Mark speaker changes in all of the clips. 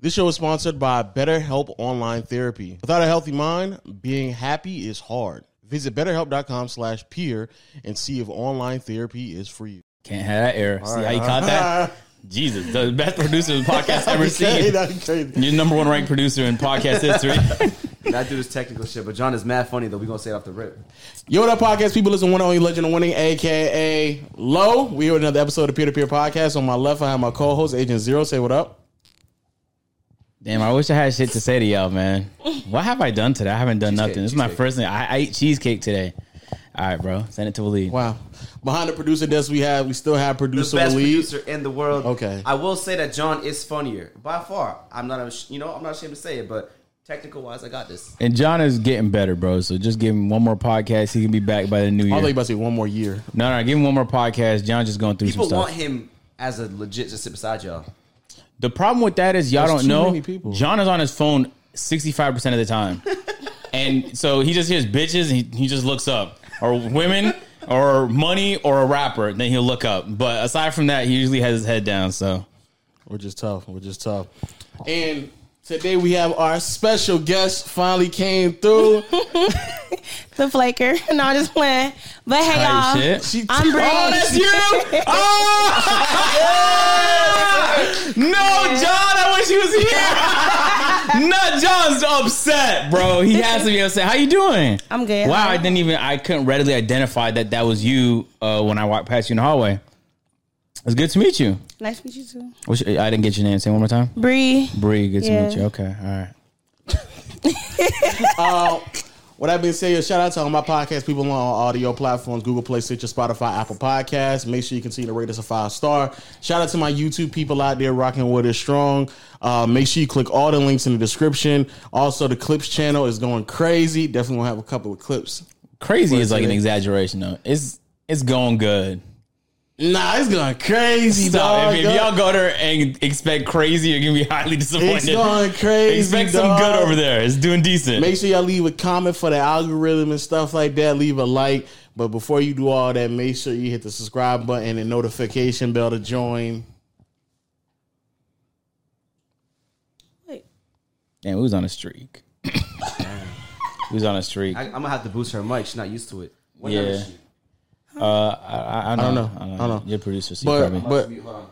Speaker 1: This show is sponsored by BetterHelp Online Therapy. Without a healthy mind, being happy is hard. Visit betterhelp.com slash peer and see if online therapy is for you.
Speaker 2: Can't have that error. See how you caught that? Jesus, the best producer the podcast ever seen. You're number one ranked producer in podcast history.
Speaker 3: That dude is technical shit, but John is mad funny though. We gonna say it off the rip.
Speaker 1: Yo, what up, podcast people? Listen, one and only legend of winning, aka Low. We here with another episode of Peer to Peer Podcast. On my left, I have my co-host Agent Zero. Say what up.
Speaker 2: Damn, I wish I had shit to say to y'all, man. What have I done today? I haven't done nothing. This is my
Speaker 3: cheesecake.
Speaker 2: first thing. I, I ate cheesecake today. All right, bro. Send it to Waleed.
Speaker 1: Wow. Behind the producer desk, we have we still have
Speaker 3: The
Speaker 1: producer
Speaker 3: best
Speaker 1: Waleed.
Speaker 3: producer in the world.
Speaker 1: Okay.
Speaker 3: I will say that John is funnier by far. I'm not, ash- you know, I'm not ashamed to say it, but technical wise, I got this.
Speaker 2: And John is getting better, bro. So just give him one more podcast. He can be back by the new
Speaker 1: I
Speaker 2: year.
Speaker 1: thought you were about to say one more year.
Speaker 2: no, no, give him one more podcast. John just going through
Speaker 3: People
Speaker 2: some stuff.
Speaker 3: want him as a legit to sit beside y'all.
Speaker 2: The problem with that is y'all
Speaker 1: There's too
Speaker 2: don't know.
Speaker 1: many people.
Speaker 2: John is on his phone sixty five percent of the time, and so he just hears bitches and he, he just looks up or women or money or a rapper. Then he'll look up. But aside from that, he usually has his head down. So
Speaker 1: We're just tough. We're just tough. And today we have our special guest finally came through.
Speaker 4: the flaker. No, I'm just playing. But hey,
Speaker 2: Tight
Speaker 4: y'all.
Speaker 2: shit.
Speaker 1: She
Speaker 4: I'm
Speaker 1: oh, that's
Speaker 4: Bree.
Speaker 1: you. Oh
Speaker 2: no, John, I wish he was here. no, John's upset, bro. He has to be upset. How you doing?
Speaker 4: I'm good.
Speaker 2: Wow,
Speaker 1: Uh-huh.
Speaker 2: I didn't even. I couldn't readily identify that that was you uh, when I walked past you in the hallway. It's good to meet you.
Speaker 4: Nice to meet you too.
Speaker 2: What's your- I didn't get your name. Say it one more
Speaker 1: Mm-hmm.
Speaker 2: time.
Speaker 4: Bree.
Speaker 2: Bree, good to
Speaker 4: Yeah.
Speaker 2: meet you. Okay, all right.
Speaker 1: What I've been saying, shout out to all my podcast people on all audio platforms Google Play, Stitcher, Spotify, Apple Podcasts. Make sure you continue to rate us a five star. Shout out to my YouTube people out there rocking with it strong. Uh, make sure you click all the links in the description. Also, the Clips channel is going crazy. Definitely gonna have a couple of clips.
Speaker 2: Crazy is like an
Speaker 1: today?
Speaker 2: exaggeration though. It's it's going good.
Speaker 1: Nah, it's going crazy,
Speaker 2: Stop.
Speaker 1: dog.
Speaker 2: If, if y'all go there and expect crazy, you're gonna be highly disappointed.
Speaker 1: it's going crazy.
Speaker 2: expect some
Speaker 1: dog.
Speaker 2: good over there. It's doing decent.
Speaker 1: Make sure y'all leave a comment for the algorithm and stuff like that. Leave a like. But before you do all that, make sure you hit the subscribe button and notification bell to join.
Speaker 4: Wait.
Speaker 2: Damn, we was on a streak. we was on a streak. I,
Speaker 3: I, I'm gonna have to boost her mic. She's not used to it. What
Speaker 2: Yeah.
Speaker 3: number is she?
Speaker 2: I,
Speaker 1: don't know. I don't know.
Speaker 2: Your producer, see
Speaker 1: But
Speaker 2: probably.
Speaker 1: but
Speaker 3: Hold on.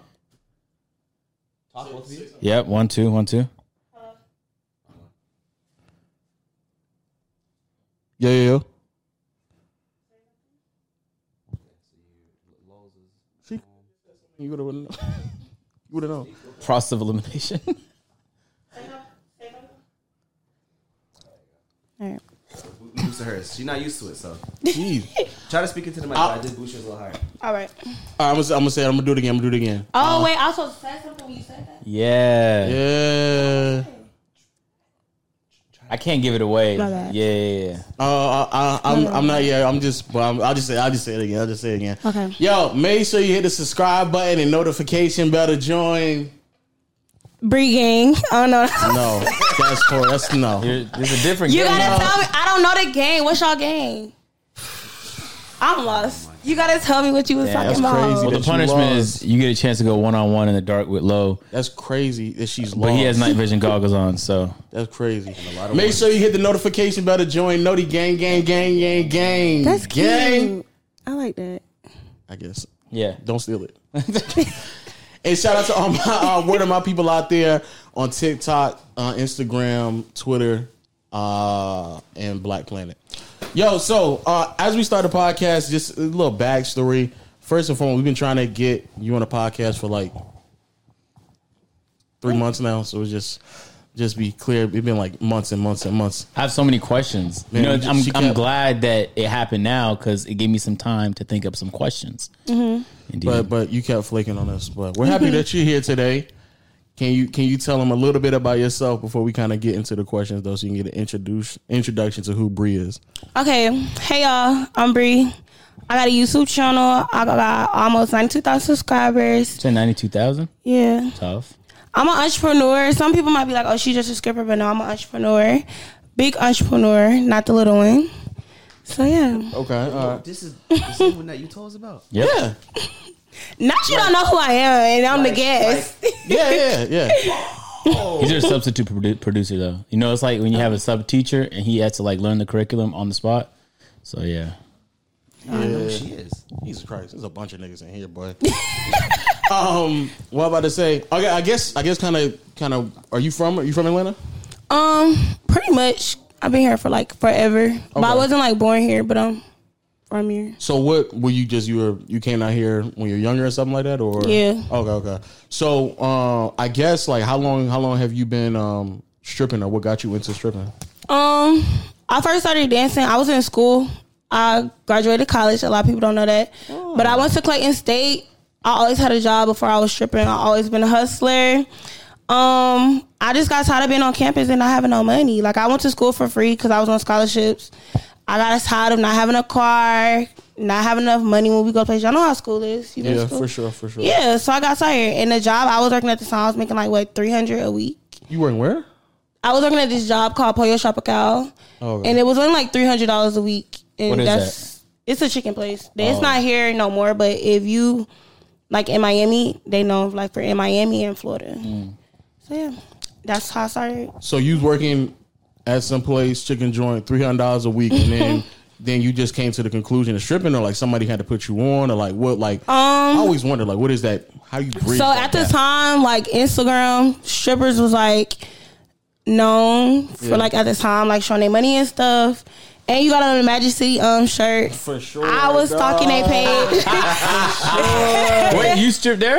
Speaker 3: Talk both of you.
Speaker 2: yep, one, two, one, two.
Speaker 1: yo yo yo. She- You would have known. You would have known.
Speaker 2: Process of elimination.
Speaker 4: All right.
Speaker 3: Boost to hers. She's not used to it, so
Speaker 1: Jeez.
Speaker 3: try to speak into the mic. but I did boost yours a little higher.
Speaker 4: All right.
Speaker 1: All right, I'm gonna, say- I'm gonna say it. I'm gonna do it again. I'm gonna do it again.
Speaker 4: Oh wait, I was supposed to say something when you said that.
Speaker 2: yeah.
Speaker 1: Yeah.
Speaker 2: I can't give it away.
Speaker 4: My
Speaker 2: Yeah,
Speaker 4: bad.
Speaker 2: yeah, yeah.
Speaker 1: Uh, I, I, I'm, I'm not. Yeah, I'm just. But I'm, I'll just say. I'll just say it again. I'll just say it again.
Speaker 4: Okay.
Speaker 1: Yo, make sure you hit the subscribe button and notification bell to join.
Speaker 4: Bree gang. Oh no.
Speaker 1: No, that's for that's no.
Speaker 2: You're, there's a different
Speaker 4: You
Speaker 2: game now.
Speaker 4: gotta tell me. I don't know the game. What's y'all game? I'm lost. You gotta tell me what you was
Speaker 2: Yeah,
Speaker 4: talking
Speaker 2: that's
Speaker 4: about.
Speaker 1: crazy.
Speaker 2: Well, the
Speaker 1: that you
Speaker 2: punishment
Speaker 1: lost.
Speaker 2: is you get a chance to go one on one in the dark with Low,
Speaker 1: That's crazy that she's lost.
Speaker 2: but he has night vision goggles on. So
Speaker 1: That's crazy.
Speaker 3: lot
Speaker 1: Make
Speaker 3: of ones.
Speaker 1: sure you hit the notification bell to join. Know the gang, gang, gang, gang, gang.
Speaker 4: That's cute.
Speaker 1: gang.
Speaker 4: I like that.
Speaker 1: I guess.
Speaker 2: yeah,
Speaker 1: Don't steal it. and shout out to all my uh, word of my people out there on TikTok, uh, Instagram, Twitter, uh, and Black Planet. Yo, so uh, as we start the podcast, just a little backstory. First and foremost, we've been trying to get you on a podcast for like three months now. So it's just just be clear, it's been like months and months and months.
Speaker 2: I have so many questions.
Speaker 1: Man,
Speaker 2: you know,
Speaker 1: she-
Speaker 2: I'm,
Speaker 1: she
Speaker 2: I'm
Speaker 1: kept-
Speaker 2: glad that it happened now because it gave me some time to think up some questions.
Speaker 4: Mm-hmm.
Speaker 2: Indeed.
Speaker 1: But but you kept flaking on us. But we're happy that you're here today. Can you can you tell them a little bit about yourself before we kind of get into the questions though, so you can get an introduce introduction to who Bree is.
Speaker 4: Okay, hey y'all, I'm Bree. I got a YouTube channel. I got almost 92,000 subscribers.
Speaker 2: Say 92,000?
Speaker 4: Yeah.
Speaker 2: Tough.
Speaker 4: I'm an entrepreneur. Some people might be like, oh, she's just a stripper, but no, I'm an entrepreneur. Big entrepreneur, not the little one. So, yeah.
Speaker 1: Okay, all right.
Speaker 3: This is the same one that you told us about.
Speaker 2: Yep.
Speaker 1: Yeah,
Speaker 4: Not you don't know who I am, and I'm the guest.
Speaker 1: yeah, yeah, yeah.
Speaker 3: Oh,
Speaker 2: He's your substitute produ- producer, though. You know, it's like when you have a sub teacher and he has to like learn the curriculum on the spot. So yeah,
Speaker 3: I know who she is.
Speaker 1: Jesus Christ, there's a bunch of niggas in here, boy. um, what I'm about to say? Okay, I guess I guess kind of kind of. Are you from? Are you from Atlanta?
Speaker 4: Um, pretty much. I've been here for like forever, but I
Speaker 1: Okay.
Speaker 4: wasn't like born here, but I'm from here.
Speaker 1: So what were you just you were you came out here when you were younger or something like that or
Speaker 4: Yeah.
Speaker 1: okay okay so uh, I guess like how long how long have you been um, stripping or what got you into stripping
Speaker 4: Um, I first started dancing. I was in school. I graduated college. A lot of people don't know that, but I went to Clayton State. I always had a job before I was stripping. I always been a hustler. Um, I just got tired of being on campus and not having no money. Like I went to school for free because I was on scholarships. I got tired of not having a car, not having enough money when we go to places. Y'all know how school is. You been to
Speaker 1: yeah
Speaker 4: school.
Speaker 1: for sure for sure
Speaker 4: Yeah, so I got tired. And the job I was working at the time, I was making like what three hundred a week.
Speaker 1: you weren't where
Speaker 4: I was working at this job called Pollo Tropical,
Speaker 1: Oh,
Speaker 4: and it was only like three hundred dollars a week. And
Speaker 2: What is Oh.
Speaker 4: that's it's a chicken place. It's not here no more, but if you like in Miami, they know like for in Miami and Florida.
Speaker 2: Mm.
Speaker 4: So yeah, that's how I started.
Speaker 1: so you was working at some place chicken joint three hundred dollars a week and then then you just came to the conclusion of stripping or like somebody had to put you on or like what like I always wonder like what is that how you breathe
Speaker 4: Um, So
Speaker 1: like
Speaker 4: at the
Speaker 1: that?
Speaker 4: time, like Instagram strippers was like known for like at the time, like showing their money and stuff. And you got on the Magic City um shirt.
Speaker 1: for sure
Speaker 4: I was stalking their page.
Speaker 2: wait, you stripped there?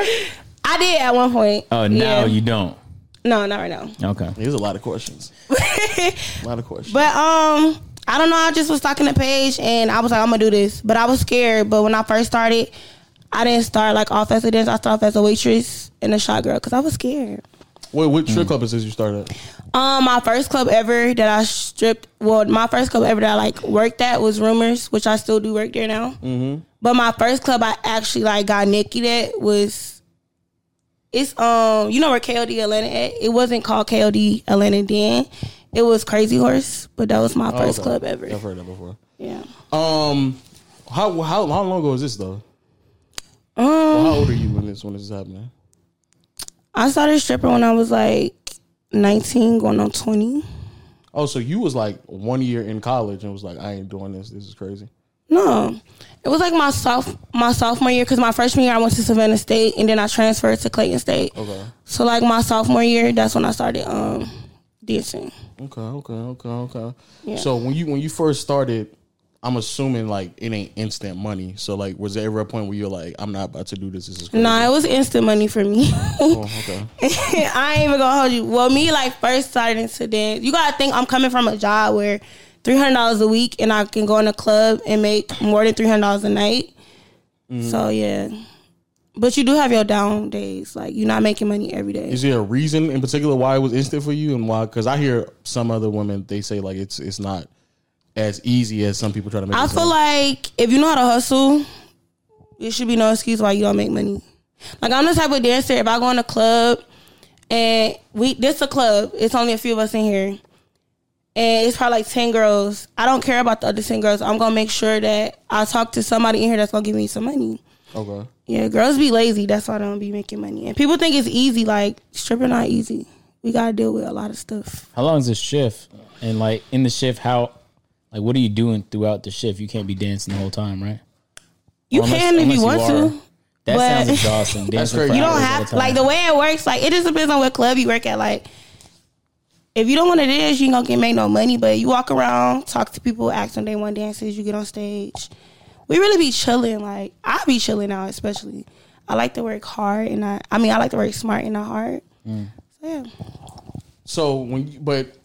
Speaker 4: I did at one point.
Speaker 2: Oh, now
Speaker 4: Yeah.
Speaker 2: you don't.
Speaker 4: No, not right now.
Speaker 2: Okay,
Speaker 1: there's a lot of questions a lot of questions
Speaker 4: But um, I don't know. I just was stalking the page, and I was like, I'm gonna do this. But I was scared. But when I first started, I didn't start like off as a dance. I started off as a waitress and a shot girl because I was scared.
Speaker 1: Wait, what strip club is this you started at?
Speaker 4: Um, my first club ever that I stripped. Well, my first club ever that I like worked at was Rumors, which I still do work there now. Mm-hmm. But my first club I actually like got naked at was. It's um, you know where KLD Atlanta at? It wasn't called KLD Atlanta then. It was Crazy Horse, but that was my first
Speaker 1: Okay.
Speaker 4: club ever.
Speaker 1: I've heard that before.
Speaker 4: Yeah.
Speaker 1: Um, how how how long ago is this though?
Speaker 4: Um,
Speaker 1: How old are you when this when this is happening?
Speaker 4: I started stripping when I was like 19, going on 20.
Speaker 1: Oh, so you was like one year in college and was like, I ain't doing this. This is crazy.
Speaker 4: No, it was like my soph- my sophomore year because my freshman year I went to Savannah State and then I transferred to Clayton State.
Speaker 1: Okay,
Speaker 4: So like my sophomore year, that's when I started um dancing.
Speaker 1: okay, okay, okay, okay. So when you when you first started, I'm assuming like it ain't instant money. So like, was there ever a point where you're like, I'm not about to do this. This is crazy.
Speaker 4: Nah, it was instant money for me.
Speaker 1: Oh, okay.
Speaker 4: I ain't even gonna hold you. Well, me like first starting to dance, you gotta think I'm coming from a job where three hundred dollars a week and I can go in a club and make more than three hundred dollars a night. So yeah, but you do have your down days. Like you're not making money every day.
Speaker 1: Is there a reason in particular why it was instant for you and why? Because I hear some other women they say like it's it's not as easy as some people try to make.
Speaker 4: I
Speaker 1: it
Speaker 4: feel
Speaker 1: seem.
Speaker 4: like if you know how to hustle, there should be no excuse why you don't make money. Like I'm the type of dancer. If I go in a club and we this a club, it's only a few of us in here, and it's probably like ten girls. I don't care about the other ten girls. I'm gonna make sure that I talk to somebody in here that's gonna give me some money.
Speaker 1: okay.
Speaker 4: Yeah, girls be lazy. That's why they don't be making money. And people think it's easy. Like stripping not easy. We gotta deal with a lot of stuff.
Speaker 2: how long is this shift? And like in the shift, how? Like, what are you doing throughout the shift? You can't be dancing the whole time, right?
Speaker 4: You
Speaker 2: Or unless-
Speaker 4: can if
Speaker 2: unless
Speaker 4: you want
Speaker 2: are.
Speaker 4: to.
Speaker 2: That
Speaker 4: but-
Speaker 2: sounds exhausting. Dancing
Speaker 1: crazy.
Speaker 2: for
Speaker 1: You
Speaker 4: You
Speaker 2: hours
Speaker 4: don't
Speaker 2: at a
Speaker 4: have
Speaker 2: time.
Speaker 4: like the way it works. Like it just depends on what club you work at. Like if you don't want to dance, you ain't gonna get make no money. But you walk around, talk to people, ask them they want dances. You get on stage. We really be chilling. Like I be chilling out, especially. I like to work hard, and I I mean I like to work smart and not hard. So yeah,
Speaker 1: So when you, but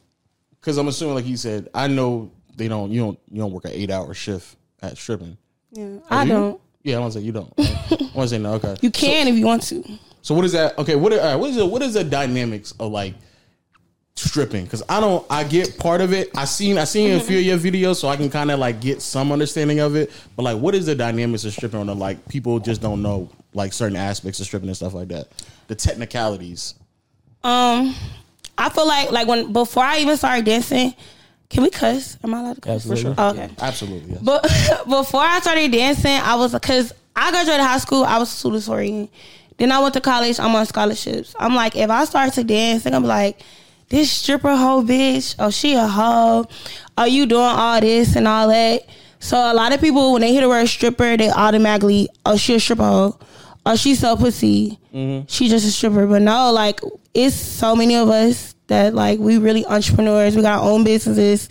Speaker 1: because I'm assuming, like he said, I know they don't. You don't. You don't work an eight hour shift at stripping.
Speaker 4: yeah. I
Speaker 1: You?
Speaker 4: don't.
Speaker 1: Yeah, I want to say you don't. I want to say no. Okay.
Speaker 4: You can if you want to.
Speaker 1: So what is that? Okay. What? Are, all right, what is the, What is the dynamics of like stripping? Because I don't. I get part of it. I seen. I seen a few of your videos, so I can kind of like get some understanding of it. But like, what is the dynamics of stripping? On the like, people just don't know like certain aspects of stripping and stuff like that. The technicalities.
Speaker 4: Um, I feel like like when before I even started dancing, can we cuss? Am I allowed to cuss?
Speaker 2: Absolutely.
Speaker 4: okay.
Speaker 1: Absolutely. Yes.
Speaker 4: But before I started dancing, I was because I graduated high school, I was a valedictorian. Then I went to college. I'm on scholarships. I'm like, if I start to dance, then I'm like, this stripper hoe bitch. Oh, she a hoe. Are you doing all this and all that? So a lot of people, when they hear the word stripper, they automatically, oh, she a stripper hoe. Oh, she so pussy. She just a stripper. But no, like, it's so many of us that, like, we really entrepreneurs. We got our own businesses.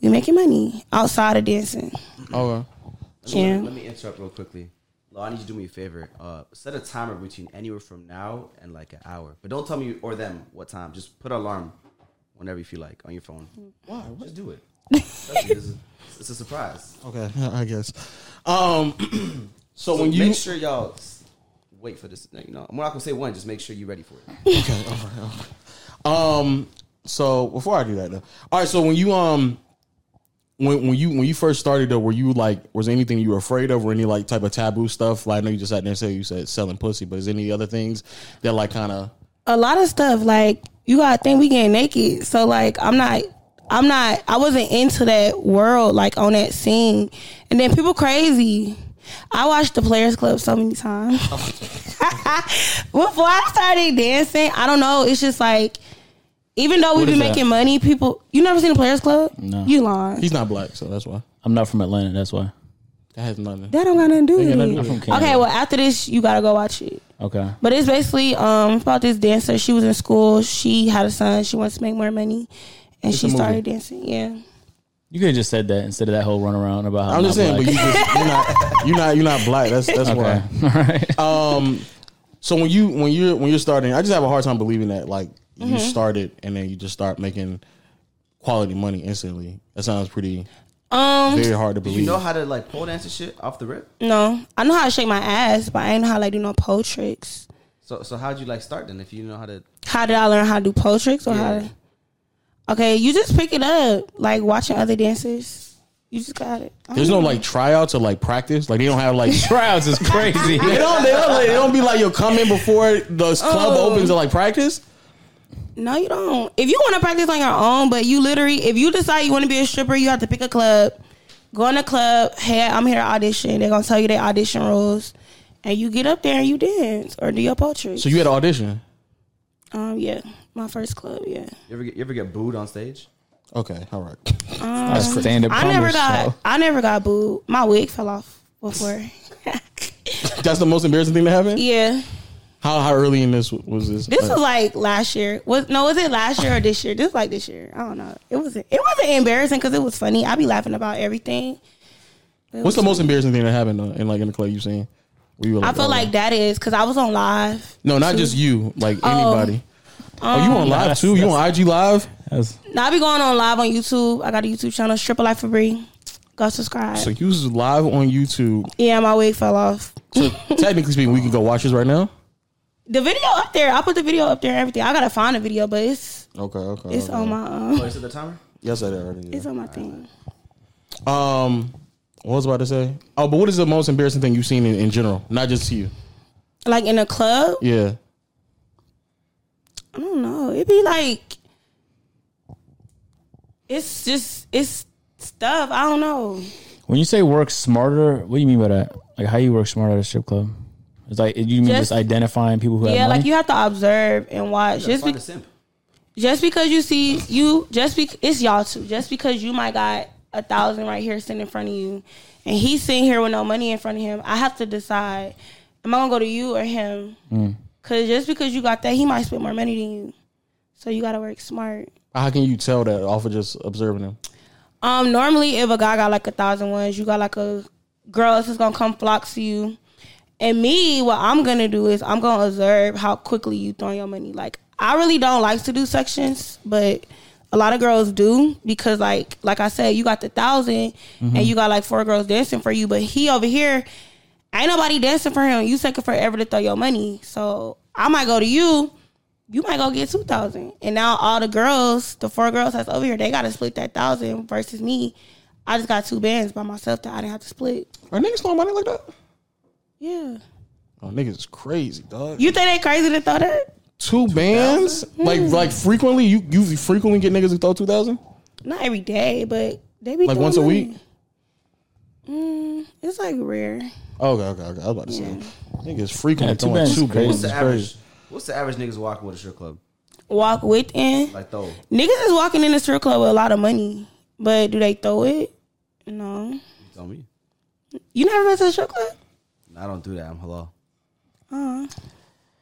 Speaker 4: We making money outside of dancing.
Speaker 1: Okay.
Speaker 3: Let me-
Speaker 4: Yeah.
Speaker 3: Let me interrupt real quickly. Law, I need you to do me a favor. Uh, set a timer between anywhere from now and like an hour, but don't tell me or them what time. Just put an alarm whenever you feel like on your phone. Why? Just do it. Trust me, this is- it's a surprise.
Speaker 1: Okay. I guess. Um. so,
Speaker 3: So
Speaker 1: when you
Speaker 3: make sure y'all s- wait for this. You know, I'm not gonna say when. Just make sure you're ready for it.
Speaker 1: Um. So before I do that, though. All right. So when you um, when when you when you first started though, were you like was there anything you were afraid of, or any like type of taboo stuff? Like I know you just sat there and said you said selling pussy, but is there any other things that like kind of
Speaker 4: a lot of stuff like you gotta think we getting naked so like i'm not i'm not i wasn't into that world like on that scene and then people crazy i watched the players club so many times before i started dancing i don't know it's just like even though we've
Speaker 2: What
Speaker 4: been
Speaker 2: is that?
Speaker 4: making money people you never seen the players club
Speaker 2: No.
Speaker 4: you lying
Speaker 1: he's not black, so that's why
Speaker 2: I'm not from Atlanta. That's why.
Speaker 1: that has nothing.
Speaker 4: that don't got nothing to do with
Speaker 1: Yeah, nothing
Speaker 4: it
Speaker 1: to do
Speaker 2: with it.
Speaker 4: okay well after this you gotta go watch it
Speaker 2: Okay.
Speaker 4: But it's basically um it's about this dancer. She was in school. She had a son. She wants to make more money, and
Speaker 1: a
Speaker 4: she
Speaker 1: movie.
Speaker 4: started dancing. Yeah,
Speaker 2: You could have just said that instead of that whole runaround about how
Speaker 1: I'm just saying,
Speaker 2: not
Speaker 1: but you just, you're not you're not you're not black. That's that's why.
Speaker 2: black. Okay. All right.
Speaker 1: So when you when you're when you're starting, I just have a hard time believing that like
Speaker 4: Mm-hmm.
Speaker 1: you started and then you just start making quality money instantly. That sounds pretty um very hard to believe.
Speaker 3: You know how to like pole dance and shit off the rip.
Speaker 4: no, I know how to shake my ass, but I ain't know how to like do no pole tricks.
Speaker 3: So so how'd you like start then? If you know how to,
Speaker 4: How did I learn how to do pole tricks or how?
Speaker 3: Yeah.
Speaker 4: To, okay, you just pick it up like watching other dancers. You just got it. I
Speaker 1: There's
Speaker 4: don't
Speaker 1: no
Speaker 4: know.
Speaker 1: like tryouts or like practice. Like they don't have like
Speaker 2: Crowds is
Speaker 1: they
Speaker 2: crazy.
Speaker 1: don't they don't, like, they don't be like yo come in before the club
Speaker 4: Oh.
Speaker 1: opens to like practice.
Speaker 4: No, you don't. If you want to practice on your own, but you literally, if you decide you want to be a stripper, you have to pick a club, go in a club. Hey, I'm here to audition. They're gonna tell you their audition rules, and you get up there and you dance or do your poetry.
Speaker 1: So you had an audition.
Speaker 4: um, yeah, my first club. Yeah,
Speaker 3: you ever get, you ever get booed on stage?
Speaker 1: Okay, all right.
Speaker 2: That's stand up.
Speaker 4: I never got, I never got booed. My wig fell off before.
Speaker 1: That's the most embarrassing thing that happened.
Speaker 4: yeah,
Speaker 1: How how early in this w- was this?
Speaker 4: this was like last year. Was no, was it last year or this year? This was like this year. I don't know. It wasn't. It wasn't embarrassing because it was funny. I be laughing about everything. It
Speaker 1: What's the
Speaker 4: was-
Speaker 1: most embarrassing thing that happened uh, in like in the club you've seen? Where you were
Speaker 4: I feel
Speaker 1: oh,
Speaker 4: like that is because I was on live.
Speaker 1: no, not just you, like anybody.
Speaker 4: um,
Speaker 1: oh, you on live
Speaker 2: that's-
Speaker 1: too? You on IG live?
Speaker 2: That's,
Speaker 4: Now I be going on live on YouTube. I got a YouTube channel, Stripper Life for Bree. Go subscribe.
Speaker 1: So you was live on YouTube.
Speaker 4: yeah, my wig fell off.
Speaker 1: So technically speaking, we can go watch this right now.
Speaker 4: The video up there. I put the video up there and everything. I gotta find the video, but it's
Speaker 1: Okay, okay.
Speaker 4: it's
Speaker 1: okay.
Speaker 4: on my um,
Speaker 3: Oh, is it the timer?
Speaker 1: Yes, I did already. yeah.
Speaker 4: it's on my thing.
Speaker 1: Um, what was I about to say? Oh, but what is the most embarrassing thing you've seen in, in general, not just to you?
Speaker 4: Like in a club.
Speaker 1: Yeah.
Speaker 4: I don't know. It'd be like it's just it's stuff. I don't know.
Speaker 2: when you say work smarter, what do you mean by that? Like how you work smarter at a strip club? It's like you mean just,
Speaker 4: Just-
Speaker 2: identifying people who
Speaker 4: Yeah,
Speaker 2: have money.
Speaker 4: like you have to observe and watch. Just
Speaker 3: Find
Speaker 4: be-
Speaker 3: a simp.
Speaker 4: just because you see you just be it's y'all too just because you might got a thousand right here sitting in front of you and he's sitting here with no money in front of him i have to decide am i gonna go to you or him because just because you got that he might spend more money than you so you gotta work smart
Speaker 1: How can you tell that off of just observing them?
Speaker 4: um normally if a guy got like a thousand ones you got like a girl that's just gonna come flock to you and me what i'm gonna do is i'm gonna observe how quickly you throw your money like i really don't like to do sections but a lot of girls do because like like i said you got the 1000 and you got like four girls dancing for you but he over here ain't nobody dancing for him you taking forever to throw your money so i might go to you you might go get 2000 and now all the girls the four girls that's over here they gotta split that thousand versus me i just got two bands by myself that i didn't have to split
Speaker 1: Are niggas throwing money like that?
Speaker 4: yeah
Speaker 1: Oh, niggas is crazy, dog.
Speaker 4: you think they crazy to throw that?
Speaker 1: two bands, like like frequently. You you frequently get niggas who throw two thousand.
Speaker 4: Not every day, but they be
Speaker 1: Like
Speaker 4: throwing
Speaker 1: once a
Speaker 4: money.
Speaker 1: week?
Speaker 4: Mm, it's like rare.
Speaker 1: Okay, okay, okay. I was about to say. Niggas frequently
Speaker 2: Yeah, two
Speaker 1: throwing
Speaker 2: bands
Speaker 1: two
Speaker 2: is crazy.
Speaker 1: bands.
Speaker 3: What's
Speaker 1: It's
Speaker 3: the
Speaker 1: crazy.
Speaker 3: average? What's the average niggas walking with a strip club?
Speaker 4: Walk with in.
Speaker 3: Like though,
Speaker 4: Niggas is walking in the strip club with a lot of money, but do they throw it? No.
Speaker 3: you tell me.
Speaker 4: You never been to a strip club?
Speaker 3: I don't do that. I'm halal.
Speaker 4: I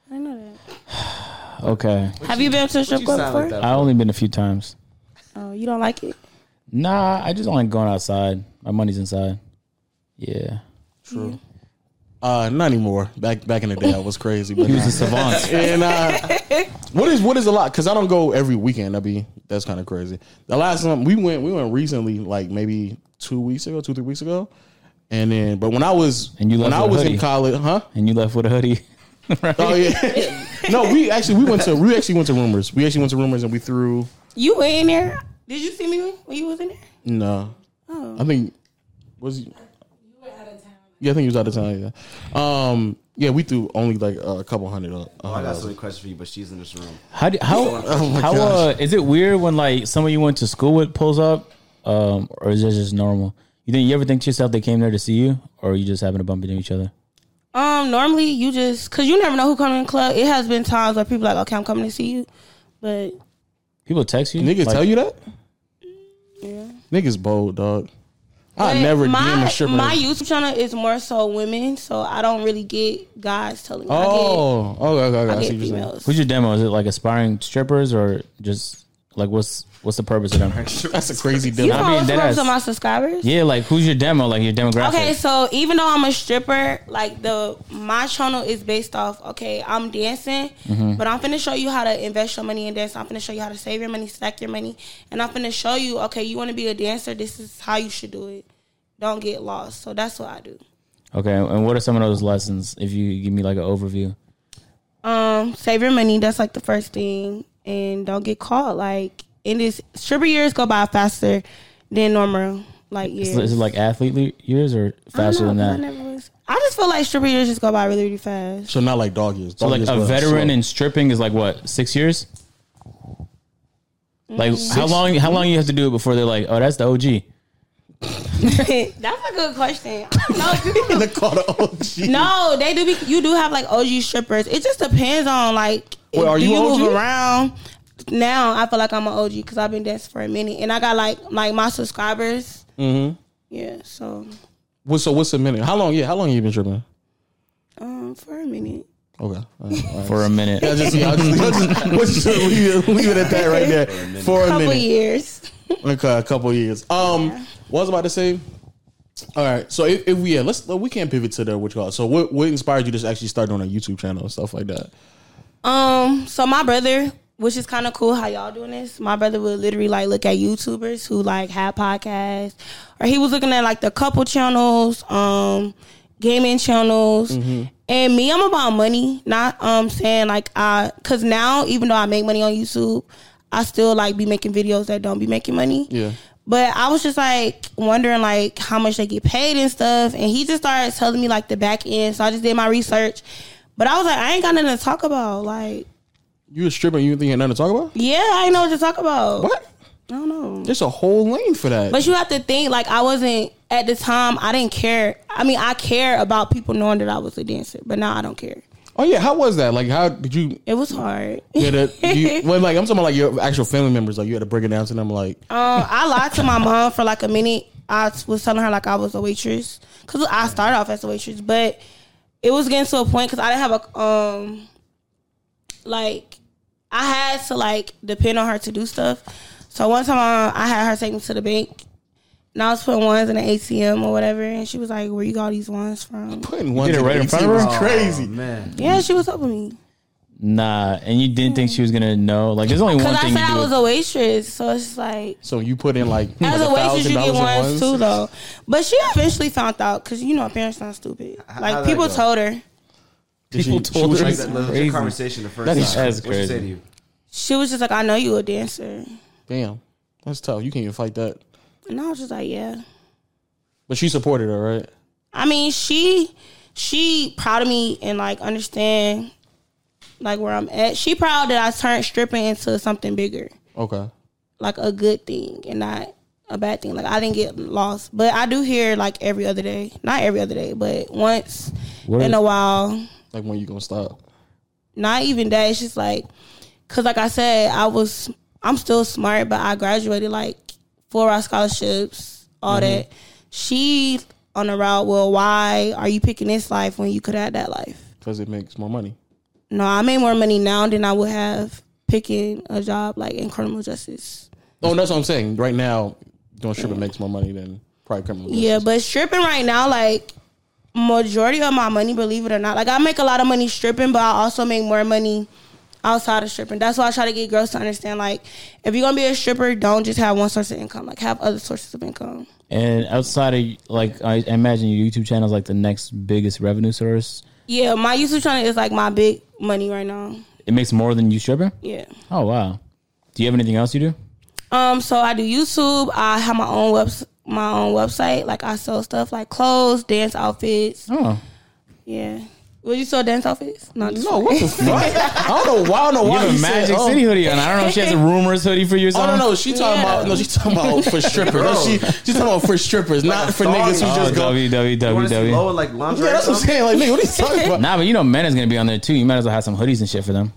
Speaker 4: didn't know that.
Speaker 2: Okay.
Speaker 4: Have you been to a strip
Speaker 3: You
Speaker 4: club
Speaker 3: sound
Speaker 4: before?
Speaker 3: like that.
Speaker 2: I only been a few times.
Speaker 4: oh, you don't like it?
Speaker 2: Nah, I just don't like going outside. My money's inside. Yeah.
Speaker 1: Uh, not anymore. Back back in the day, I was crazy. But
Speaker 2: He was
Speaker 1: nah.
Speaker 2: a savant.
Speaker 1: and uh, what is what is a lot? Because I don't go every weekend. That'd be that's kind of crazy. The last time we went, we went recently, like maybe two weeks ago, two three weeks ago. And then, but when I was
Speaker 2: And you
Speaker 1: when
Speaker 2: left
Speaker 1: I
Speaker 2: with a
Speaker 1: was in
Speaker 2: hoodie.
Speaker 1: college, huh?
Speaker 2: and you left with a hoodie.
Speaker 1: Oh yeah, no, we actually we went to we actually went to rumors. We actually went to rumors and we threw
Speaker 4: You were in there. Did you see me when you was in there?
Speaker 1: no.
Speaker 4: Oh.
Speaker 1: I think was he? Yeah, I think he was out of town. Yeah, um, yeah, we threw only like a couple hundred. Up,
Speaker 3: Oh, I got so many questions for you, but she's in this room.
Speaker 2: How do, how
Speaker 1: Oh my
Speaker 2: how uh,
Speaker 1: gosh.
Speaker 2: is it weird when like someone you went to school with pulls up, um, or is it just normal? You think you ever think to yourself they came there to see you, or you just happen to bump into each other?
Speaker 4: Um, normally you just cause you never know who coming in the club. It has been times where people like, okay, I'm coming to see you, but
Speaker 2: People text you.
Speaker 1: Niggas
Speaker 2: like,
Speaker 1: tell you that?
Speaker 4: yeah.
Speaker 1: Niggas bold, dog. I
Speaker 4: But
Speaker 1: never DM
Speaker 4: my,
Speaker 1: a stripper.
Speaker 4: My YouTube channel is more so women, so I don't really get guys telling me.
Speaker 1: oh, okay, okay, okay. I,
Speaker 4: I get,
Speaker 1: see
Speaker 4: I get
Speaker 1: what you're saying.
Speaker 4: females.
Speaker 2: Who's your demo? Is it like aspiring strippers or just like what's what's the purpose of them?
Speaker 1: That's a crazy
Speaker 4: You
Speaker 1: deal.
Speaker 2: I'm
Speaker 4: know
Speaker 2: being
Speaker 4: what's
Speaker 2: dead
Speaker 4: wrong with
Speaker 2: ass.
Speaker 4: my subscribers?
Speaker 2: Yeah, like who's your demo? Like your demographic.
Speaker 4: Okay, so even though I'm a stripper, like the my channel is based off. Okay, I'm dancing,
Speaker 2: Mm-hmm.
Speaker 4: but I'm finna show you how to invest your money in dance. I'm finna show you how to save your money, stack your money, and I'm finna show you. Okay, you want to be a dancer? This is how you should do it. Don't get lost. So that's what I do.
Speaker 2: Okay, and what are some of those lessons? If you give me like an overview.
Speaker 4: Um, save your money. That's like the first thing, and don't get caught. Like in this stripper years go by faster than normal. Like
Speaker 2: Is,
Speaker 4: years.
Speaker 2: it- is it like athlete le- years or
Speaker 4: I
Speaker 2: faster
Speaker 4: don't
Speaker 2: than
Speaker 4: know, 'cause I,
Speaker 2: that?
Speaker 4: never was- I just feel like stripper years just go by really, really fast.
Speaker 1: So not like dog years.
Speaker 2: So
Speaker 1: Dog
Speaker 2: like
Speaker 1: years
Speaker 2: a
Speaker 1: Oh, was
Speaker 2: veteran
Speaker 1: slow.
Speaker 2: in stripping is like what six years? Like
Speaker 4: Mm.
Speaker 2: how long? How long you have to do it before they're like, oh, that's the OG.
Speaker 4: That's a good question. I don't know. People
Speaker 1: they call the OG.
Speaker 4: no, they do. Be, you do have like OG strippers. It just depends on like
Speaker 1: Wait, are
Speaker 4: do
Speaker 1: you
Speaker 4: move
Speaker 1: OG?
Speaker 4: around. Now I feel like I'm an OG because I've been dancing for a minute, and I got like like my subscribers.
Speaker 1: Mm-hmm.
Speaker 4: Yeah, so
Speaker 1: What, so what's a minute? How long? Yeah, how long you been tripping?
Speaker 4: um, for a minute.
Speaker 1: Okay. All right, all right.
Speaker 2: for a
Speaker 1: I
Speaker 2: minute.
Speaker 1: just, yeah, I just, I just, let's just leave, it, leave it at that right there for a
Speaker 4: Couple
Speaker 1: minute.
Speaker 4: years.
Speaker 1: Okay, a couple years. Um, what I was about to say. All right, so if, if we yeah, let's we can pivot to the what you call. it. So what what inspired you to actually start doing a YouTube channel and stuff like that?
Speaker 4: Um, so my brother, which is kind of cool how y'all doing this. My brother would literally like look at YouTubers who like had podcasts, or he was looking at like the couple channels, um, gaming channels. And me, I'm about money, not um saying like I, cause now even though I make money on YouTube, I still like be making videos that don't be making money.
Speaker 1: Yeah.
Speaker 4: But I was just like wondering like how much they get paid and stuff. And he just started telling me like the back end. So I just did my research. But I was like, I ain't got nothing to talk about. Like,
Speaker 1: You a stripper? You think you had nothing to talk about?
Speaker 4: yeah, I ain't know what to talk about.
Speaker 1: What?
Speaker 4: I don't know.
Speaker 1: There's a whole lane for that.
Speaker 4: But you have to think like I wasn't at the time. I didn't care. I mean, I care about people knowing that I was a dancer, but now I don't care.
Speaker 1: oh yeah, how was that? Like, how did you
Speaker 4: It was hard.
Speaker 1: get it? You, well, like I'm talking about like your actual family members. Like you had to break it down to them. Like,
Speaker 4: Um, I lied to my mom for like a minute. I was telling her like I was a waitress because I started off as a waitress, but it was getting to a point because I didn't have a um, like I had to like depend on her to do stuff. So one time uh, I, I had her take me to the bank, and I was putting ones in the ATM or whatever, and she was like, "Where you got these ones from?"
Speaker 1: putting one
Speaker 2: did it
Speaker 1: to
Speaker 2: right in
Speaker 1: eight
Speaker 2: front of
Speaker 1: was
Speaker 2: her?
Speaker 1: Crazy.
Speaker 3: Oh, man.
Speaker 4: Yeah, she was up with me
Speaker 2: Nah, and you didn't think she was gonna know. Like, there's only one
Speaker 4: because I
Speaker 2: thing
Speaker 4: said I
Speaker 2: you
Speaker 4: was
Speaker 2: do.
Speaker 4: a waitress, so it's just like.
Speaker 1: So you put in like
Speaker 4: As
Speaker 1: like
Speaker 4: a waitress, you
Speaker 1: $1,000
Speaker 4: get
Speaker 1: in
Speaker 4: ones too, though. But she eventually found out because you know parents not stupid.
Speaker 3: how'd
Speaker 4: Like
Speaker 3: that
Speaker 4: people
Speaker 3: go?
Speaker 4: told her.
Speaker 1: Did she-
Speaker 2: People
Speaker 1: she
Speaker 2: told
Speaker 1: was
Speaker 2: her
Speaker 1: like
Speaker 2: that-
Speaker 1: that-
Speaker 3: That legit
Speaker 2: Crazy.
Speaker 3: conversation the first
Speaker 2: That
Speaker 3: time.
Speaker 2: is- that is
Speaker 3: What'd she say
Speaker 2: crazy.
Speaker 3: to you?
Speaker 4: She was just like, "I know you a dancer,"
Speaker 1: Damn, that's tough. You can't even fight that.
Speaker 4: and I was just like, "Yeah."
Speaker 1: But she supported her, right?
Speaker 4: I mean, she she proud of me and like understand like where I'm at. She proud that I turned stripping into something bigger,
Speaker 1: Okay.
Speaker 4: like a good thing, and not a bad thing. Like I didn't get lost, but I do hear like every other day. Not every other day, but once
Speaker 2: What
Speaker 4: in
Speaker 2: is-
Speaker 4: a while.
Speaker 1: Like when you gonna stop?
Speaker 4: Not even that. It's just like, cause like I said, I was I'm still smart, but I graduated like full ride scholarships, all that. She on the route. Well, why are you picking this life when you could have that life?
Speaker 1: Because it makes more money.
Speaker 4: No, I made more money now than I would have picking a job like in criminal justice.
Speaker 1: Oh, that's what I'm saying. Right now, doing stripping makes more money than private criminal.
Speaker 4: Yeah, but stripping right now, like majority of my money, believe it or not, like I make a lot of money stripping, but I also make more money outside of stripping. That's why I try to get girls to understand, like, if you're gonna be a stripper, don't just have one source of income. Like, have other sources of income.
Speaker 2: And outside of like, I imagine your YouTube channel is like the next biggest revenue source.
Speaker 4: Yeah, my YouTube channel is like my big money right now.
Speaker 2: It makes more than you stripper.
Speaker 4: Yeah.
Speaker 2: Oh wow. Do you have anything else you do?
Speaker 4: Um, so I do YouTube. I have my own webs, my own website. Like, I sell stuff like clothes, dance outfits.
Speaker 2: Oh,
Speaker 4: Yeah. Would you sell dance outfits? No,
Speaker 1: No, what the fuck? I don't know why. I don't know
Speaker 2: you
Speaker 1: why.
Speaker 2: have
Speaker 1: you
Speaker 2: a
Speaker 1: said,
Speaker 2: Magic
Speaker 1: oh.
Speaker 2: City hoodie on. I don't know if she has a Rumors hoodie for you or
Speaker 1: Oh no
Speaker 2: something.
Speaker 1: no, she talking
Speaker 4: Yeah.
Speaker 1: about no, she talking about for strippers. No, she she talking about for strippers, not for
Speaker 3: thong.
Speaker 1: niggas who
Speaker 3: Oh,
Speaker 1: just go. Yeah,
Speaker 3: You want to see
Speaker 2: www.
Speaker 3: Lola like lingerie?
Speaker 1: E? that's
Speaker 3: or
Speaker 1: what I'm
Speaker 3: something?
Speaker 1: saying. Like, nigga, what are you talking about?
Speaker 2: Nah, but you know, men is gonna be on there too. You might as well have some hoodies and shit for them.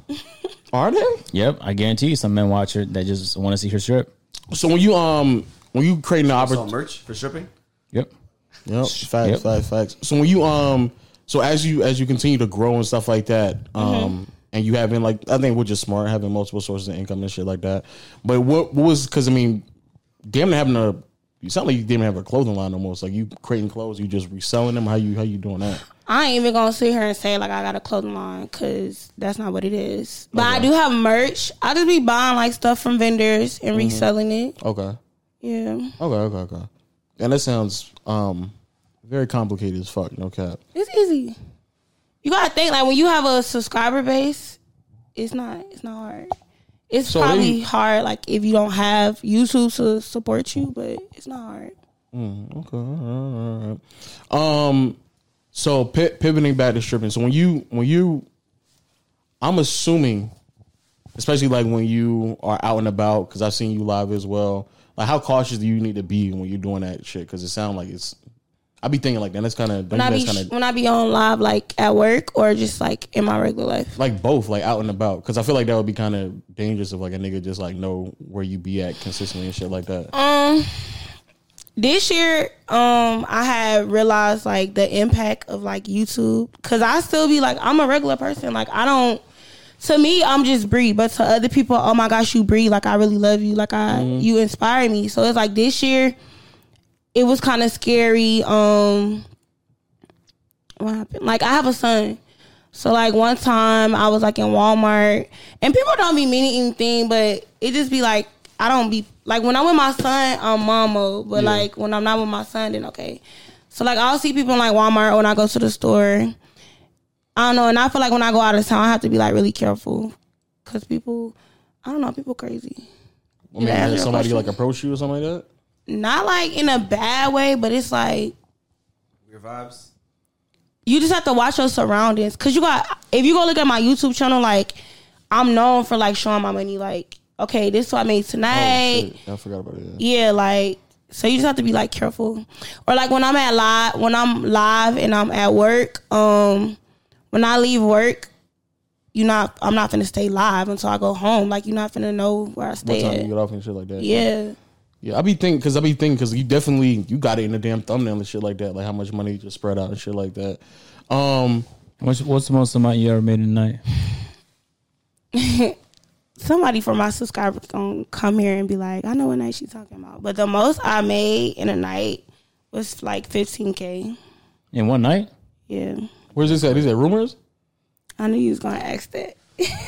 Speaker 1: Are they?
Speaker 2: Yep, I guarantee you, some men watch her that just want to see her strip.
Speaker 1: So when you um when you creating the
Speaker 3: Sell
Speaker 1: opportunity,
Speaker 3: Oh, merch for stripping.
Speaker 2: Yep.
Speaker 1: yep, facts,
Speaker 2: Yep.
Speaker 1: facts, facts. So when you um so as you as you continue to grow and stuff like that, um and you having like I think we're just smart having multiple sources of income and shit like that. But what, what was because I mean, damn near having a you sound like you didn't have a clothing line almost. Like you creating clothes, you just reselling them. How you how you doing that?
Speaker 4: I ain't even gonna sit here and say like I got a clothing line because that's not what it is. But I do have merch. I just be buying like stuff from vendors and reselling it.
Speaker 1: Okay.
Speaker 4: Yeah,
Speaker 1: Okay, okay, okay. And that sounds um very complicated as fuck, no cap.
Speaker 4: it's easy. You gotta think like when you have a subscriber base, it's not it's not hard. It's
Speaker 1: So
Speaker 4: probably
Speaker 1: they-
Speaker 4: hard like if you don't have YouTube to support you, but it's not hard.
Speaker 1: Okay. all right, all right. Um so pi pivoting back to stripping. So when you when you I'm assuming especially like when you are out and about cuz I've seen you live as well. Like how cautious do you need to be when you're doing that shit cuz it sounds like it's I be thinking like that. That's kind of
Speaker 4: When I
Speaker 1: that's
Speaker 4: be
Speaker 1: kind of
Speaker 4: when I be on live like at work or just like in my regular life.
Speaker 1: like both, like out and about, because I feel like that would be kind of dangerous if like a nigga just like know where you be at consistently and shit like that.
Speaker 4: Um, this year, um, I had realized like the impact of like YouTube because I still be like I'm a regular person. Like I don't. To me, I'm just Bree, but to other people, oh my gosh, you Bree. Like I really love you. Like I, you inspire me. So it's like this year, it was kind of scary. Um, what happened? Like I have a son. So like one time I was like in Walmart and people don't be meaning anything, but it just be like I don't be like when I'm with my son, I'm mom mode. But like when I'm not with my son, then okay. So like I'll see people in like Walmart or when I go to the store. I don't know, and I feel like when I go out of town, I have to be like really careful because people, I don't know, people crazy.
Speaker 1: I mean,
Speaker 4: Yeah.
Speaker 1: did somebody like approach you or something like that?
Speaker 4: Not like in a bad way, but it's like
Speaker 3: Your vibes.
Speaker 4: you just have to watch your surroundings because you got if you go look at my youtube channel like i'm known for like showing my money like okay this is what i made tonight
Speaker 1: Oh, shit. I forgot about it. yeah.
Speaker 4: yeah like so you just have to be like careful or like when i'm at live when i'm live and i'm at work um when i leave work you not i'm not gonna stay live until i go home like you're not gonna know where i
Speaker 1: What
Speaker 4: stay
Speaker 1: time you
Speaker 4: at.
Speaker 1: get off and shit like that?
Speaker 4: yeah
Speaker 1: yeah. I be thinking because I be thinking because you definitely you got it in the damn thumbnail and shit like that. Like how much money you just spread out and shit like that. Um,
Speaker 2: What's what's the most amount you ever made in a night?
Speaker 4: somebody from my subscribers gonna come here and be like, I know what night she's talking about. But the most I made in a night was like 15k.
Speaker 2: In one night?
Speaker 4: Yeah,
Speaker 1: where's this at? Is it rumors?
Speaker 4: I knew you was gonna ask that.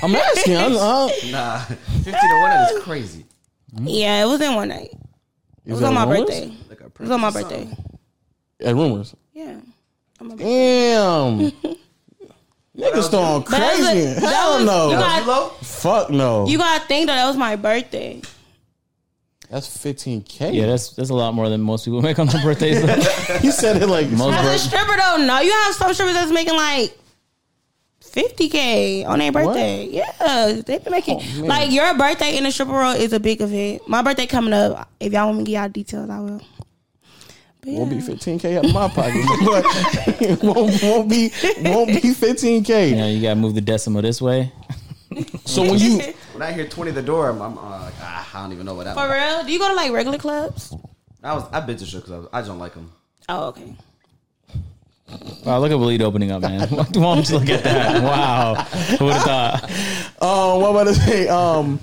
Speaker 1: I'm asking. I'm, I, it
Speaker 3: Nah, fifty to one is crazy.
Speaker 4: yeah, it was in one night. Mm-hmm. It was on my birthday. It
Speaker 3: Like a
Speaker 4: was on my birthday.
Speaker 1: At rumors.
Speaker 4: Yeah. On my birthday.
Speaker 1: Damn. Niggas throwing
Speaker 4: But that was a-
Speaker 1: crazy.
Speaker 4: that
Speaker 1: Hell
Speaker 4: was-
Speaker 1: no.
Speaker 4: You
Speaker 3: That
Speaker 4: gotta,
Speaker 3: low?
Speaker 1: Fuck no.
Speaker 4: you gotta think that that was my birthday.
Speaker 1: That's 15k.
Speaker 2: Yeah, that's that's a lot more than most people make on their birthdays. though.
Speaker 1: he said it like
Speaker 2: most
Speaker 4: As a
Speaker 2: birth-
Speaker 4: stripper, though, no, you have some strippers that's making like 50k on their birthday. Yeah, they've been making like your birthday in the stripper world is a big event. My birthday coming up. If y'all want me to get y'all details, I will. But yeah.
Speaker 1: Won't be 15k out of my pocket, but it won't, won't be won't be 15k.
Speaker 2: You know, you gotta move the decimal this way.
Speaker 1: So when you
Speaker 3: When I hear twenty at the door, I'm, I'm uh, like, ah, I don't even know what that.
Speaker 4: For
Speaker 3: Was.
Speaker 4: real? Do you go to like regular clubs?
Speaker 3: I was I've been to shows because I, was- I just don't like them.
Speaker 4: Oh, okay.
Speaker 2: Wow, look at Bleed opening up, man. Why don't you look at that? Wow. Who would have thought?
Speaker 1: um, what about to say? Um,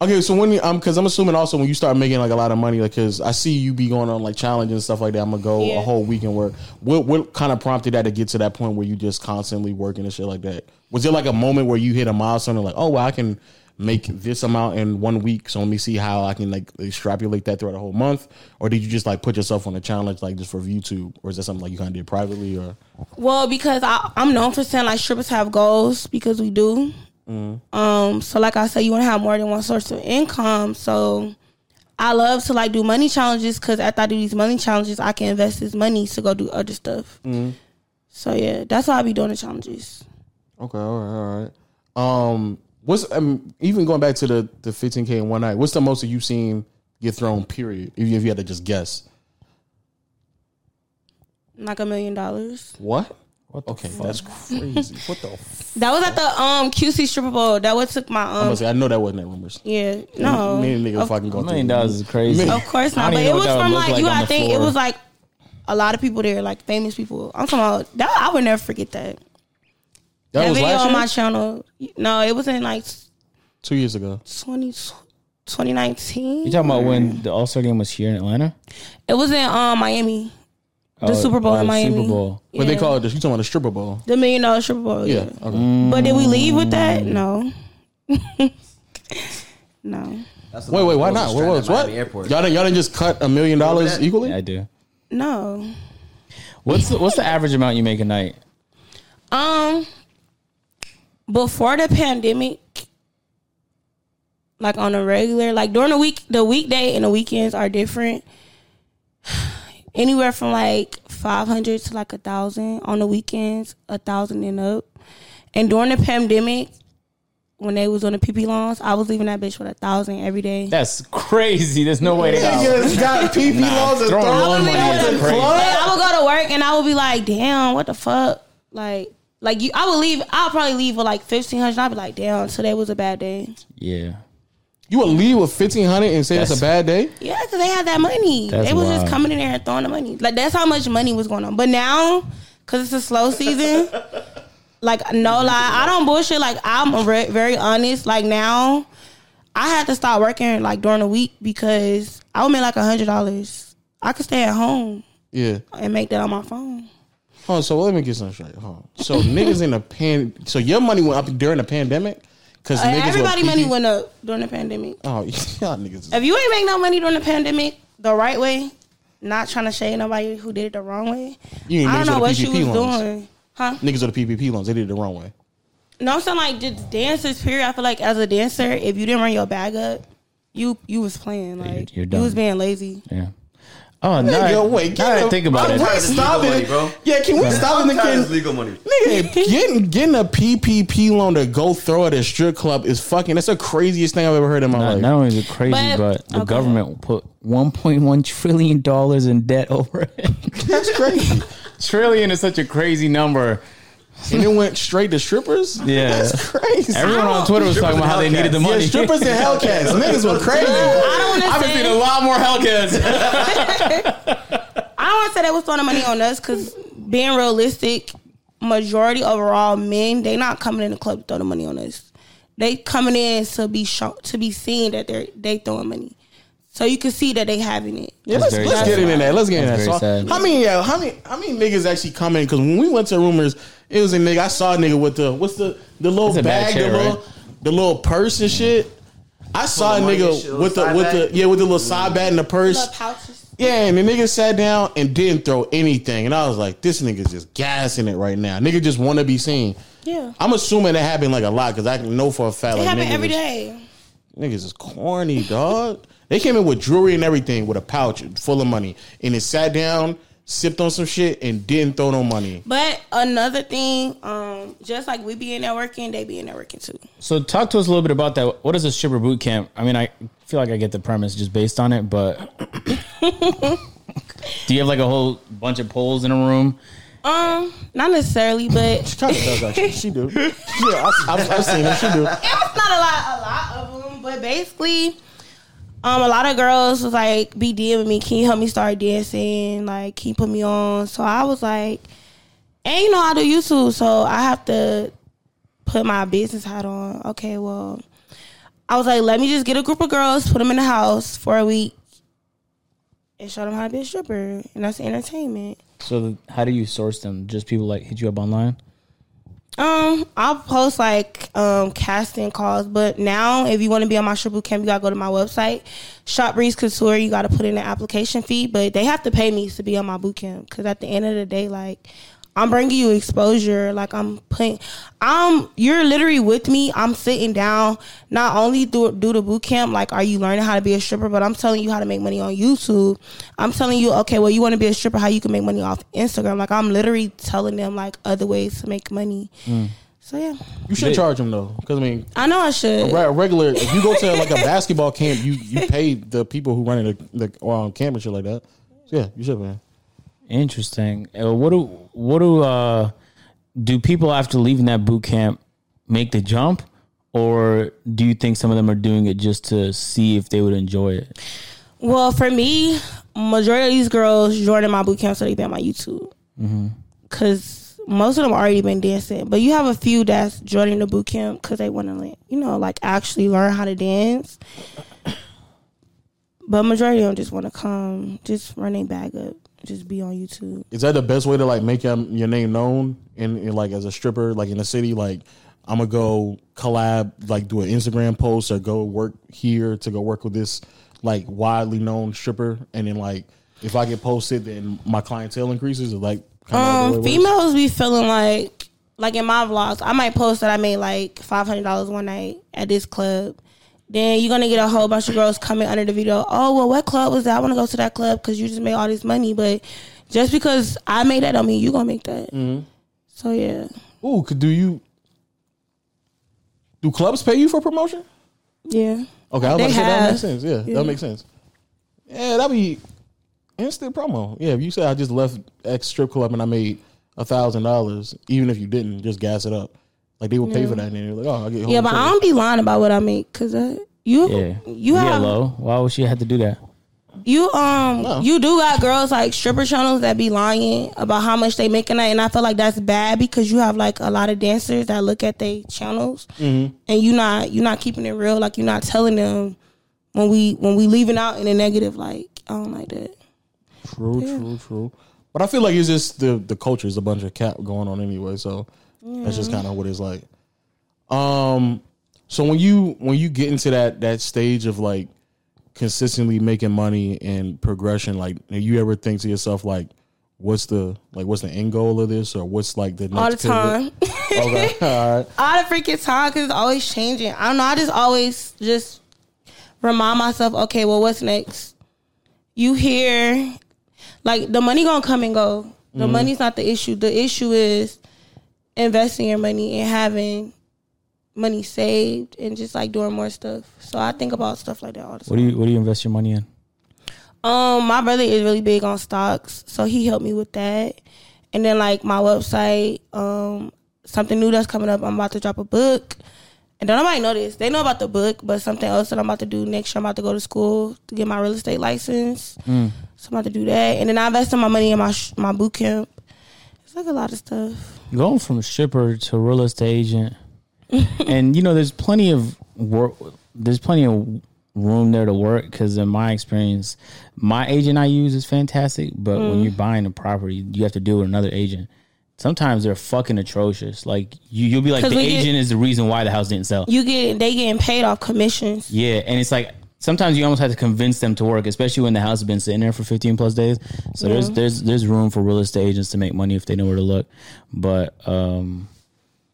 Speaker 1: okay, so when you, um, because I'm assuming also when you start making like a lot of money, like, because I see you be going on like challenges and stuff like that. I'm gonna go
Speaker 4: Yeah.
Speaker 1: a whole week and work. What what kind of prompted that to get to that point where you just constantly working and shit like that? Was there like a moment where you hit a milestone and like, oh, well, I can make this amount in one week, so let me see how I can like extrapolate that throughout a whole month, or did you just like put yourself on a challenge like just for YouTube, or is that something like you kind of did privately or?
Speaker 4: Well, because I, I'm known for saying like strippers have goals because we do.
Speaker 1: Mm-hmm.
Speaker 4: Um, so like I said, you want to have more than one source of income. So I love to like do money challenges because after I do these money challenges, I can invest this money to go do other stuff.
Speaker 1: Mm-hmm.
Speaker 4: So yeah, that's why I be doing the challenges.
Speaker 1: Okay, all right, all right. Um, what's um, even going back to the the 15k in one night? What's the most that you've seen get thrown? Period. If you, if you had to just guess,
Speaker 4: Like a million dollars.
Speaker 1: what? What? okay, that's crazy. what the? F-
Speaker 4: That was at the um QC Stripper Bowl. That was took my
Speaker 1: I,
Speaker 4: um
Speaker 1: must say, I know that wasn't at rumors.
Speaker 4: yeah no.
Speaker 1: me and nigga
Speaker 4: Of
Speaker 1: fucking go
Speaker 2: A
Speaker 1: through
Speaker 2: million
Speaker 1: the-
Speaker 2: dollars is crazy.
Speaker 4: Of course
Speaker 2: I
Speaker 4: not.
Speaker 2: don't
Speaker 4: But
Speaker 2: even
Speaker 4: it
Speaker 2: know what
Speaker 4: was
Speaker 2: that
Speaker 4: from
Speaker 2: would look
Speaker 4: like,
Speaker 2: like
Speaker 4: you.
Speaker 2: on
Speaker 4: I
Speaker 2: the
Speaker 4: think it
Speaker 2: floor.
Speaker 4: was like a lot of people there, like famous people. I'm talking about that. I would never forget that.
Speaker 1: That,
Speaker 4: that
Speaker 1: was
Speaker 4: video
Speaker 1: last
Speaker 4: on
Speaker 1: year?
Speaker 4: my channel. No, it was in like
Speaker 1: two years ago.
Speaker 4: 20, 2019.
Speaker 2: You talking about when the All Star game was here in Atlanta?
Speaker 4: It was in um Miami, the
Speaker 2: Oh,
Speaker 4: Super Bowl
Speaker 2: oh,
Speaker 4: in
Speaker 2: the
Speaker 4: Miami.
Speaker 2: Super Bowl.
Speaker 1: What they
Speaker 4: Yeah.
Speaker 1: call it? You talking about a stripper ball?
Speaker 4: the million dollar Super Bowl.
Speaker 1: Yeah.
Speaker 4: Yeah. Mm.
Speaker 1: Okay.
Speaker 4: But did we leave with that?
Speaker 2: Mm.
Speaker 4: No. no.
Speaker 3: That's the
Speaker 1: Wait,
Speaker 3: one
Speaker 1: wait, why
Speaker 3: that
Speaker 1: not?
Speaker 3: was
Speaker 1: What was
Speaker 3: stranded at
Speaker 1: what?
Speaker 3: Miami Airport.
Speaker 1: Y'all didn't, y'all didn't just cut a million dollars
Speaker 3: that?
Speaker 1: equally?
Speaker 2: Yeah, I do.
Speaker 4: No.
Speaker 2: What's the, what's the average amount you make a night?
Speaker 4: Um, before the pandemic, like on a regular, like during the week, the weekday and the weekends are different. Anywhere from like five hundred to like a thousand on the weekends, a thousand and up. And during the pandemic, when they was on the PP loans, I was leaving that bitch with a thousand every day.
Speaker 2: That's crazy. There's no way to go.
Speaker 1: Niggas got PP laws and
Speaker 2: throwing
Speaker 1: throwing
Speaker 2: loan money
Speaker 1: out
Speaker 2: is
Speaker 1: the
Speaker 2: crazy.
Speaker 1: club?
Speaker 4: Like, I would go to work and I would be like, damn, what the fuck? Like, like you, I would leave. I'll probably leave with like fifteen hundred. I'd be like, damn, today was a bad day.
Speaker 2: Yeah.
Speaker 1: You would leave with fifteen hundred and say that's,
Speaker 2: That's-
Speaker 1: a bad day?
Speaker 4: Yeah, because they had that money.
Speaker 2: That's
Speaker 4: they was
Speaker 2: wild.
Speaker 4: just coming in there and throwing the money. Like that's how much money was going on. But now, because it's a slow season, like no lie, I don't bullshit. Like I'm a re- very honest. Like now, I had to stop working like during the week because I would make like a hundred dollars. I could stay at home
Speaker 1: Yeah.
Speaker 4: and make that on my phone.
Speaker 1: Oh, so let me get something straight. Hold on. So niggas in the pan. So your money went up during the pandemic because
Speaker 4: Uh,
Speaker 1: niggas.
Speaker 4: everybody
Speaker 1: were
Speaker 4: money went up during the pandemic.
Speaker 1: Oh, y'all niggas. Is,
Speaker 4: If you ain't make no money during the pandemic the right way, not trying to shade nobody who did it the wrong way,
Speaker 1: You ain't
Speaker 4: I
Speaker 1: niggas
Speaker 4: don't know
Speaker 1: with
Speaker 4: what
Speaker 1: the
Speaker 4: you
Speaker 1: PPP
Speaker 4: was
Speaker 1: loans.
Speaker 4: doing. Huh?
Speaker 1: niggas are the PPP loans. They did it the wrong way.
Speaker 4: No, I'm saying like just dancers. Period. I feel like as a dancer, if you didn't run your bag up, you you was playing
Speaker 2: you're-
Speaker 4: like
Speaker 2: you're
Speaker 4: you
Speaker 2: done.
Speaker 4: was being lazy.
Speaker 2: Yeah. Oh no! I- now that I think about it.
Speaker 3: we stop it?
Speaker 1: Yeah, can we stop it?
Speaker 3: Sometimes it's legal money.
Speaker 1: getting getting a PPP loan to go throw at a strip club is fucking. That's the craziest thing I've ever heard in my
Speaker 2: Not,
Speaker 1: life.
Speaker 2: not only is it crazy, but,
Speaker 4: But-
Speaker 2: the
Speaker 4: okay.
Speaker 2: government will put 1.1 trillion dollars in debt over it.
Speaker 1: That's crazy.
Speaker 2: trillion is such a crazy number.
Speaker 1: and it went straight to strippers.
Speaker 2: Yeah.
Speaker 1: that's crazy.
Speaker 2: Everyone on Twitter was talking about how they needed the
Speaker 1: yeah,
Speaker 2: money.
Speaker 1: strippers and Hellcats. niggas were crazy.
Speaker 4: I don't want
Speaker 2: I've
Speaker 4: to
Speaker 2: seen a
Speaker 4: say
Speaker 2: lot more Hellcats.
Speaker 4: I don't want to say they was throwing the money on us because being realistic, majority overall men they not coming in the club to throw the money on us. They coming in to be shown to be seen that they're they throwing money, so you can see that they having it.
Speaker 1: Yeah,
Speaker 2: That's
Speaker 1: let's,
Speaker 2: very
Speaker 1: let's
Speaker 2: sad.
Speaker 1: get it in there. Let's get
Speaker 2: That's
Speaker 1: in there.
Speaker 2: very
Speaker 1: So,
Speaker 2: sad.
Speaker 1: how many? Yeah, how many? How many niggas actually come in? Because when we went to rumors, it was a nigga. I saw a nigga with the what's the the little
Speaker 2: It's a bad
Speaker 1: bag,
Speaker 2: chair,
Speaker 1: the little
Speaker 2: right?
Speaker 1: the little purse and shit. I saw a
Speaker 3: the money and
Speaker 1: nigga
Speaker 3: shit, little
Speaker 1: with the
Speaker 3: side
Speaker 1: with the
Speaker 3: bag?
Speaker 1: yeah with the little side bag in the purse.
Speaker 4: Little pouches.
Speaker 1: Yeah, and the nigga sat down and didn't throw anything, and I was like, this nigga's just gassing it right now. Nigga just want to be seen.
Speaker 4: Yeah,
Speaker 1: I'm assuming that happened like a lot because I know for a fact
Speaker 4: it
Speaker 1: like
Speaker 4: happen
Speaker 1: niggas
Speaker 4: every
Speaker 1: is-
Speaker 4: day.
Speaker 1: Niggas is corny, dog. They came in with jewelry and everything with a pouch full of money and it sat down sipped on some shit, and didn't throw no money.
Speaker 4: But another thing, um, just like we be in there working, they be in there working too.
Speaker 2: So talk to us a little bit about that. What is a stripper boot camp? I mean, I feel like I get the premise just based on it, but do you have like a whole bunch of poles in a room?
Speaker 4: Um, not necessarily, but
Speaker 1: She kind of does actually. She do. Yeah, I, I've, I've seen it. She do.
Speaker 4: it was not a lot, a lot of them, but basically, um, a lot of girls was like, "Be DMing me, can you help me start dancing? Like, can you put me on?" So I was like, "And you know, I do YouTube, so I have to put my business hat on." Okay, well, I was like, "Let me just get a group of girls, put them in the house for a week, and show them how to be a stripper, and that's entertainment."
Speaker 2: So the, how do you source them? Just people like hit you up online?
Speaker 4: Um, I'll post like um casting calls, but now if you want to be on my stripper camp, you gotta go to my website, Shop Breeze Couture. You gotta put in an application fee, but they have to pay me to be on my boot camp because at the end of the day, like I'm bringing you exposure. Like I'm putting, I'm you're literally with me. I'm sitting down. Not only do do the boot camp, like are you learning how to be a stripper, but I'm telling you how to make money on YouTube. I'm telling you, okay, well you want to be a stripper, how you can make money off Instagram. Like I'm literally telling them like other ways to make money. So yeah,
Speaker 1: You should charge them though, because I mean,
Speaker 4: I know I should.
Speaker 1: Right, a regular. If you go to like a basketball camp, you you pay the people who run the the um, camp and shit like that. So, yeah, you should man.
Speaker 2: Interesting. Uh, what do what do uh do people after leaving that boot camp make the jump, or do you think some of them are doing it just to see if they would enjoy it?
Speaker 4: Well, for me, majority of these girls joined my boot camp, so they been on my YouTube. Cause most of them already been dancing, but you have a few that's joining the boot camp because they want to, like, you know, like actually learn how to dance. But majority of them just want to come, just run their bag up, just be on YouTube.
Speaker 1: Is that the best way to like make your, your name known in, in, like as a stripper, like in the city? Like I'm gonna go collab, like do an Instagram post or go work here to go work with this like widely known stripper, and then like if I get posted, then my clientele increases. Is like kinda like the
Speaker 4: Um,
Speaker 1: way it works?
Speaker 4: females be feeling like, like in my vlogs, I might post that I made like five hundred dollars one night at this club. Then you're gonna get a whole bunch of girls coming under the video. Oh well, what club was that? I want to go to that club because you just made all this money. But just because I made that, don't mean you gonna make that.
Speaker 1: Mm-hmm.
Speaker 4: So yeah,
Speaker 1: Ooh, could do you? Do clubs pay you for promotion?
Speaker 4: yeah.
Speaker 1: Okay, I was
Speaker 4: They
Speaker 1: about to say that
Speaker 4: have.
Speaker 1: makes sense. Yeah, that makes sense. Yeah, that'd be instant promo. Yeah, if you said I just left X strip club and I made a thousand dollars, even if you didn't, just gas it up. Like they would pay for that, and then they're like, "Oh, I get."
Speaker 4: Yeah, but I don't be lying about what I make because you
Speaker 2: Yeah,
Speaker 4: you
Speaker 2: Yeah,
Speaker 4: have
Speaker 2: low. Why would she have to do that?
Speaker 4: You um
Speaker 1: No.
Speaker 4: you do got girls like stripper channels that be lying about how much they making and I feel like that's bad because you have like a lot of dancers that look at their channels
Speaker 1: Mm-hmm.
Speaker 4: and you not you not keeping it real like you're not telling them when we when we leaving out in a negative like I don't like that.
Speaker 1: True, true, true. But I feel like it's just the the culture is a bunch of cap going on anyway, so that's just kind of what it's like. Um, so when you when you get into that that stage of like consistently making money and progression, like do you ever think to yourself like, what's the like what's the end goal of this or what's like the next
Speaker 4: All the
Speaker 1: pivot?
Speaker 4: time.
Speaker 1: Okay, all right.
Speaker 4: all the freaking time because it's always changing. I don't know. I just always just remind myself, okay, well, what's next? You here? Like the money gonna come and go. The money's not the issue. The issue is investing your money and having money saved and just like doing more stuff. So I think about stuff like that all the time.
Speaker 2: What do you what do you invest your money in?
Speaker 4: Um, my brother is really big on stocks, so he helped me with that. And then like my website, um, something new that's coming up. I'm about to drop a book. And don't nobody know this. They know about the book, but something else that I'm about to do next year, I'm about to go to school to get my real estate license. So I'm about to do that. And then I invested my money in my sh- my boot camp. It's like a lot of stuff.
Speaker 2: going from stripper to real estate agent and you know there's plenty of work there's plenty of room there to work because in my experience my agent i use is fantastic but
Speaker 4: Mm.
Speaker 2: when you're buying a property you have to deal with another agent sometimes they're fucking atrocious like you, you'll be like
Speaker 4: 'Cause
Speaker 2: the
Speaker 4: we get-
Speaker 2: agent is the reason why the house didn't sell
Speaker 4: You get they getting paid off commissions.
Speaker 2: yeah, and it's like sometimes you almost have to convince them to work, especially when the house has been sitting there for 15 plus days. So there's there's there's room for real estate agents to make money if they know where to look. But um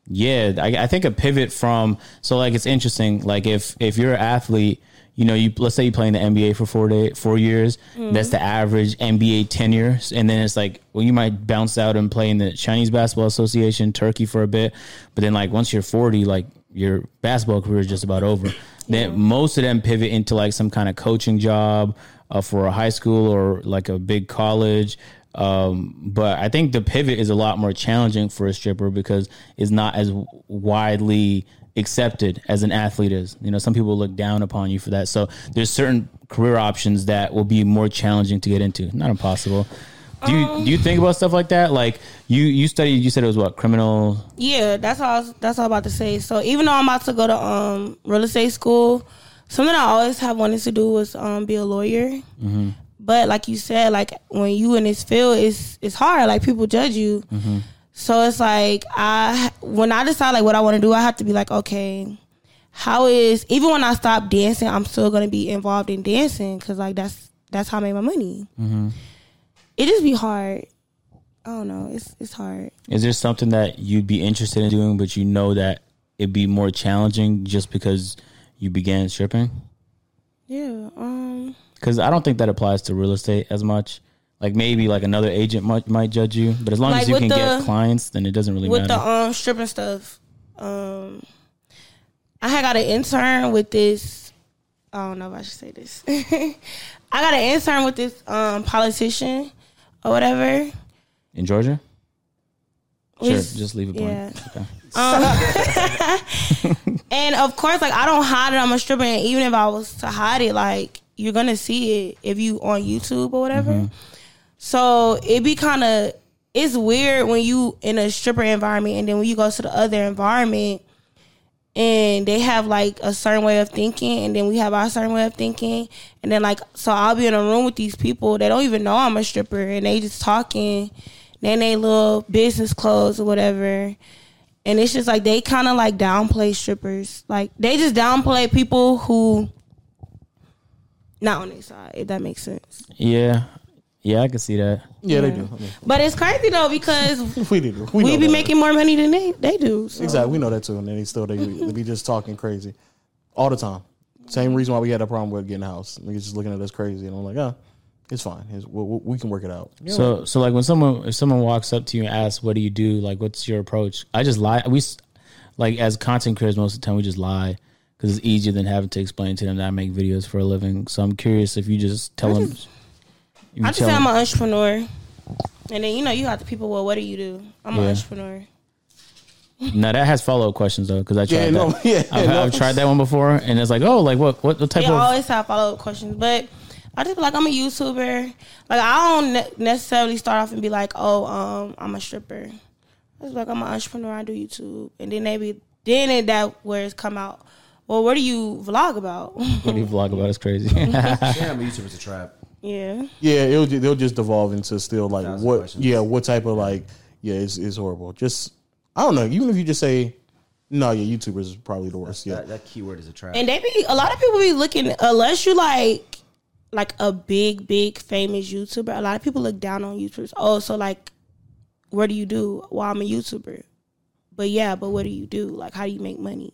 Speaker 2: Yeah, I, I think a pivot from so like it's interesting. Like if if you're an athlete, you know, you let's say you play in the NBA for four day four years. That's the average NBA tenure, and then it's like well, you might bounce out and play in the Chinese Basketball Association, Turkey for a bit, but then like once you're forty, like your basketball career is just about over. Then most of them pivot into like some kind of coaching job uh, for a high school or like a big college. Um, but I think the pivot is a lot more challenging for a stripper because it's not as widely accepted as an athlete is. You know, some people look down upon you for that. So there's certain career options that will be more challenging to get into. Not impossible. Do you do you think about stuff like that? Like you you studied you said it was what criminal
Speaker 4: Yeah, that's all. I was, that's all I'm about to say. So even though I'm about to go to um real estate school, something I always have wanted to do was um be a lawyer. But like you said, like when you in this field, it's it's hard. Like people judge you. So it's like I when I decide like what I want to do, I have to be like, okay, how is even when I stop dancing, I'm still gonna be involved in dancing because like that's that's how I make my money. It just be hard. I don't know. It's it's hard.
Speaker 2: Is there something that you'd be interested in doing, but you know that it'd be more challenging just because you began stripping?
Speaker 4: Yeah. Um.
Speaker 2: Because I don't think that applies to real estate as much. Like maybe like another agent might might judge you, but as long
Speaker 4: Like
Speaker 2: as you
Speaker 4: with
Speaker 2: can get
Speaker 4: the-
Speaker 2: clients, then it doesn't really
Speaker 4: with
Speaker 2: matter.
Speaker 4: the um stripping stuff. Um, I had got an intern with this. I don't know if I should say this. I got an intern with this um politician or whatever.
Speaker 2: in Georgia,
Speaker 4: We
Speaker 2: sure,
Speaker 4: s-
Speaker 2: just leave it blank. Okay.
Speaker 4: And of course, like I don't hide it. I'm a stripper, and even if I was to hide it, like you're gonna see it if you on YouTube or whatever. So it be kind of it's weird when you in a stripper environment, and then when you go to the other environment, and they have like a certain way of thinking, and then we have our certain way of thinking, and then like so I'll be in a room with these people they don't even know I'm a stripper, and they just talking, then they little business clothes or whatever and it's just like they kind of like downplay strippers. Like they just downplay people who not on their side. If that makes sense.
Speaker 2: Yeah, yeah, I can see that.
Speaker 1: Yeah, they do. I mean,
Speaker 4: But it's crazy though because
Speaker 1: we do. We,
Speaker 4: we
Speaker 1: know
Speaker 4: be
Speaker 1: that.
Speaker 4: making more money than they they do. So.
Speaker 1: exactly. We know that too, and then he still they they be just talking crazy all the time. Same reason why we had a problem with getting a house. Niggas just looking at us crazy, and I'm like, ah, it's fine. It's, we, we we can work it out.
Speaker 2: So, so like when someone if someone walks up to you and asks, "What do you do?" Like, what's your approach? I just lie. We, s- like, as content creators, most of the time we just lie because it's easier than having to explain to them that I make videos for a living. So I'm curious if you just tell them. if you
Speaker 4: I just
Speaker 2: tell
Speaker 4: say I'm
Speaker 2: 'em-
Speaker 4: an entrepreneur, and then you know you have the people. Well, what do you do? I'm an
Speaker 2: Yeah.
Speaker 4: entrepreneur.
Speaker 2: no, that has follow up questions though because I tried
Speaker 1: Yeah,
Speaker 2: that.
Speaker 1: no, yeah,
Speaker 2: I've,
Speaker 1: no.
Speaker 2: I've tried that one before, and it's like, oh, like what what, what type
Speaker 4: They
Speaker 2: of
Speaker 4: always have follow up questions, but I just be like I'm a YouTuber. Like I don't ne- necessarily start off and be like, oh, um, I'm a stripper. I just be like I'm an entrepreneur. I do YouTube, and then they be then it that where it's come out. Well, what do you vlog about?
Speaker 2: what do you vlog about? It's crazy.
Speaker 3: Damn, YouTuber's a trap.
Speaker 4: yeah,
Speaker 1: Yeah, it'll ju- they'll just devolve into still like
Speaker 3: Thousand
Speaker 1: what?
Speaker 3: questions.
Speaker 1: Yeah, what type of like? Yeah, it's, it's horrible. Just I don't know. Even if you just say, no, yeah, YouTubers is probably the worst. Yeah,
Speaker 3: That, that keyword is a trap.
Speaker 4: and they be a lot of people be looking unless you like like a big big famous YouTuber. A lot of people look down on YouTubers. Oh, so like, what do you do? Well, I'm a YouTuber. But yeah, but what do you do? Like, how do you make money?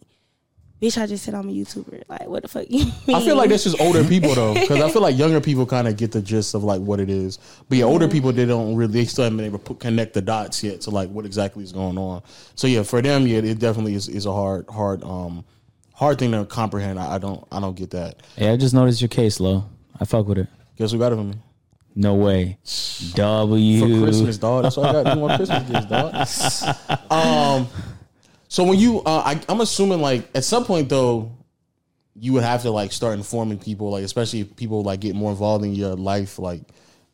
Speaker 4: Bitch, I just said I'm a YouTuber. Like, what the fuck you mean?
Speaker 1: I feel like that's just older people though, because I feel like younger people kind of get the gist of like what it is. But yeah, older people they don't really they still haven't been able to put, connect the dots yet to like what exactly is going on. So yeah, for them, yeah, it definitely is, is a hard, hard, um, hard thing to comprehend. I, I don't, I don't get that.
Speaker 2: yeah, I just noticed your case, low. I fuck with it.
Speaker 1: Guess who got it for me
Speaker 2: No way. W.
Speaker 1: for Christmas, dog. That's what I got. You want Christmas gifts, dog? Um, so when you, uh, I, I'm assuming like at some point though, you would have to like start informing people, like especially if people like get more involved in your life, like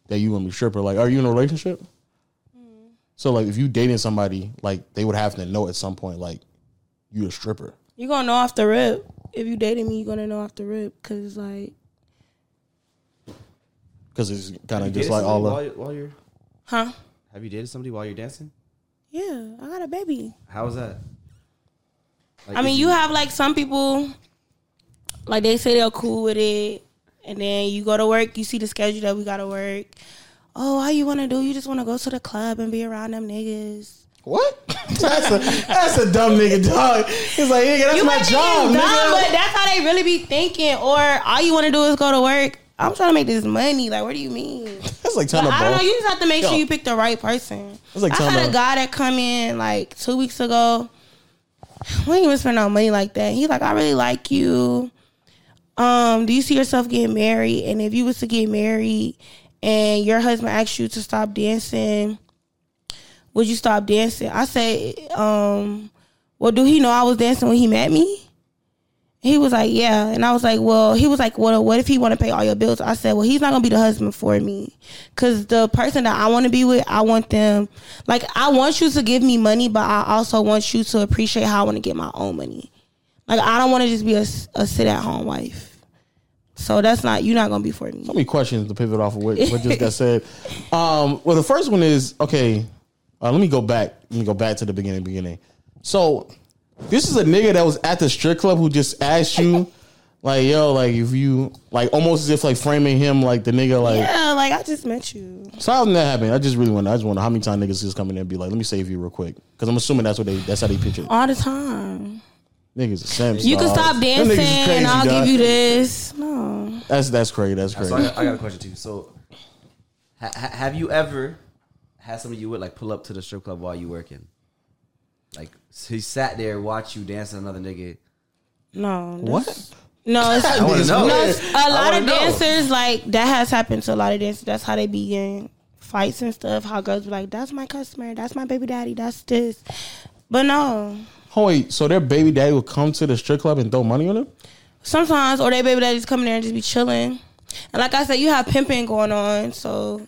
Speaker 1: that you and a stripper. Like, are you in a relationship?
Speaker 4: Mm.
Speaker 1: So like, if you dating somebody, like they would have to know at some point, like you a stripper.
Speaker 4: You're gonna know off the rip. If you dated me, you're gonna know off the rip. Cause like,
Speaker 1: Because it's kind
Speaker 3: Have you
Speaker 1: of
Speaker 3: dated
Speaker 1: just like all
Speaker 3: somebody
Speaker 1: of.
Speaker 3: while, you- while you're.
Speaker 4: huh?
Speaker 3: Have you dated somebody while you're dancing?
Speaker 4: Yeah, I got a baby.
Speaker 3: How is that? Like,
Speaker 4: I mean,
Speaker 3: is
Speaker 4: you have like some people, like they say they're cool with it, and then you go to work, you see the schedule that we gotta work. Oh, all you wanna do, you just wanna go to the club and be around them niggas.
Speaker 1: What? That's a that's a dumb nigga dog. He's like, nigga, that's
Speaker 4: You
Speaker 1: my
Speaker 4: might
Speaker 1: job,
Speaker 4: think it's dumb,
Speaker 1: nigga.
Speaker 4: but that's how they really be thinking. Or all you want to do is go to work. I'm trying to make this money. Like, what do you mean?
Speaker 1: That's like telling a
Speaker 4: I don't know.
Speaker 1: boss.
Speaker 4: You just have to make
Speaker 1: Yo.
Speaker 4: sure you pick the right person.
Speaker 1: That's like
Speaker 4: I
Speaker 1: telling
Speaker 4: had
Speaker 1: a-
Speaker 4: a guy that come in like two weeks ago. We ain't even spend no money like that. He's like, I really like you. Um, do you see yourself getting married? And if you was to get married, and your husband asked you to stop dancing, would you stop dancing? I say, um, well, do he know I was dancing when he met me? He was like, yeah, and I was like, well, he was like, well, what if he want to pay all your bills? I said, well, he's not gonna be the husband for me, cause the person that I want to be with, I want them, like, I want you to give me money, but I also want you to appreciate how I want to get my own money. Like, I don't want to just be a, sit at home wife. So that's not you're not gonna be for me.
Speaker 1: So many questions to pivot off of what, what just got said. Um, well, the first one is okay. Uh, let me go back. Let me go back to the beginning. Beginning. So this is a nigga that was at the strip club who just asked you, like, yo, like if you like almost as if like framing him like the nigga like.
Speaker 4: Yeah, like I just met you.
Speaker 1: So how did that happen? I just really want. to I just want to how many times niggas just come in there and be like, let me save you real quick because I'm assuming that's what they. That's how they picture it.
Speaker 4: all the time.
Speaker 1: niggas. Are simps,
Speaker 4: Uh, You can
Speaker 1: dog.
Speaker 4: stop
Speaker 1: Them niggas
Speaker 4: dancing,
Speaker 1: is crazy,
Speaker 4: and I'll
Speaker 1: dog.
Speaker 4: give you this. No,
Speaker 1: That's that's crazy. That's crazy.
Speaker 3: So I got, I got a question too. So, ha- ha- have you ever had somebody you would like pull up to the strip club while you working? Like s- he sat there, watched you dancing another nigga.
Speaker 4: no,
Speaker 1: what?
Speaker 4: No, it's,
Speaker 1: I wanna know.
Speaker 4: no, it's
Speaker 3: I
Speaker 4: a lot
Speaker 3: wanna
Speaker 4: of
Speaker 3: know.
Speaker 4: dancers like that has happened to a lot of dancers. That's how they begin fights and stuff. How girls be like, "That's my customer. That's my baby daddy. That's this." But no,
Speaker 1: Oh, wait, so their baby daddy will come to the strip club and throw money on them?
Speaker 4: sometimes or they baby daddies come in there and just be chilling. And like I said, you have pimping going on, so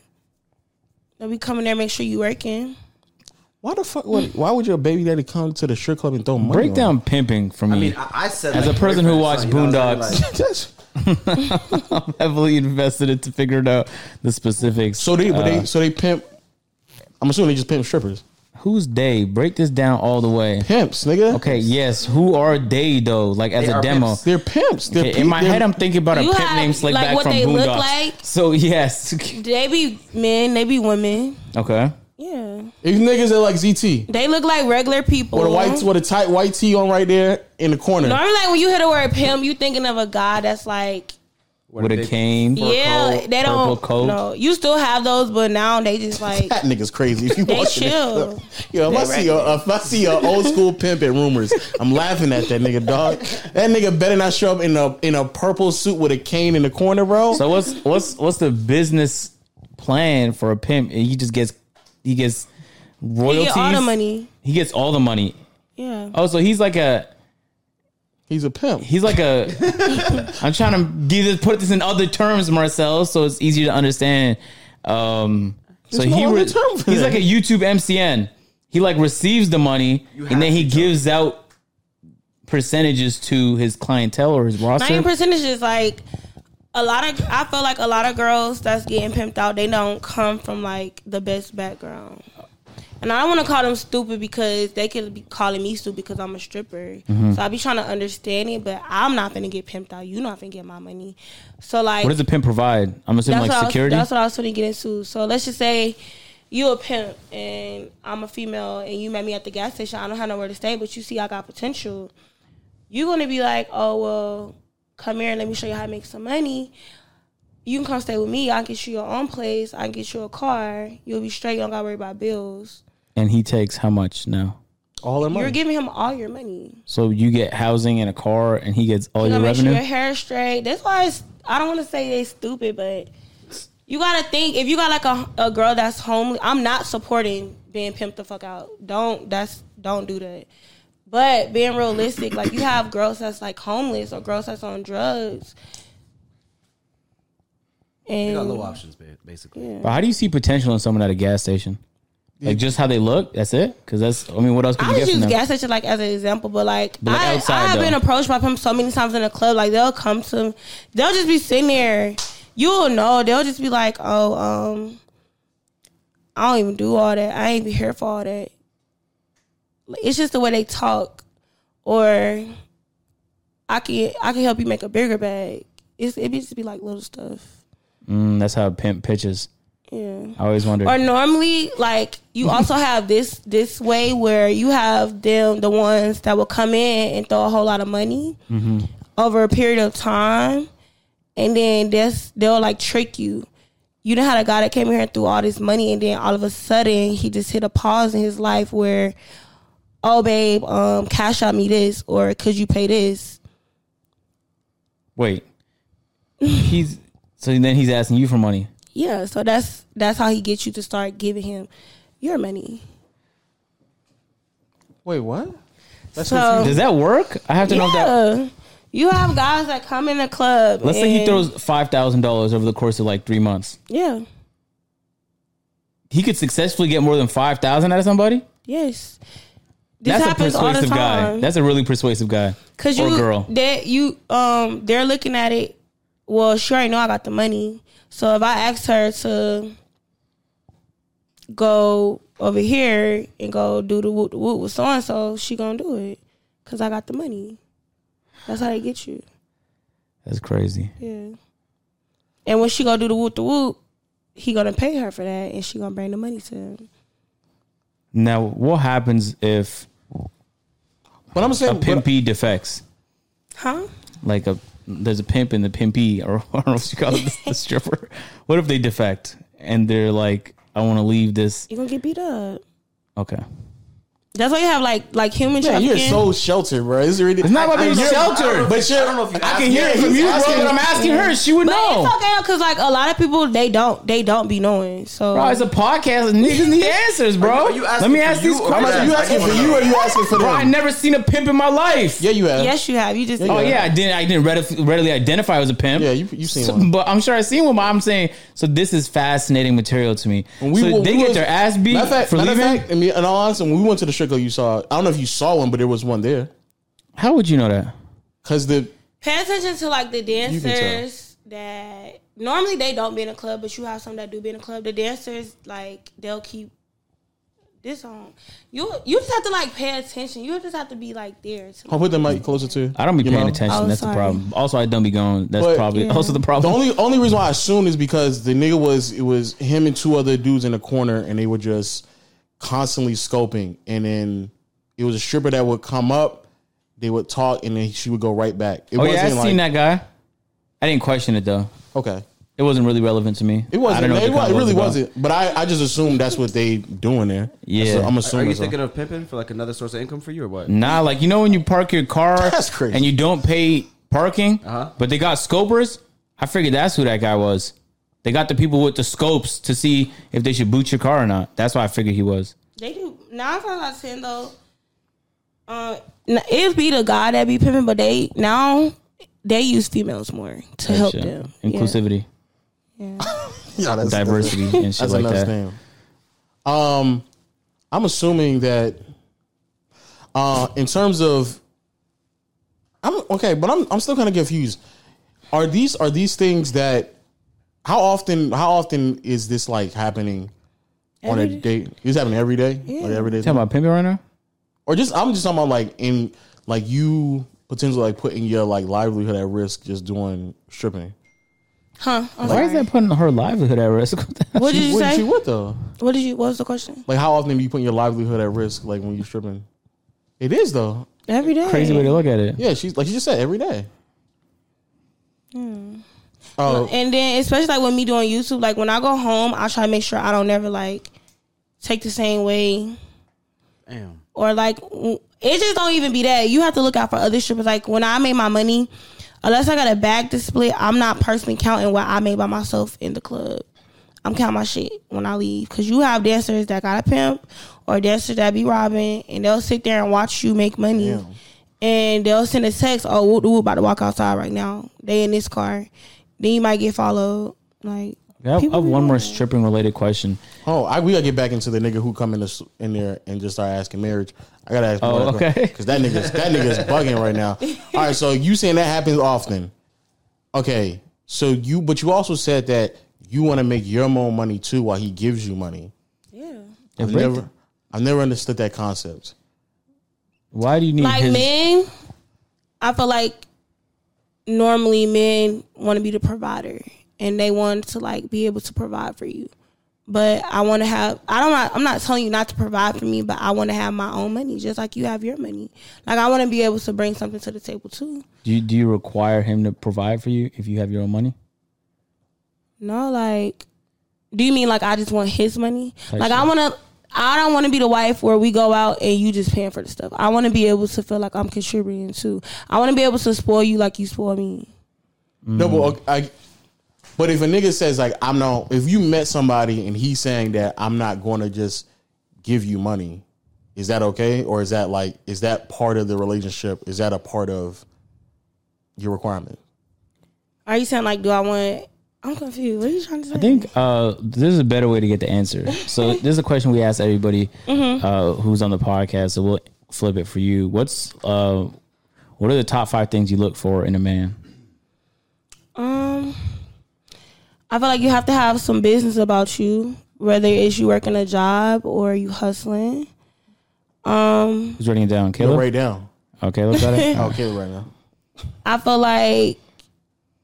Speaker 4: they'll be coming there make sure you working.
Speaker 1: Why the fuck? Would, why would your baby daddy come to the strip club and throw money?
Speaker 2: Break
Speaker 1: on
Speaker 2: down pimping for me.
Speaker 3: I mean, I, I said
Speaker 2: As
Speaker 3: like,
Speaker 2: a person who
Speaker 3: boyfriend,
Speaker 2: watched
Speaker 3: son, you know what I'm saying?
Speaker 2: Boondocks.
Speaker 1: them? That's-
Speaker 2: I'm heavily invested in to figure it out the specifics.
Speaker 1: so they, but
Speaker 2: Uh,
Speaker 1: they, so they pimp. I'm assuming they just pimp strippers,
Speaker 2: who's they? Break this down all the way.
Speaker 1: pimps, nigga.
Speaker 2: Okay, yes. Who are they though? Like as
Speaker 3: They
Speaker 2: a
Speaker 3: are
Speaker 2: demo.
Speaker 3: pimps.
Speaker 1: they're pimps. They're
Speaker 2: Okay, in my
Speaker 1: they're-
Speaker 2: head, I'm thinking about a
Speaker 4: You
Speaker 2: pimp
Speaker 4: have,
Speaker 2: named Slick
Speaker 4: like,
Speaker 2: Back
Speaker 4: what
Speaker 2: from
Speaker 4: they look
Speaker 2: Boondocks.
Speaker 4: like?
Speaker 2: So yes,
Speaker 4: They be men, they be women.
Speaker 2: okay.
Speaker 4: Yeah,
Speaker 1: These niggas are like ZT
Speaker 4: they look like regular people.
Speaker 1: with a white with a tight white tee on right there in the corner.
Speaker 4: Normally, like when you hear the word pimp, you thinking of a guy that's like
Speaker 2: With a
Speaker 3: big-
Speaker 2: cane,
Speaker 4: yeah,
Speaker 2: coat,
Speaker 4: they
Speaker 2: purple
Speaker 4: don't.
Speaker 2: coat.
Speaker 4: No, you still have those, but now they just like
Speaker 1: That nigga's crazy. If you
Speaker 4: They
Speaker 1: watch it,
Speaker 4: chill.
Speaker 1: yo, if I
Speaker 4: They
Speaker 1: see a, if I see a old school pimp at rumors, I'm laughing at that nigga, dog. That nigga better not show up in a in a purple suit with a cane in the corner, bro.
Speaker 2: So what's what's what's the business plan for a pimp? He just gets he gets
Speaker 4: you
Speaker 2: royalties.
Speaker 4: get all the money.
Speaker 2: He gets all the money.
Speaker 4: Yeah,
Speaker 2: Oh, so he's like a
Speaker 1: He's a pimp.
Speaker 2: he's like a. I'm trying to give this put this in other terms, Marcel, so it's easier to understand. Um, so
Speaker 1: There's no
Speaker 2: he
Speaker 1: other
Speaker 2: re-
Speaker 1: term for
Speaker 2: he's
Speaker 1: that.
Speaker 2: like a YouTube MCN. He like receives the money and then
Speaker 3: have
Speaker 2: he gives out percentages to his clientele or his roster.
Speaker 4: not even percentages. Like a lot of, I feel like a lot of girls that's getting pimped out, they don't come from like the best background. And I don't want to call them stupid because they could be calling me stupid because I'm a stripper.
Speaker 2: Mm-hmm.
Speaker 4: So I be trying to understand it, but I'm not gonna get pimped out. You're not gonna get my money. So like,
Speaker 2: what does a pimp provide? I'm assuming
Speaker 4: that's
Speaker 2: like
Speaker 4: what
Speaker 2: security.
Speaker 4: I was, that's what I was trying to get into. So let's just say you a pimp and I'm a female and you met me at the gas station. I don't have nowhere to stay, but you see I got potential. You're gonna be like, oh well, come here and let me show you how to make some money. You can come stay with me. I can get you your own place. I can get you a car. You'll be straight. You don't gotta worry about bills.
Speaker 2: and he takes how much now?
Speaker 1: All in
Speaker 4: You're
Speaker 1: money.
Speaker 4: giving him all your money.
Speaker 2: So you get housing and a car, and he gets all
Speaker 4: You
Speaker 2: your
Speaker 4: gotta make
Speaker 2: revenue.
Speaker 4: sure your hair is straight. That's why it's, I don't want to say they stupid, but you gotta think if you got like a, a girl that's homely. I'm not supporting being pimped the fuck out. Don't that's don't do that. But being realistic, like you have girls that's like homeless or girls that's on drugs.
Speaker 3: You
Speaker 4: And
Speaker 3: got low options, ba- basically.
Speaker 2: But how do you see potential in someone at a gas station? Like just how they look. That's it. Because that's. I mean, what else could
Speaker 4: I
Speaker 2: you get
Speaker 4: just
Speaker 2: from
Speaker 4: use
Speaker 2: them?
Speaker 4: gas station like as an example, but like,
Speaker 2: But, like,
Speaker 4: I,
Speaker 2: outside,
Speaker 4: I have
Speaker 2: though.
Speaker 4: been approached by them so many times in the club. Like they'll come to, they'll just be sitting there. You'll know. They'll just be like, "Oh, um, I don't even do all that. I ain't be here for all that." Like, It's just the way they talk, or I can I can help you make a bigger bag. It's it be just be like little stuff.
Speaker 2: Mm, that's how a pimp pitches.
Speaker 4: Yeah.
Speaker 2: I always wonder.
Speaker 4: Or normally, like
Speaker 1: Mm-hmm.
Speaker 4: you also have this this way where you have them the ones that will come in and throw a whole lot of money
Speaker 1: Mm-hmm.
Speaker 4: over a period of time, and then this they'll like trick you. You know how the guy that came in here and threw all this money, and then all of a sudden he just hit a pause in his life where, oh babe, um, cash out me this, or could you pay this?
Speaker 2: Wait, he's so then he's asking you for money.
Speaker 4: Yeah, so that's that's how he gets you to start giving him your money.
Speaker 1: Wait, what? That's
Speaker 4: So-
Speaker 1: confusing.
Speaker 2: Does that work? I have to know if that.
Speaker 4: Yeah. You have guys that come in the club.
Speaker 2: Let's say he
Speaker 4: and-
Speaker 2: throws five thousand dollars over the course of like three months.
Speaker 4: Yeah.
Speaker 2: He could successfully get more than five thousand out of somebody.
Speaker 4: Yes. This
Speaker 2: That's a
Speaker 4: happens all the
Speaker 2: persuasive guy.
Speaker 4: time.
Speaker 2: That's a really persuasive guy.
Speaker 4: Cause
Speaker 2: or
Speaker 4: you,
Speaker 2: girl.
Speaker 4: They, you, um, they're looking at it. Well, she already know I got the money. So if I ask her to go over here and go do the woot the woot with so and so, she gonna do it. Cause I got the money. That's how they get you.
Speaker 2: That's crazy.
Speaker 4: Yeah. And when she gonna do the woot the woot, he gonna pay her for that, and she gonna bring the money to him.
Speaker 2: Now, what happens if
Speaker 1: But I'm
Speaker 2: a
Speaker 1: saying, but-
Speaker 2: pimpy defects?
Speaker 4: Huh?
Speaker 2: Like a there's a pimp and the pimpy, or I don't know what you call it, the stripper. What if they defect and they're like, I want to leave this?
Speaker 4: You're gonna get beat up.
Speaker 2: Okay,
Speaker 4: That's why you have like like human
Speaker 1: man,
Speaker 4: trafficking.
Speaker 1: you're so sheltered, bro. It's, really, it's
Speaker 2: not about being
Speaker 3: sheltered.
Speaker 1: but you're,
Speaker 3: I don't know if you
Speaker 1: I
Speaker 3: asked
Speaker 1: can hear
Speaker 3: me.
Speaker 1: it.
Speaker 3: I was
Speaker 1: He's
Speaker 2: asking,
Speaker 1: asking-
Speaker 2: but I'm asking her. She would
Speaker 4: but
Speaker 2: know.
Speaker 4: it's okay because like a lot of people they don't they don't be knowing. So
Speaker 2: Bro, it's a podcast. Niggas need answers, bro.
Speaker 3: Are you- are you asking
Speaker 2: Let me
Speaker 3: for
Speaker 2: ask
Speaker 3: you
Speaker 2: these
Speaker 3: or for
Speaker 1: I'm asking-
Speaker 2: questions.
Speaker 1: you
Speaker 3: I
Speaker 1: asking
Speaker 3: can't
Speaker 1: for
Speaker 3: remember.
Speaker 1: you or you asking for
Speaker 2: Bro, I
Speaker 1: them?
Speaker 2: never seen a pimp in my life.
Speaker 1: Yeah, you have.
Speaker 4: yes, you have. You just
Speaker 2: Oh yeah, I didn't. I didn't readily, readily identify as a pimp.
Speaker 1: Yeah, you- you seen
Speaker 2: So-
Speaker 1: one.
Speaker 2: but I'm sure I seen one. But I'm saying, so this is fascinating material to me.
Speaker 1: we
Speaker 2: so
Speaker 1: were-
Speaker 2: they
Speaker 1: we
Speaker 2: get
Speaker 1: was-
Speaker 2: their ass beat
Speaker 1: Matter of fact,
Speaker 2: for
Speaker 1: matter of
Speaker 2: leaving.
Speaker 1: fact, I mean, in all honesty, when we went to the strip club, you saw. I don't know if you saw one, but there was one there.
Speaker 2: How would you know that?
Speaker 1: Cause the
Speaker 4: Pay attention to like the
Speaker 1: can tell.
Speaker 4: dancers that normally they don't be in a club, but you have some that do be in a club. The dancers like they'll keep this on. You you just have to like pay attention. You just have to be like there. To,
Speaker 1: I'll put the mic closer to.
Speaker 2: I don't be
Speaker 1: your
Speaker 2: paying
Speaker 1: mouth.
Speaker 2: attention.
Speaker 4: Oh,
Speaker 2: That's
Speaker 4: sorry.
Speaker 2: the problem. Also, I don't be going. That's
Speaker 1: But-
Speaker 2: probably also the
Speaker 1: The
Speaker 2: problem.
Speaker 1: only only reason why I assume is because the nigga was it was him and two other dudes in the corner, and they were just constantly scoping. And then it was a stripper that would come up, they would talk, and then she would go right back. It
Speaker 2: oh yeah, I seen that guy. I didn't question it though.
Speaker 1: Okay,
Speaker 2: It wasn't really relevant to me.
Speaker 1: it wasn't.
Speaker 2: I don't know
Speaker 1: it,
Speaker 2: what
Speaker 1: wa-
Speaker 2: the
Speaker 1: it really
Speaker 2: convo was about.
Speaker 1: wasn't. But I, I just assumed that's what they doing there.
Speaker 2: Yeah.
Speaker 1: That's- I'm
Speaker 3: Are
Speaker 1: assuming.
Speaker 3: you
Speaker 1: so.
Speaker 3: thinking of pimping for like another source of income for you or what?
Speaker 2: Nah, like you know when you park your car
Speaker 1: That's crazy.
Speaker 2: and you don't pay parking,
Speaker 3: Uh-huh.
Speaker 2: but they got scopers. I figured that's who that guy was. They got the people with the scopes to see if they should boot your car or not. That's why I figured he was.
Speaker 4: They do nine times out of ten though. Uh, n- it be the guy that be pimping, but they now they use females more to help
Speaker 2: Shit.
Speaker 4: them. Yeah.
Speaker 2: Inclusivity,
Speaker 1: Yeah, that's
Speaker 2: diversity, and shit
Speaker 1: That's
Speaker 2: like
Speaker 1: another
Speaker 2: that.
Speaker 1: thing. Um, I'm assuming that uh, in terms of, I'm okay, but I'm I'm still kind of confused. Are these are these things that how often how often is this like happening on a
Speaker 4: Every
Speaker 1: day? Is happening every day, like every day,
Speaker 2: Talking about pimping right now.
Speaker 1: or just I'm just talking about like in like you potentially like putting your like livelihood at risk just doing stripping.
Speaker 4: Huh? I'm
Speaker 2: Why is
Speaker 4: sorry.
Speaker 2: that putting her livelihood at risk? What the hell?
Speaker 4: What did you
Speaker 1: What
Speaker 4: say?
Speaker 1: she what though?
Speaker 4: What did you? What was the question?
Speaker 1: Like how often are you putting your livelihood at risk? Like when you're stripping, it is though.
Speaker 4: Every day.
Speaker 2: Crazy way to look at it.
Speaker 1: Yeah, she's like you just said every day. Oh,
Speaker 4: And then especially like with me doing YouTube, like when I go home, I try to make sure I don't never like take the same way
Speaker 3: Damn.
Speaker 4: or like w- it just don't even be that. You have to look out for other strippers. Like when I made my money, unless I got a bag to split, I'm not personally counting what I made by myself in the club. I'm counting my shit when I leave because you have dancers that got a pimp or dancers that be robbing, and they'll sit there and watch you make money.
Speaker 1: Damn.
Speaker 4: And they'll send a text, "Oh, whoop, whoop, about to walk outside right now. They in this car." Then you might get followed. Like
Speaker 2: I have, I
Speaker 4: people
Speaker 2: have
Speaker 4: be
Speaker 2: one more
Speaker 4: doing that.
Speaker 2: stripping related question.
Speaker 1: oh, I, we gotta get back into the nigga who come in this, in there and just start asking marriage. I gotta ask.
Speaker 2: Oh, okay.
Speaker 1: Because that nigga's that nigga's bugging right now. All right, so you saying that happens often? Okay, so you but you also said that you want to make your own money too while he gives you money.
Speaker 4: Yeah.
Speaker 1: I've
Speaker 2: Rick-
Speaker 1: never, I've never understood that concept.
Speaker 2: Why do you need
Speaker 4: like
Speaker 2: his?
Speaker 4: men i feel like normally men want to be the provider and they want to like be able to provide for you But I want to have. I don't. want- I'm not telling you not to provide for me, but I want to have my own money, just like you have your money. Like I want to be able to bring something to the table too.
Speaker 2: Do you, do you require him to provide for you if you have your own money?
Speaker 4: No, like, do you mean like I just want his money? like I want to. I don't want to be the wife where we go out and you just paying for the stuff. I want to be able to feel like I'm contributing too. I want to be able to spoil you like you spoil me.
Speaker 1: No,
Speaker 2: Mm.
Speaker 1: but okay, I, but if a nigga says like I'm not, if you met somebody and he's saying that I'm not going to just give you money, is that okay, or is that like is that part of the relationship? Is that a part of your requirement?
Speaker 4: Are you saying like, do I want? I'm confused. What are you trying to say?
Speaker 2: I think uh, this is a better way to get the answer. So this is a question we ask everybody
Speaker 4: Mm-hmm.
Speaker 2: uh, who's on the podcast. So we'll flip it for you. What's uh, what are the top five things you look for in a man?
Speaker 4: Um, I feel like you have to have some business about you, whether it's you working a job or you hustling. Um,
Speaker 2: Who's writing it down?
Speaker 1: Go
Speaker 2: Caleb.
Speaker 1: right down.
Speaker 2: Okay, look at it. Oh,
Speaker 1: Okay, right now.
Speaker 4: I feel like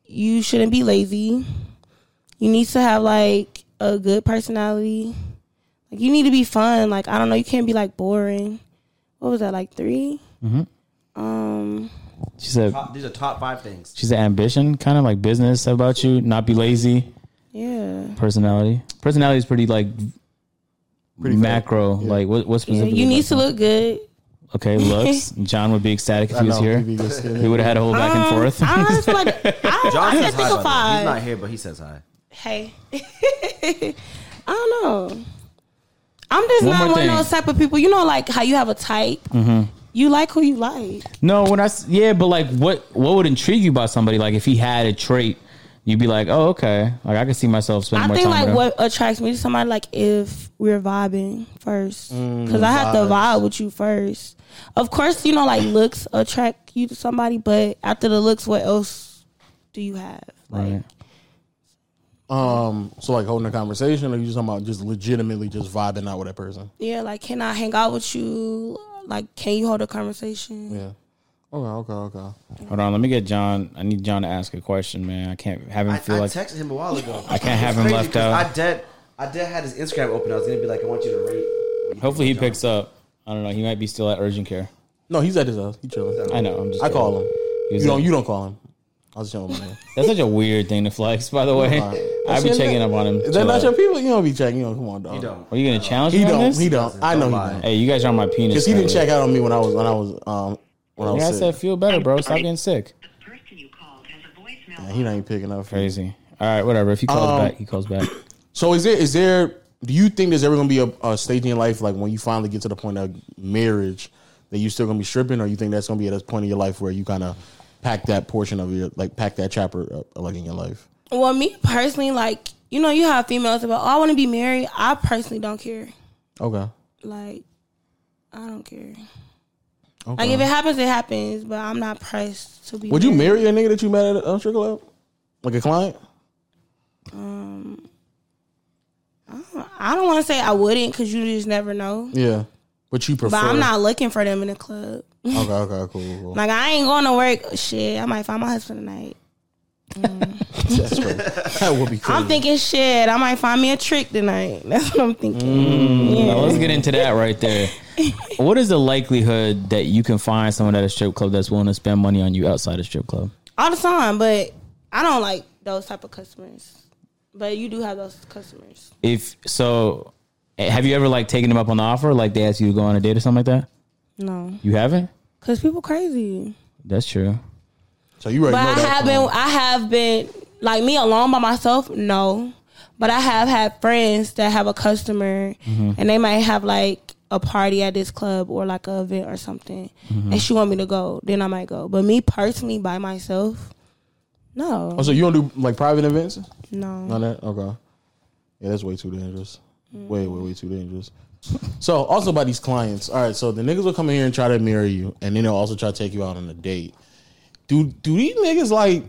Speaker 4: you shouldn't be lazy. You need to have like a good personality. Like you need to be fun. Like I don't know, you can't be like boring. What was that like 3
Speaker 2: Mm-hmm.
Speaker 4: Um,
Speaker 2: she said
Speaker 3: Top, these are top five things.
Speaker 2: she said ambition, kind of like business about you, not be lazy.
Speaker 4: yeah.
Speaker 2: Personality. Personality is pretty like
Speaker 1: Pretty
Speaker 2: macro. Like what what's
Speaker 4: yeah.
Speaker 2: specific?
Speaker 4: You need to look good.
Speaker 2: Okay, looks. John would be ecstatic if he was here.
Speaker 1: he just-
Speaker 2: He would have had a whole back and
Speaker 4: Um,
Speaker 2: forth.
Speaker 4: I honestly feel like I, don't, I
Speaker 3: John
Speaker 4: can't
Speaker 3: says
Speaker 4: think
Speaker 3: hi. by
Speaker 4: of
Speaker 3: the way. He's
Speaker 4: five.
Speaker 3: not here, but he says hi.
Speaker 4: hey, I don't know. I'm just
Speaker 2: One
Speaker 4: not
Speaker 2: more
Speaker 4: one
Speaker 2: thing. Mm-hmm.
Speaker 4: of those type of people. You know, like how you have a type. You like who you like.
Speaker 2: No, when I s- yeah, but like what what would intrigue you about somebody? Like if he had a trait, you'd be like, oh okay, like I can see myself spending
Speaker 4: I
Speaker 2: more
Speaker 4: think
Speaker 2: time.
Speaker 4: like
Speaker 2: with him.
Speaker 4: what attracts me to somebody like if we're vibing first, because I have to
Speaker 1: vibes.
Speaker 4: vibe with you first. Of course, you know like looks attract you to somebody, but after the looks, what else do you have? Like,
Speaker 2: Right.
Speaker 1: Um, so like holding a conversation, or you just talking about just legitimately just vibing out with that person?
Speaker 4: yeah, like can I hang out with you? Like, can you hold a conversation?
Speaker 1: Yeah. Okay, okay, okay.
Speaker 2: Hold on, let me get John. I need John to ask a question, man. I can't have him
Speaker 3: I,
Speaker 2: feel
Speaker 3: I
Speaker 2: like
Speaker 3: texted him a while ago. I
Speaker 2: can't have him left out.
Speaker 3: I dead. I dead had his Instagram open. I was gonna be like, I want you to rate. what you
Speaker 2: Hopefully he
Speaker 3: think
Speaker 2: picks up. I don't know. He might be still at urgent care.
Speaker 1: No, he's at his house. He chilling.
Speaker 2: I know. I'm just.
Speaker 1: I
Speaker 2: kidding.
Speaker 1: call him.
Speaker 2: He was
Speaker 1: You don't.
Speaker 2: like-
Speaker 1: You don't call him. I was chilling with my man.
Speaker 2: That's such a weird thing to flex. By the way, I be
Speaker 1: Shit,
Speaker 2: checking
Speaker 1: that-
Speaker 2: up on him.
Speaker 1: Is
Speaker 2: Chill
Speaker 1: that not
Speaker 2: out.
Speaker 1: your people? You don't be checking. You know, come on, dog.
Speaker 3: of. He don't.
Speaker 2: Are you gonna challenge
Speaker 1: He
Speaker 2: me on
Speaker 1: don't.
Speaker 2: this?
Speaker 1: He don't. I know he
Speaker 3: lie.
Speaker 1: don't.
Speaker 2: Hey, you guys are on my penis.
Speaker 1: Because he didn't
Speaker 2: currently.
Speaker 1: check out on me when I was when I was um when I
Speaker 2: Yeah, I
Speaker 1: was
Speaker 2: said
Speaker 1: sick.
Speaker 2: feel better, bro. Stop getting sick.
Speaker 5: The person you called has a voicemail.
Speaker 1: He not even picking up.
Speaker 2: Crazy. All right, whatever. If he calls
Speaker 1: Um,
Speaker 2: back, he calls back.
Speaker 1: So is there is there do you think there's ever gonna be a, a stage in your life like when you finally get to the point of marriage that you still gonna be stripping, or you think that's gonna be at a point in your life where you kind of pack that portion of your like pack that chapter up, like in your life?
Speaker 4: Well, me personally, like you know, you have females about. Oh, I want to be married. I personally don't care.
Speaker 1: Okay.
Speaker 4: Like, I don't care.
Speaker 1: Okay.
Speaker 4: Like if it happens, it happens. But I'm not pressed to be.
Speaker 1: Uh. Would you marry a nigga that you met at a strip club, like a client?
Speaker 4: I don't want to say I wouldn't, cause you just never know.
Speaker 1: Yeah. But you prefer.
Speaker 4: But I'm not looking for them in the club.
Speaker 1: Okay. Okay. Cool. cool, cool.
Speaker 4: Like I ain't going to work. Shit, I might find my husband tonight.
Speaker 1: That's crazy. That would be crazy.
Speaker 4: I'm thinking shit. I might find me a trick tonight. That's what I'm
Speaker 1: Mm.
Speaker 4: thinking.
Speaker 2: Now,
Speaker 4: yeah.
Speaker 2: Oh, let's get into that right there. What is the likelihood that you can find someone at a strip club that's willing to spend money on you outside a strip club?
Speaker 4: All the time, but I don't like those type of customers. But you do have those customers.
Speaker 2: If so, eh, have you ever like taken them up on the offer? Like they ask you to go on a date or something like that?
Speaker 4: No,
Speaker 2: You haven't?
Speaker 4: cause people crazy.
Speaker 2: That's true.
Speaker 1: so you already
Speaker 4: But
Speaker 1: know
Speaker 4: I
Speaker 1: that.
Speaker 4: have been, I have been like me alone by myself. No, but I have had friends that have a customer,
Speaker 1: Mm-hmm.
Speaker 4: and they might have like a party at this club or like a event or something,
Speaker 1: Mm-hmm.
Speaker 4: and she want me to go. Then I might go. But me personally, by myself, no,
Speaker 1: Oh, so you don't do like private events?
Speaker 4: no.
Speaker 1: None of that? Okay. Yeah, that's way too dangerous.
Speaker 4: Mm.
Speaker 1: Way, way, way too dangerous. So also about these clients. All right, so the niggas will come in here and try to mirror you, and then they'll also try to take you out on a date. Do do these niggas like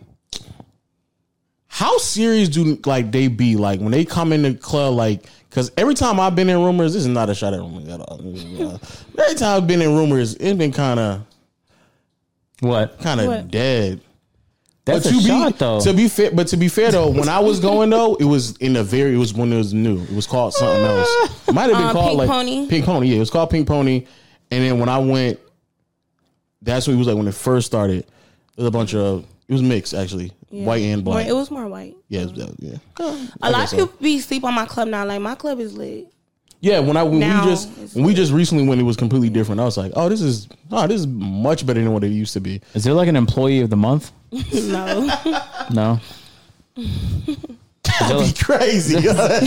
Speaker 1: how serious do like they be like when they come in the club like because every time I've been in rumors, this is not a shot at rumors at all. every time I've been in rumors, it's been kind of
Speaker 2: What?
Speaker 1: kind of
Speaker 4: What?
Speaker 1: dead. But
Speaker 2: That's
Speaker 1: to
Speaker 2: a
Speaker 1: be
Speaker 2: shot though.
Speaker 1: to be fair, but to be fair though, when I was going though, it was in the very it was when it was new. It was called something else. It might have been
Speaker 4: Uh,
Speaker 1: called
Speaker 4: Pink
Speaker 1: like
Speaker 4: Pony?
Speaker 1: Pink Pony. Yeah, it was called Pink Pony. And then when I went, that's what it was like when it first started. It was a bunch of it was mixed actually, white and
Speaker 4: More,
Speaker 1: black.
Speaker 4: it was more white.
Speaker 1: yeah, it was- yeah.
Speaker 4: A lot of
Speaker 1: so.
Speaker 4: people be sleep on my club now. Like my club is lit.
Speaker 1: Yeah, when I when
Speaker 4: Now
Speaker 1: we just
Speaker 4: it's-
Speaker 1: when we just recently went, it was completely different. I was like, oh, this is oh, this is much better than what it used to be.
Speaker 2: Is there like an employee of the month?
Speaker 4: No,
Speaker 2: No. Is there, like-
Speaker 1: Crazy. That'd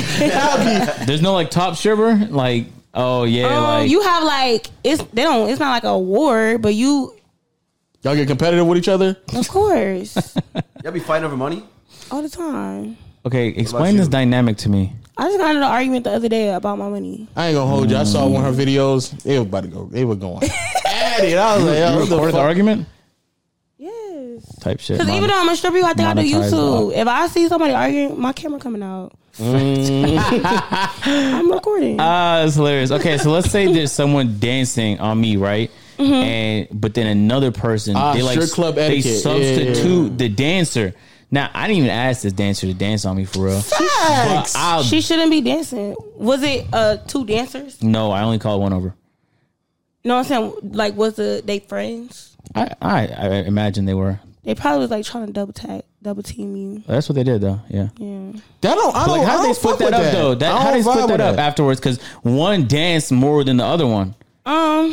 Speaker 1: be-
Speaker 2: there's no like top stripper. Like oh yeah,
Speaker 4: Um,
Speaker 2: like
Speaker 4: you have like it's they don't. It's not like a award, but you
Speaker 1: Y'all get competitive with each other.
Speaker 4: of course
Speaker 3: Y'all be fighting over money?
Speaker 4: all the time.
Speaker 2: okay. Explain
Speaker 3: you?
Speaker 2: this dynamic to me.
Speaker 4: I just got into an argument the other day about my money.
Speaker 1: I ain't gonna hold you. I saw one of her videos. They were about to go. They were going at it. I was like, yo,
Speaker 2: You
Speaker 1: what the
Speaker 2: recorded the
Speaker 1: fuck?
Speaker 2: argument
Speaker 4: Yes.
Speaker 2: type shit.
Speaker 4: Because
Speaker 2: Mon-
Speaker 4: even though I'm a stripper, I think I do
Speaker 2: monetize
Speaker 4: YouTube. If I see somebody arguing, my camera coming out.
Speaker 2: Mm.
Speaker 4: I'm recording.
Speaker 2: Ah, that's hilarious. Okay, so let's say there's someone dancing on me, right? And but then another person
Speaker 1: Ah,
Speaker 2: they like
Speaker 1: strip club
Speaker 2: they
Speaker 1: etiquette. Yeah, yeah, yeah.
Speaker 2: substitute the dancer. Now I didn't even ask this dancer to dance on me for real. But I'll
Speaker 4: she shouldn't be dancing. Was it uh two dancers?
Speaker 2: no, I only called one over.
Speaker 4: No, I'm saying like was the they friends?
Speaker 2: I, I I imagine they were.
Speaker 4: They probably was like trying to double tag, double team you.
Speaker 2: That's what they did though. Yeah.
Speaker 4: Yeah.
Speaker 1: That don't. I don't.
Speaker 2: Like
Speaker 1: Oh, I
Speaker 2: how they
Speaker 1: don't
Speaker 2: split
Speaker 1: fuck with
Speaker 2: that up though? That,
Speaker 1: I
Speaker 2: how
Speaker 1: don't
Speaker 2: they split
Speaker 1: vibe
Speaker 2: that
Speaker 1: with
Speaker 2: up afterwards? Because one danced more than the other one.
Speaker 4: Um,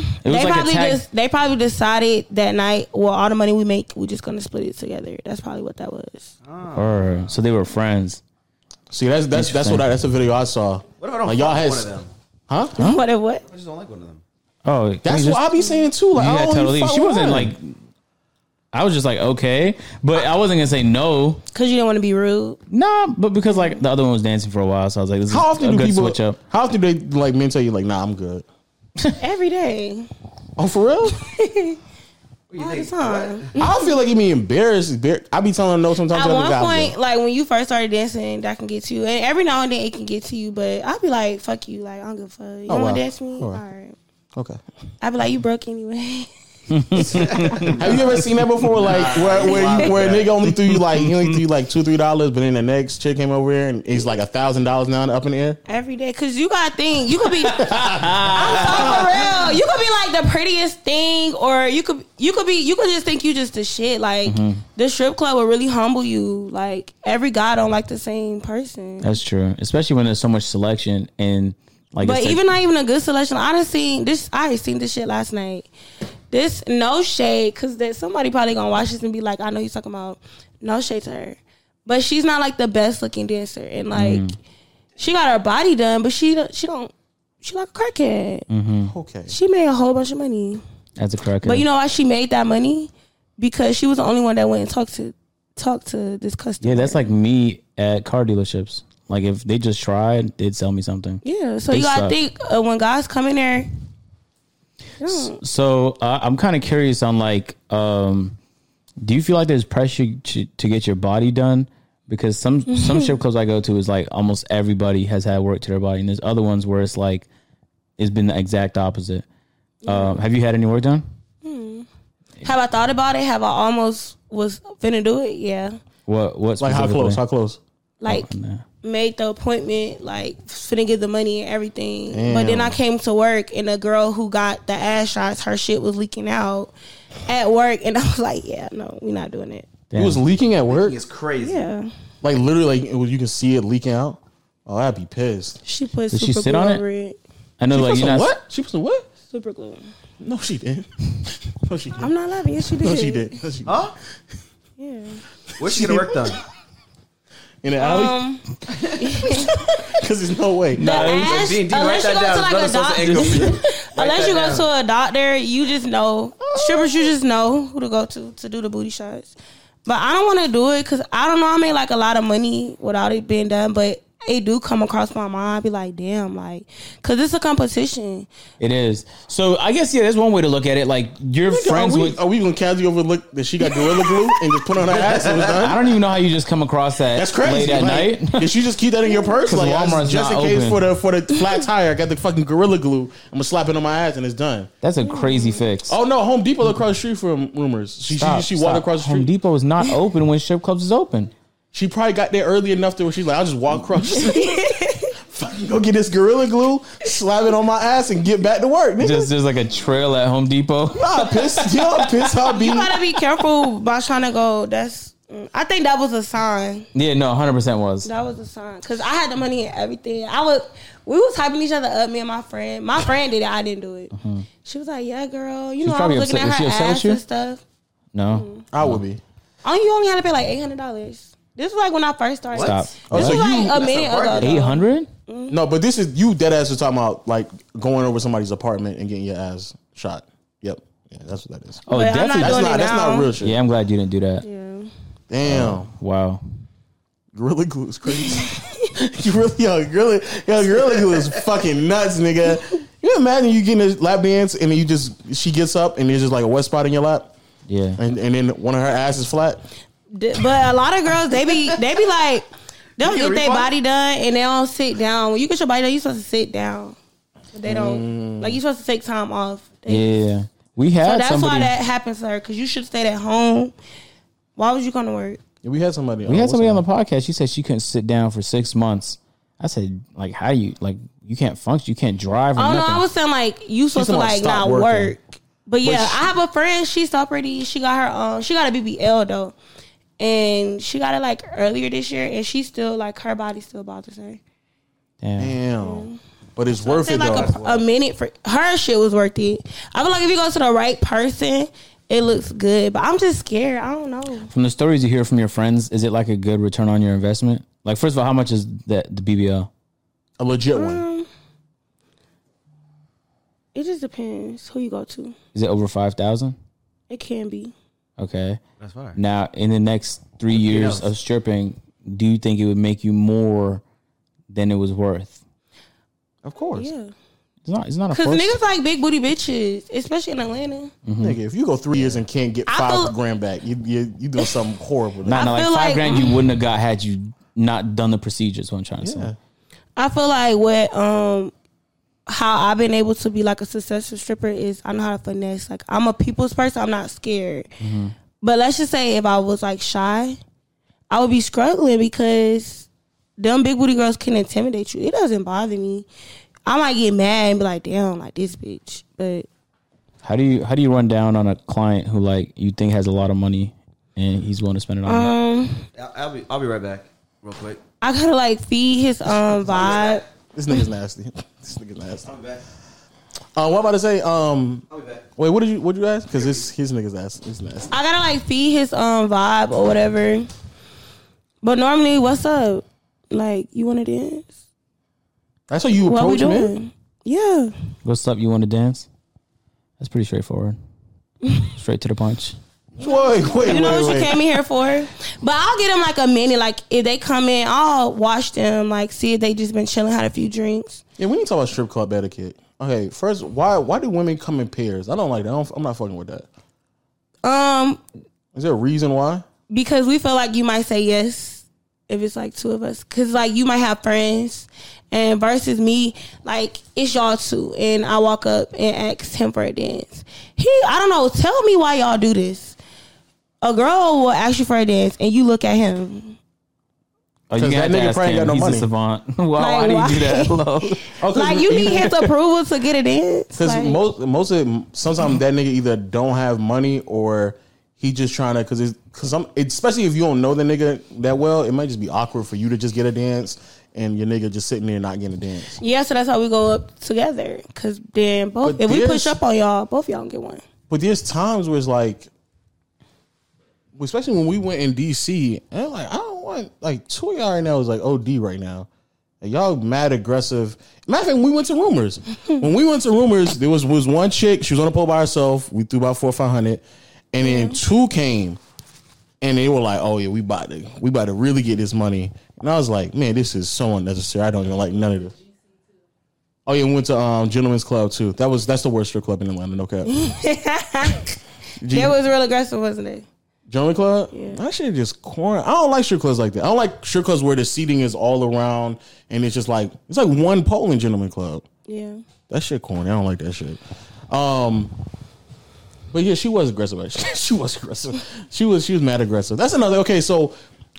Speaker 2: It was
Speaker 4: they
Speaker 2: like a
Speaker 4: probably
Speaker 2: tag-
Speaker 4: just they probably decided that night. Well, all the money we make, we're just gonna split it together. That's probably what that was.
Speaker 2: Or so they were friends.
Speaker 1: See, that's that's that's what I, that's a video I saw.
Speaker 3: What if I don't
Speaker 1: Like,
Speaker 3: like
Speaker 1: y'all
Speaker 3: y'all
Speaker 1: had-
Speaker 3: one of them?
Speaker 1: Huh?
Speaker 4: What it what?
Speaker 3: I just don't like one of them.
Speaker 2: Oh,
Speaker 1: That's
Speaker 2: you just-
Speaker 1: what I be saying too. Like,
Speaker 2: You
Speaker 1: I
Speaker 2: got
Speaker 1: don't
Speaker 2: totally.
Speaker 1: even fuck
Speaker 2: She
Speaker 1: with
Speaker 2: wasn't
Speaker 1: her.
Speaker 2: like. I was just like okay, but I wasn't gonna say no.
Speaker 4: Cause you didn't want to be rude.
Speaker 2: Nah, but because like the other one was dancing for a while, so I was like, this is
Speaker 1: How often
Speaker 2: a
Speaker 1: do
Speaker 2: good
Speaker 1: people?
Speaker 2: switch up.
Speaker 1: How often do they like men tell you like, nah, I'm good?
Speaker 4: Every day,
Speaker 1: Oh, for real?
Speaker 3: What do you
Speaker 4: all the
Speaker 3: think?
Speaker 4: time.
Speaker 1: I feel like you be embarrassed. Embar- I be telling her no sometimes. I
Speaker 4: At
Speaker 1: be
Speaker 4: one
Speaker 1: like, "I'm
Speaker 4: point,
Speaker 1: good."
Speaker 4: like when you first started dancing, that can get to you. And every now and then it can get to you, but I'll be like, fuck you. Like, I don't give a fuck. You don't
Speaker 1: Oh, wow.
Speaker 4: want to dance with me?
Speaker 1: All
Speaker 4: All
Speaker 1: right.
Speaker 4: right.
Speaker 1: okay.
Speaker 4: I'll be like, you broke anyway.
Speaker 1: Have you ever seen that before? Like where where, you, where a nigga only threw you like he only threw you like two three dollars, but then the next chick came over here and he's like a thousand dollars now and up in the air.
Speaker 4: Every day. Cause you got to think, you could be, I'm so for real. You could be like the prettiest thing, or you could, you could be, you could just think you just the shit. Like,
Speaker 1: Mm-hmm.
Speaker 4: the strip club will really humble you. Like, every guy don't like the same person.
Speaker 2: That's true, especially when there's so much selection and like.
Speaker 4: But
Speaker 2: it's like-
Speaker 4: even not even a good selection. I done seen this. I already seen this shit last night. This no shade, cause that somebody probably gonna watch this and be like, I know you talking about no shade to her, but she's not like the best looking dancer, and like
Speaker 2: Mm-hmm.
Speaker 4: she got her body done, but she don't- she don't she like a crackhead.
Speaker 2: Mm-hmm.
Speaker 1: Okay.
Speaker 4: She made a whole bunch of money,
Speaker 2: as a cracker,
Speaker 4: but you know why she made that money? Because she was the only one that went and talked to talked to this customer.
Speaker 2: yeah, that's like me at car dealerships. Like if they just tried, they'd sell me something.
Speaker 4: yeah. So
Speaker 2: They
Speaker 4: you gotta
Speaker 2: suck.
Speaker 4: think uh, when guys come in there. they don't-
Speaker 2: So uh, I'm kind of curious on like, um, do you feel like there's pressure to, to get your body done? Because some some strip clubs I go to is like almost everybody has had work to their body, and there's other ones where it's like it's been the exact opposite. Um, have you had any work done?
Speaker 4: Have I thought about it? Have I almost was finna do it? Yeah.
Speaker 2: What what
Speaker 1: Like how
Speaker 2: specifically?
Speaker 1: close? How close?
Speaker 4: Like made the appointment, like finna get the money and everything. But then I came to work and the girl who got the ass shots, her shit was leaking out at work and I was like, Yeah, no, we're not doing it.
Speaker 1: It was leaking at work.
Speaker 3: It's crazy.
Speaker 4: Yeah.
Speaker 1: Like literally, like it was, you can see it leaking out. Oh, I'd be pissed.
Speaker 4: She put
Speaker 2: Did
Speaker 4: super
Speaker 2: she sit
Speaker 4: glue
Speaker 2: on it?
Speaker 4: over it.
Speaker 2: I know
Speaker 1: She
Speaker 2: like
Speaker 1: put
Speaker 2: you're
Speaker 1: some
Speaker 2: not
Speaker 1: what? She put some what?
Speaker 4: Super glue.
Speaker 1: No, she didn't. No, she didn't.
Speaker 4: I'm not laughing. Yes, she did.
Speaker 1: No, she did. No, she did.
Speaker 3: Huh?
Speaker 4: Yeah.
Speaker 3: Where's she gonna work done?
Speaker 1: In the
Speaker 2: Oh,
Speaker 1: alley?
Speaker 4: Um
Speaker 1: Because there's no way.
Speaker 4: the
Speaker 3: Like,
Speaker 4: ass,
Speaker 3: D&D, write
Speaker 4: unless you
Speaker 3: that
Speaker 4: go
Speaker 3: down.
Speaker 4: to like
Speaker 3: Another
Speaker 4: a
Speaker 3: source of
Speaker 4: doctor
Speaker 3: income for you. Write
Speaker 4: Unless
Speaker 3: that
Speaker 4: you go
Speaker 3: down.
Speaker 4: to a doctor, you just know strippers. You just know who to go to to do the booty shots. But I don't want to do it because I don't know. I made like a lot of money without it being done. But it do come across my mind. I be like, damn, like, cause it's a competition.
Speaker 2: It is. So I guess yeah, that's one way to look at it. Like you're friends
Speaker 1: are we,
Speaker 2: with.
Speaker 1: Are we gonna casually overlook that she got gorilla glue and just put it on her ass? And was done?
Speaker 2: I don't even know how you just come across that.
Speaker 1: That's crazy.
Speaker 2: Late at
Speaker 1: like,
Speaker 2: night.
Speaker 1: Did she just keep that in your purse?
Speaker 2: 'Cause
Speaker 1: Like, I-
Speaker 2: Walmart's
Speaker 1: just in
Speaker 2: not
Speaker 1: case
Speaker 2: open.
Speaker 1: for the for the flat tire, I got the fucking gorilla glue. I'm gonna slap it on my ass and it's done.
Speaker 2: That's a crazy fix.
Speaker 1: Oh no, Home Depot across the street from rumors. She
Speaker 2: Stop,
Speaker 1: she, she walked
Speaker 2: stop.
Speaker 1: across the street.
Speaker 2: Home Depot is not open when strip clubs is open.
Speaker 1: She probably got there early enough to where she's like, I'll just walk across the street. Fucking go get this gorilla glue, slap it on my ass, and get back to work. Nigga.
Speaker 2: Just there's like a trail at Home Depot.
Speaker 1: nah, piss, yeah, piss, her beat.
Speaker 4: You gotta be careful about trying to go. That's mm, I think that was a sign.
Speaker 2: Yeah, no, hundred percent was.
Speaker 4: That was a sign because I had the money and everything. I would we was hyping each other up. Me and my friend. My friend did it. I didn't do it. She was like, "Yeah, girl. You know, I
Speaker 2: probably
Speaker 4: was looking
Speaker 2: upset. Was
Speaker 4: at her
Speaker 2: Mm-hmm. she upset with
Speaker 4: ass
Speaker 2: you?
Speaker 4: and stuff.
Speaker 2: No,
Speaker 1: I would be.
Speaker 4: Oh, you only had to pay like eight hundred dollars. This was like when I first started.
Speaker 2: stop.
Speaker 1: Oh,
Speaker 4: This
Speaker 1: so
Speaker 4: was
Speaker 1: you-
Speaker 4: like a
Speaker 3: a
Speaker 4: minute ago.
Speaker 3: bargain.
Speaker 4: though.
Speaker 2: Eight hundred.
Speaker 1: No, but this is you dead ass was talking about like going over somebody's apartment and getting your ass shot. Yep. Yeah, that's what that is.
Speaker 2: Oh,
Speaker 4: But I'm not
Speaker 2: definitely.
Speaker 1: that's
Speaker 4: doing
Speaker 1: not
Speaker 4: it
Speaker 1: that's
Speaker 4: now.
Speaker 1: not real shit.
Speaker 2: yeah, I'm glad you didn't do that.
Speaker 4: Yeah.
Speaker 1: Damn.
Speaker 2: Wow.
Speaker 1: Um, Gorilla glue is crazy. you really yo, gorilla yo, gorilla glue is fucking nuts, nigga. You imagine you getting a lap dance and you just she gets up and there's just like a wet spot in your lap
Speaker 2: Yeah.
Speaker 1: and, and then one of her ass is flat.
Speaker 4: D- But a lot of girls, they be they be like, they don't
Speaker 3: You get
Speaker 4: get
Speaker 3: a
Speaker 4: their
Speaker 3: refund?
Speaker 4: body done and they don't sit down. When you get your body done, you supposed to sit down. But they
Speaker 2: Mm.
Speaker 4: don't like you supposed to take time off. They-
Speaker 2: Yeah. We
Speaker 4: So
Speaker 2: had
Speaker 4: that's
Speaker 2: somebody.
Speaker 4: why that happens to her because you should stay at home. Why was you going to work?
Speaker 1: We had somebody
Speaker 2: we had somebody on the podcast. She said she couldn't sit down for six months. I said, like, how you like you can't function, you can't drive. Or
Speaker 4: Oh no,
Speaker 2: nothing.
Speaker 4: I was saying like you supposed to
Speaker 1: talking about
Speaker 4: like
Speaker 1: stop
Speaker 4: not
Speaker 1: working.
Speaker 4: work. But yeah,
Speaker 1: she-
Speaker 4: I have a friend. She's so pretty. She got her um. She got a BBL though, and she got it like earlier this year, and she still like her body still bothers her.
Speaker 2: Damn.
Speaker 1: Damn. But it's worth
Speaker 4: say
Speaker 1: it though.
Speaker 4: like a, a minute for her shit was worth it. I feel like if you go to the right person, it looks good. But I'm just scared. I don't know.
Speaker 2: From the stories you hear from your friends, is it like a good return on your investment? Like, first of all, how much is that the BBL?
Speaker 1: a legit one.
Speaker 4: Mm. It just depends who you go to.
Speaker 2: Is it over five thousand?
Speaker 4: It can be.
Speaker 2: Okay.
Speaker 3: That's fire.
Speaker 2: Now, in the next three years
Speaker 3: else?
Speaker 2: of stripping, do you think it would make you more than it was worth?
Speaker 1: Of course.
Speaker 4: Yeah.
Speaker 2: It's not. It's not a
Speaker 4: Cause
Speaker 2: force.
Speaker 4: niggas like big booty bitches, especially in Atlanta.
Speaker 2: Mm-hmm.
Speaker 1: Nigga, if you go three years and can't get
Speaker 4: I
Speaker 1: five
Speaker 4: feel-
Speaker 1: grand back, you you, you doing something horrible.
Speaker 2: Nah, nah, like
Speaker 4: feel
Speaker 2: five
Speaker 4: like-
Speaker 2: grand you wouldn't have got had you not done the procedure. Is what I'm trying to say.
Speaker 4: I feel like what um how I've been able to be like a successful stripper is I know how to finesse. Like I'm a people's person. I'm not scared. But let's just say if I was like shy, I would be struggling because them big booty girls can intimidate you. It doesn't bother me. I might get mad and be like, damn, like this bitch. But
Speaker 2: How do you how do you run down on a client who like you think has a lot of money and he's willing to spend it on? you?
Speaker 4: um
Speaker 3: I'll, I'll be I'll be right back, real quick.
Speaker 4: I gotta like feed his um vibe.
Speaker 1: This nigga's nasty. This nigga's nasty.
Speaker 3: I'll be back.
Speaker 1: Uh, what I'm about to say? Um,
Speaker 3: I'll be back.
Speaker 1: wait, what did you what did you ask? Because this his nigga's ass is nasty.
Speaker 4: I gotta like feed his um vibe or whatever. But normally, what's up? Like, you wanna dance?
Speaker 1: That's how you
Speaker 4: What we
Speaker 1: approach men.
Speaker 4: doing? Yeah.
Speaker 2: What's up? You want to dance? That's pretty straightforward. Straight to the punch.
Speaker 1: Wait, wait,
Speaker 4: You know
Speaker 1: wait,
Speaker 4: what you
Speaker 1: wait.
Speaker 4: came in here for? But I'll get them like a minute. Like, if they come in, I'll watch them, like, see if they just been chilling, had a few drinks.
Speaker 1: Yeah, we need to talk about strip club etiquette. Okay, first, why why do women come in pairs? I don't like that. I don't, I'm not fucking with that.
Speaker 4: Um,
Speaker 1: Is there a reason why?
Speaker 4: because we feel like you might say yes if it's like two of us because like you might have friends and versus me like it's y'all two and i walk up and ask him for a dance he i don't know tell me why y'all do this a girl will ask you for a dance and you look at him
Speaker 2: Oh, you
Speaker 1: 'Cause
Speaker 2: gonna
Speaker 1: that
Speaker 2: have to
Speaker 1: nigga
Speaker 2: ask
Speaker 1: probably ain't got
Speaker 2: him.
Speaker 1: no
Speaker 2: He's
Speaker 1: money.
Speaker 2: a savant. why, why
Speaker 4: Like,
Speaker 2: do you
Speaker 4: why?
Speaker 2: do that? Hello.
Speaker 1: Oh, 'cause
Speaker 4: like you need his approval to get a dance
Speaker 1: Because
Speaker 4: Like,
Speaker 1: most most of sometimes that nigga either don't have money or he just trying to because it's because I'm especially if you don't know the nigga that well, it might just be awkward for you to just get a dance and your nigga just sitting there not getting a dance.
Speaker 4: yeah so that's how we go up together because then both
Speaker 1: But
Speaker 4: if we
Speaker 1: this-
Speaker 4: push up on y'all both y'all get one
Speaker 1: But there's times where it's like, especially when we went in DC, and I'm like I don't want like two of y'all right now is like OD right now. Like, y'all mad aggressive. Matter of fact, when we went to rumors. when we went to rumors, there was was one chick. She was on the pole by herself. We threw about four five hundred, and then two came. and they were like, "Oh yeah, we about to we about to really get this money." And I was like, "Man, this is so unnecessary. I don't even like none of this." Oh yeah, went to um, Gentleman's Club too. That was that's the worst strip club in Atlanta. No cap.
Speaker 4: It was real aggressive, wasn't it?
Speaker 1: Gentleman Club? I should just corn. I don't like strip clubs like that. I don't like strip clubs where the seating is all around and it's just like it's like one pole in Gentleman Club.
Speaker 4: Yeah.
Speaker 1: That shit corny. I don't like that shit. Um, but yeah, she was aggressive. Actually. she was aggressive. She was she was mad aggressive. That's another. Okay, so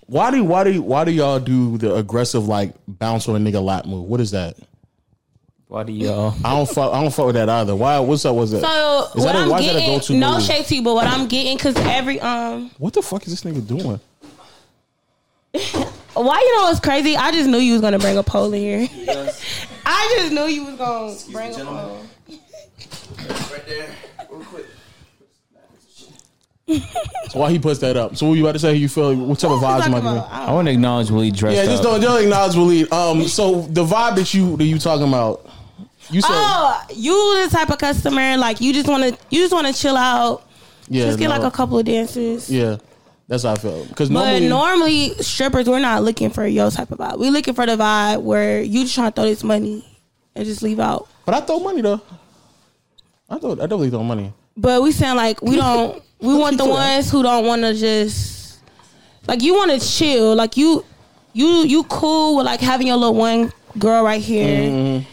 Speaker 1: why do why do why do y'all do the aggressive like bounce on a nigga lap move? What is that?
Speaker 6: Why do y'all?
Speaker 1: I don't fuck. I don't fuck with that either. Why? What's up? What's that?
Speaker 4: So
Speaker 1: Is
Speaker 4: what
Speaker 1: that a-
Speaker 4: I'm
Speaker 1: why is that a go-to
Speaker 4: getting, no
Speaker 1: move?
Speaker 4: shade to you, but what I'm getting, cause every um,
Speaker 1: What the fuck is this nigga doing?
Speaker 4: why you know what's crazy? I just knew you was gonna bring a poll in here. I just knew you was gonna bring a
Speaker 3: gentlemen.
Speaker 4: poll.
Speaker 3: Right there, real quick.
Speaker 1: So why he puts that up? So what you about to say? You feel? What type of vibes
Speaker 4: Talking
Speaker 1: am I
Speaker 4: about-
Speaker 1: giving?
Speaker 4: I
Speaker 6: I want to acknowledge Willie dressed
Speaker 1: Yeah, just
Speaker 6: up.
Speaker 1: don't don't acknowledge Waleed. Um, so the vibe that you that you talking about, you said
Speaker 4: Oh, you the type of customer like you just want to you just want to chill out,
Speaker 1: yeah,
Speaker 4: just get
Speaker 1: no.
Speaker 4: like a couple of dances.
Speaker 1: yeah. That's how I felt because
Speaker 4: But
Speaker 1: normally,
Speaker 4: normally strippers, we're not looking for your type of vibe. We're looking for the vibe where you just trying to throw this money and just leave out.
Speaker 1: but I throw money though. I throw I definitely throw money.
Speaker 4: But we sound like we don't. We want the
Speaker 1: doing?
Speaker 4: ones who don't want to just like you want to chill. Like you, you, you cool with like having your little one girl right here.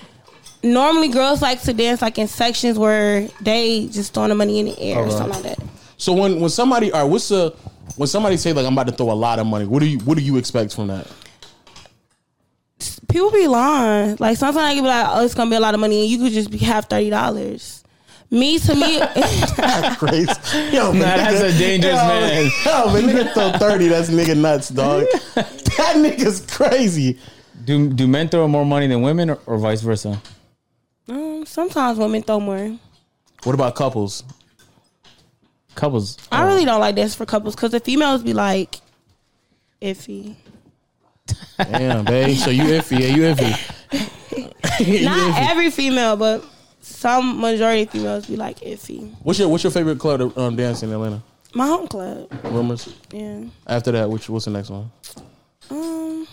Speaker 4: Normally, girls like to dance like in sections where they just throwing the money in the air or something like that.
Speaker 1: So when when somebody all right, what's the when somebody say like I'm about to throw a lot of money, what do you what do you expect from that?
Speaker 4: People be lying. Like sometimes I be like, "Oh, it's gonna be a lot of money," and you could just be have thirty dollars. Me to me,
Speaker 1: Crazy, yo,
Speaker 6: Nah,
Speaker 1: man,
Speaker 6: that's a dangerous man.
Speaker 1: Yo, but nigga throw thirty. That's nigga nuts, dog. that nigga's crazy.
Speaker 6: Do do men throw more money than women, or, or vice versa?
Speaker 4: um, sometimes women throw more.
Speaker 1: What about couples?
Speaker 6: Couples.
Speaker 4: I really don't like this for couples because the females be like iffy.
Speaker 1: Damn, babe. So you iffy? Yeah, you iffy. You
Speaker 4: Not
Speaker 1: iffy.
Speaker 4: every female, but some majority of females be like iffy.
Speaker 1: What's your What's your favorite club to um, dance in Atlanta?
Speaker 4: My home club,
Speaker 1: Rumors.
Speaker 4: yeah.
Speaker 1: After that, which what's the next one?
Speaker 4: Um,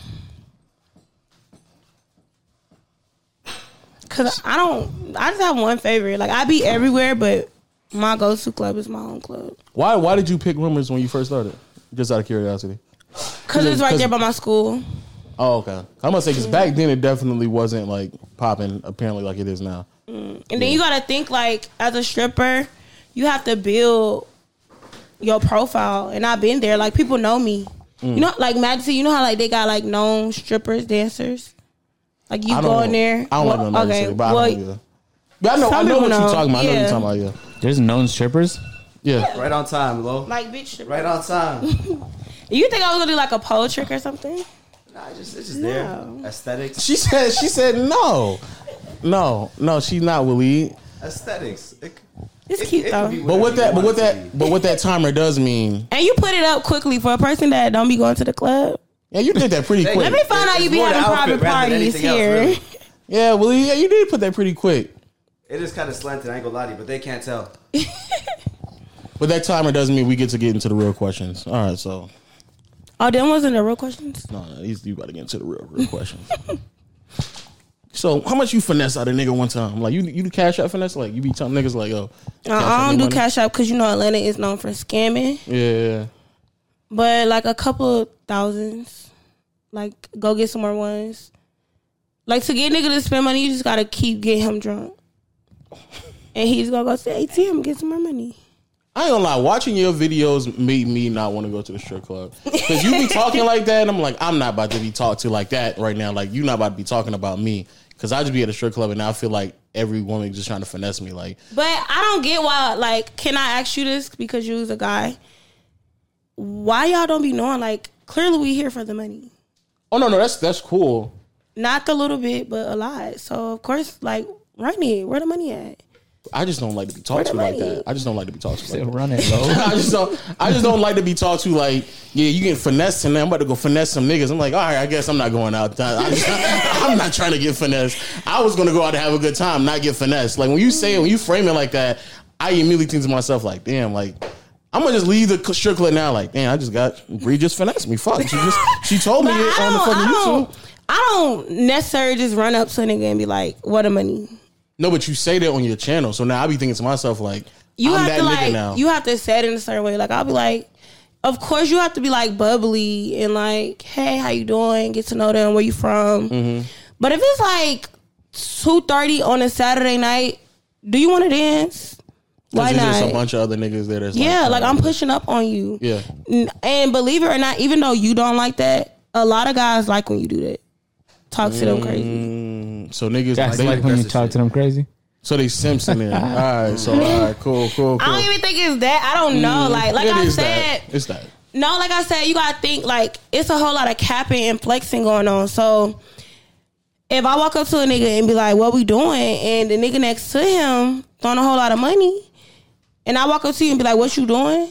Speaker 4: cause I don't, I just have one favorite. Like I be everywhere, but my go-to club is my home club.
Speaker 1: Why Why did you pick Rumors when you first started? Just out of curiosity.
Speaker 4: Cause it's right there by my school.
Speaker 1: Oh, okay. I'm gonna say because back then it definitely wasn't like popping apparently like it is now.
Speaker 4: And then you gotta think like as a stripper, you have to build your profile. And I've been there. Like people know me.
Speaker 1: Mm.
Speaker 4: You know, like Madison, you know how like they got like known strippers, dancers? Like you
Speaker 1: I
Speaker 4: go
Speaker 1: don't
Speaker 4: in
Speaker 1: know.
Speaker 4: there.
Speaker 1: I don't
Speaker 4: well,
Speaker 1: like no okay, but I
Speaker 4: well,
Speaker 1: don't either. But I know I
Speaker 4: some
Speaker 1: know what
Speaker 4: people
Speaker 1: you're
Speaker 4: know.
Speaker 1: talking about. I know
Speaker 4: Yeah.
Speaker 1: what you're talking about.
Speaker 6: There's known strippers.
Speaker 1: Yeah, yeah.
Speaker 3: Right on time, Lo.
Speaker 4: like bitch stripper.
Speaker 3: right on time.
Speaker 4: You think I was gonna do like a pole trick or something?
Speaker 3: nah, it's just it's just
Speaker 4: No.
Speaker 3: there. Aesthetics,
Speaker 1: She said she said no, no, no. She's not Willie.
Speaker 3: aesthetics. It,
Speaker 4: It's cute though.
Speaker 1: But what that but what that but what that timer does mean?
Speaker 4: and you put it up quickly for a person that don't be going to the club.
Speaker 1: Yeah, you did that pretty quick.
Speaker 4: Let me find out you be having private parties here.
Speaker 1: Yeah, well, yeah, you did put that pretty quick.
Speaker 3: It is kind of slanted. I ain't gonna lie to you, but they can't tell.
Speaker 1: But that timer doesn't mean we get to get into the real questions. All right, so
Speaker 4: Oh, them wasn't the real questions.
Speaker 1: no, no you, you got to get into the real, real questions. so, how much you finesse out a nigga one time? Like you, you do cash out finesse? Like you be telling niggas like, yo,
Speaker 4: Uh,
Speaker 1: Cash App
Speaker 4: I
Speaker 1: me
Speaker 4: don't do
Speaker 1: money?
Speaker 4: cash out because you know Atlanta is known for scamming.
Speaker 1: yeah, yeah.
Speaker 4: But like a couple thousands. Like go get some more ones. Like to get nigga to spend money, you just gotta keep getting him drunk. And he's gonna go to the ATM and get some more money.
Speaker 1: I ain't gonna lie, watching your videos made me not want to go to the strip club because you be talking like that, and I'm like, I'm not about to be talked to like that right now. Like you not about to be talking about me because I just be at a strip club, and now I feel like every woman just trying to finesse me. Like
Speaker 4: But I don't get why like can I ask you this because you was a guy? Why y'all don't be knowing like clearly we here for the money.
Speaker 1: Oh no, no, that's that's cool.
Speaker 4: Not the little bit, but a lot. So of course, like run it. Where the money at?
Speaker 1: I just don't like to be talked to like that. I just don't like to be talked to. Like that.
Speaker 6: Run it, low.
Speaker 1: I just don't. I just don't like to be talked to like, yeah, you getting finessed and I'm about to go finesse some niggas. I'm like, all right, I guess I'm not going out. I just, I'm not trying to get finessed. I was gonna go out and have a good time, not get finessed. Like when you say it, when you frame it like that, I immediately think to myself like, damn, like I'm gonna just leave the strip club now. Like, damn, I just got Bree just finessed me. Fuck, she just she told me
Speaker 4: But
Speaker 1: it
Speaker 4: I
Speaker 1: on the
Speaker 4: don't,
Speaker 1: fucking
Speaker 4: I
Speaker 1: YouTube.
Speaker 4: don't, I don't necessarily just run up to a nigga and be like, "What the money?"
Speaker 1: No, but you say that on your channel, so now I be thinking to myself like,
Speaker 4: You
Speaker 1: I'm
Speaker 4: have
Speaker 1: that
Speaker 4: to
Speaker 1: nigga
Speaker 4: like,
Speaker 1: now.
Speaker 4: you have to say it in a certain way. Like I'll be like, "Of course, you have to be like bubbly and like, hey, how you doing? Get to know them. Where you from?"
Speaker 1: Mm-hmm.
Speaker 4: But if it's like two thirty on a Saturday night, do you want to dance? Why
Speaker 1: Because there's just a
Speaker 4: not?
Speaker 1: bunch of other niggas there. That's
Speaker 4: Yeah, like I'm
Speaker 1: uh,
Speaker 4: pushing up on you.
Speaker 1: Yeah,
Speaker 4: N- And believe it or not, even though you don't like that, a lot of guys like when you do that. Talk to them
Speaker 1: Mm,
Speaker 4: crazy.
Speaker 1: so niggas
Speaker 6: That's
Speaker 1: they,
Speaker 6: like when you
Speaker 3: aggressive
Speaker 6: talk
Speaker 3: shit.
Speaker 6: to them crazy.
Speaker 1: so they simps in there. all right, so all right, cool, cool, cool.
Speaker 4: I don't even think it's that. I don't know. Like like
Speaker 1: Mm, It
Speaker 4: I
Speaker 1: is
Speaker 4: said,
Speaker 1: that. it's that.
Speaker 4: no, like I said, you gotta think like it's a whole lot of capping and flexing going on. So if I walk up to a nigga and be like, "What we doing?" and the nigga next to him throwing a whole lot of money, and I walk up to you and be like, "What you doing?"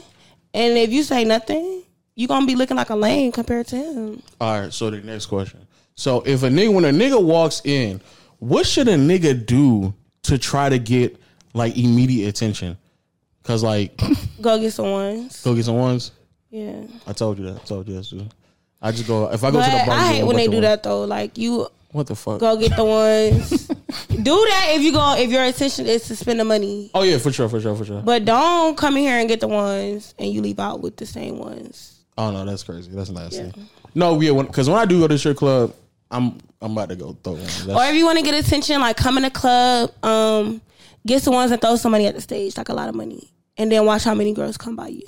Speaker 4: and if you say nothing, you gonna be looking like a lame compared to him.
Speaker 1: All right, so the next question. So if a nigga when a nigga walks in, what should a nigga do to try to get like immediate attention? Cause like
Speaker 4: Go get some ones.
Speaker 1: go get some ones.
Speaker 4: Yeah.
Speaker 1: I told you that. I told you that. Too. I just go if I go
Speaker 4: But
Speaker 1: to the bar.
Speaker 4: I hate
Speaker 1: go
Speaker 4: when
Speaker 1: get
Speaker 4: they
Speaker 1: the
Speaker 4: do
Speaker 1: one.
Speaker 4: that though. Like you
Speaker 1: What the fuck?
Speaker 4: go get the ones. do that if you go if your intention is to spend the money.
Speaker 1: Oh yeah, for sure, for sure, for sure.
Speaker 4: But don't come in here and get the ones and you leave out with the same ones.
Speaker 1: Oh no, that's crazy. That's nasty. No, yeah, because when, I do go to the strip club, I'm I'm about to go throw one. That's,
Speaker 4: Or if you want to get attention, like come in a club, um, get some ones and throw some money at the stage, like a lot of money. And then watch how many girls come by you.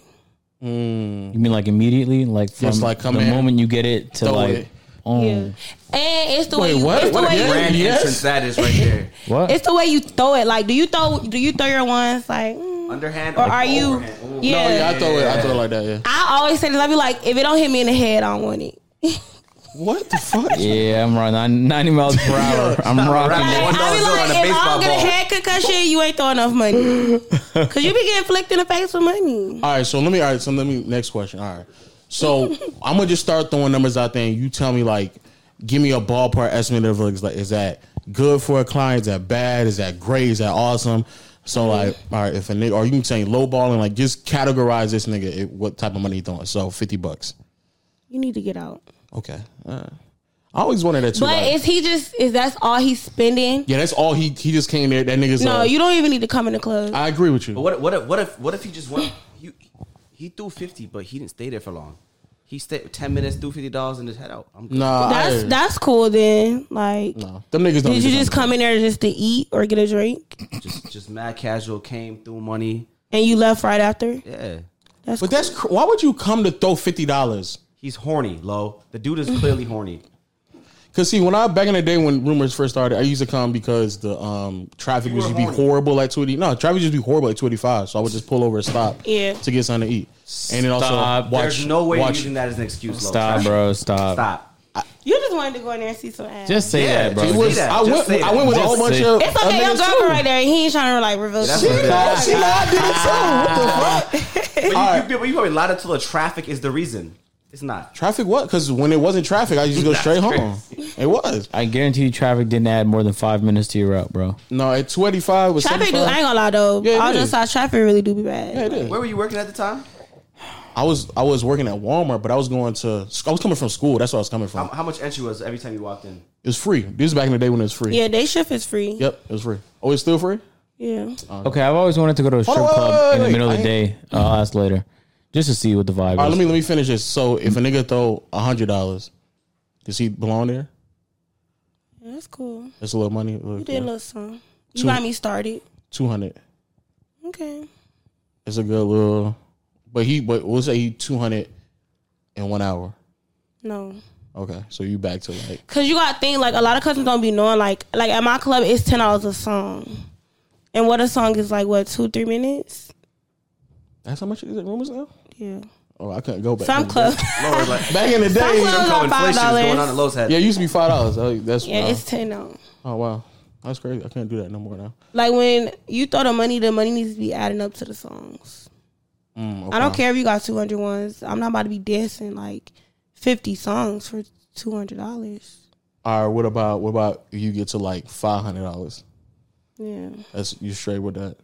Speaker 6: You mean like immediately, like from
Speaker 1: Just like, come
Speaker 6: the
Speaker 1: in,
Speaker 6: moment you get it to
Speaker 1: throw
Speaker 6: like,
Speaker 1: it.
Speaker 2: Hmm.
Speaker 6: oh,
Speaker 4: And it's the
Speaker 1: Wait,
Speaker 4: way you,
Speaker 1: what?
Speaker 4: It's the
Speaker 1: What
Speaker 4: way
Speaker 1: again?
Speaker 4: you,
Speaker 3: Brand
Speaker 1: Yes.
Speaker 3: entrance that is right there.
Speaker 6: what?
Speaker 4: it's the way you throw it. Like, do you throw do you throw your ones like mm,
Speaker 3: Underhand
Speaker 4: or are you
Speaker 3: overhand? Ooh.
Speaker 4: yeah.
Speaker 1: Oh, yeah, I throw it. I throw it like that. Yeah.
Speaker 4: I always say this. I be like, if it don't hit me in the head, I don't want it.
Speaker 1: What the fuck?
Speaker 6: yeah, I'm running 90 miles per hour. I'm rocking
Speaker 3: Right.
Speaker 6: that.
Speaker 3: One
Speaker 4: I be
Speaker 3: dollar on
Speaker 4: like,
Speaker 3: a
Speaker 4: if I
Speaker 3: baseball
Speaker 4: don't get a
Speaker 3: ball.
Speaker 4: head concussion, you ain't throwing enough money. Cause you be getting flicked in the face with money.
Speaker 1: All right, so let me. All right, so let me. Next question. All right, so I'm gonna just start throwing numbers out there, and you tell me like, give me a ballpark estimate of like, is that- is that good for a client? Is that bad? Is that great? Is that awesome? So like, all right, if a nigga, or you can say low balling, like just categorize this nigga. It, what type of money you throwing? So fifty bucks.
Speaker 4: You need to get out.
Speaker 1: Okay. All right. I always wanted that too.
Speaker 4: But
Speaker 1: like-
Speaker 4: is he just is that's all he's spending?
Speaker 1: yeah, that's all he he just came there. That nigga's
Speaker 4: No,
Speaker 1: uh,
Speaker 4: you don't even need to come in the club.
Speaker 1: I agree with you.
Speaker 3: But what what if what if what if he just went? He, he threw fifty, but he didn't stay there for long. He stayed ten minutes, threw fifty dollars, and just head out. I'm good.
Speaker 1: Nah,
Speaker 4: that's
Speaker 1: I-
Speaker 4: that's cool then. Like
Speaker 1: no. Them niggas don't.
Speaker 4: did
Speaker 1: need
Speaker 4: you
Speaker 1: to
Speaker 4: just come in there just to eat or get a drink?
Speaker 3: Just just mad casual came threw money.
Speaker 4: And you left right after?
Speaker 3: Yeah,
Speaker 4: That's
Speaker 1: But that's cr- why would you come to throw fifty dollars?
Speaker 3: he's horny, low. The dude is clearly horny.
Speaker 1: Cause see, when I back in the day when rumors first started, I used to come because the um traffic used to be horrible at two eighty. No, traffic used to be horrible at two eighty five. So I would just pull over and stop,
Speaker 4: Yeah.
Speaker 1: to get something to eat, and then also
Speaker 6: Stop.
Speaker 1: watch.
Speaker 3: There's no way
Speaker 1: watch.
Speaker 3: you're using that as an excuse. Lo.
Speaker 6: Stop, bro. Stop.
Speaker 3: Stop.
Speaker 4: you just wanted to go in there and see some ass.
Speaker 6: Just say
Speaker 3: Yeah,
Speaker 6: that, bro.
Speaker 1: It
Speaker 3: just
Speaker 1: was-
Speaker 3: say that.
Speaker 1: I
Speaker 3: Just
Speaker 1: went.
Speaker 3: say
Speaker 1: I went with a
Speaker 6: that.
Speaker 1: whole
Speaker 6: Just
Speaker 1: bunch
Speaker 6: say
Speaker 1: of.
Speaker 6: it.
Speaker 4: it's okay, your
Speaker 1: other niggas
Speaker 4: girlfriend
Speaker 1: too.
Speaker 4: right there. He ain't trying to like reveal.
Speaker 3: That's
Speaker 4: shit.
Speaker 3: what it
Speaker 1: She
Speaker 3: is.
Speaker 1: lied- she lied, did it too. What the fuck?
Speaker 3: But you,
Speaker 1: All right.
Speaker 3: you, but you probably lied until the traffic is the reason. It's not.
Speaker 1: Traffic what? Because when it wasn't traffic, I used to go
Speaker 3: That's
Speaker 1: straight home. It was
Speaker 6: I guarantee you, traffic didn't add more than five minutes to your route, bro.
Speaker 1: no at two eighty five was
Speaker 4: Traffic do I
Speaker 1: 75.
Speaker 4: ain't gonna lie though.
Speaker 1: Yeah, it
Speaker 4: All
Speaker 1: is.
Speaker 4: just side traffic really do be bad.
Speaker 1: Yeah, it is.
Speaker 3: Where were you working at the time?
Speaker 1: I was I was working at Walmart, but I was going to I was coming from school. That's where I was coming
Speaker 3: How,
Speaker 1: from.
Speaker 3: how much entry was every time you walked in?
Speaker 1: It was free. This is back in the day when it was free.
Speaker 4: Yeah, day shift is free.
Speaker 1: Yep, it was free. Oh, it's still free.
Speaker 4: Yeah.
Speaker 1: Uh,
Speaker 6: Okay, I've always wanted to go to a strip
Speaker 1: on, wait,
Speaker 6: club
Speaker 1: wait,
Speaker 6: in the
Speaker 1: wait,
Speaker 6: middle of
Speaker 1: I
Speaker 6: the day. I'll ask later, just to see what the vibe
Speaker 1: All right,
Speaker 6: is.
Speaker 1: let me let me finish this. So if a nigga throw a hundred dollars, does he belong there?
Speaker 4: Yeah, that's cool.
Speaker 1: That's a little money.
Speaker 4: You did a little something. You
Speaker 1: Two.
Speaker 4: got me started.
Speaker 1: Two hundred.
Speaker 4: Okay.
Speaker 1: It's a good little. But he but we'll say he two hundred in one hour.
Speaker 4: No.
Speaker 1: Okay, so you back to like
Speaker 4: Cause you gotta think like a lot of cousins don't be knowing like like at my club it's ten dollars a song. And what a song is like what, two, three minutes?
Speaker 1: that's how much is it rumors now?
Speaker 4: Yeah.
Speaker 1: Oh, I couldn't go back.
Speaker 4: Some
Speaker 1: in the
Speaker 4: clubs
Speaker 3: Low was like,
Speaker 1: day. Back in the
Speaker 4: Some
Speaker 1: day,
Speaker 4: clubs- about
Speaker 3: co-inflation is going
Speaker 4: $5.
Speaker 3: on at Lowe's head.
Speaker 1: yeah, it used to be five dollars. Oh, that's
Speaker 4: Yeah,
Speaker 1: wow.
Speaker 4: it's ten now.
Speaker 1: oh wow, that's crazy. I can't do that no more now.
Speaker 4: Like when you throw the money, the money needs to be adding up to the songs.
Speaker 1: Mm,
Speaker 4: I don't
Speaker 1: okay.
Speaker 4: care if you got two hundred ones. I'm not about to be dancing like fifty songs for two hundred dollars.
Speaker 1: All right, what about what about if you get to like five hundred dollars?
Speaker 4: Yeah.
Speaker 1: That's you straight with that.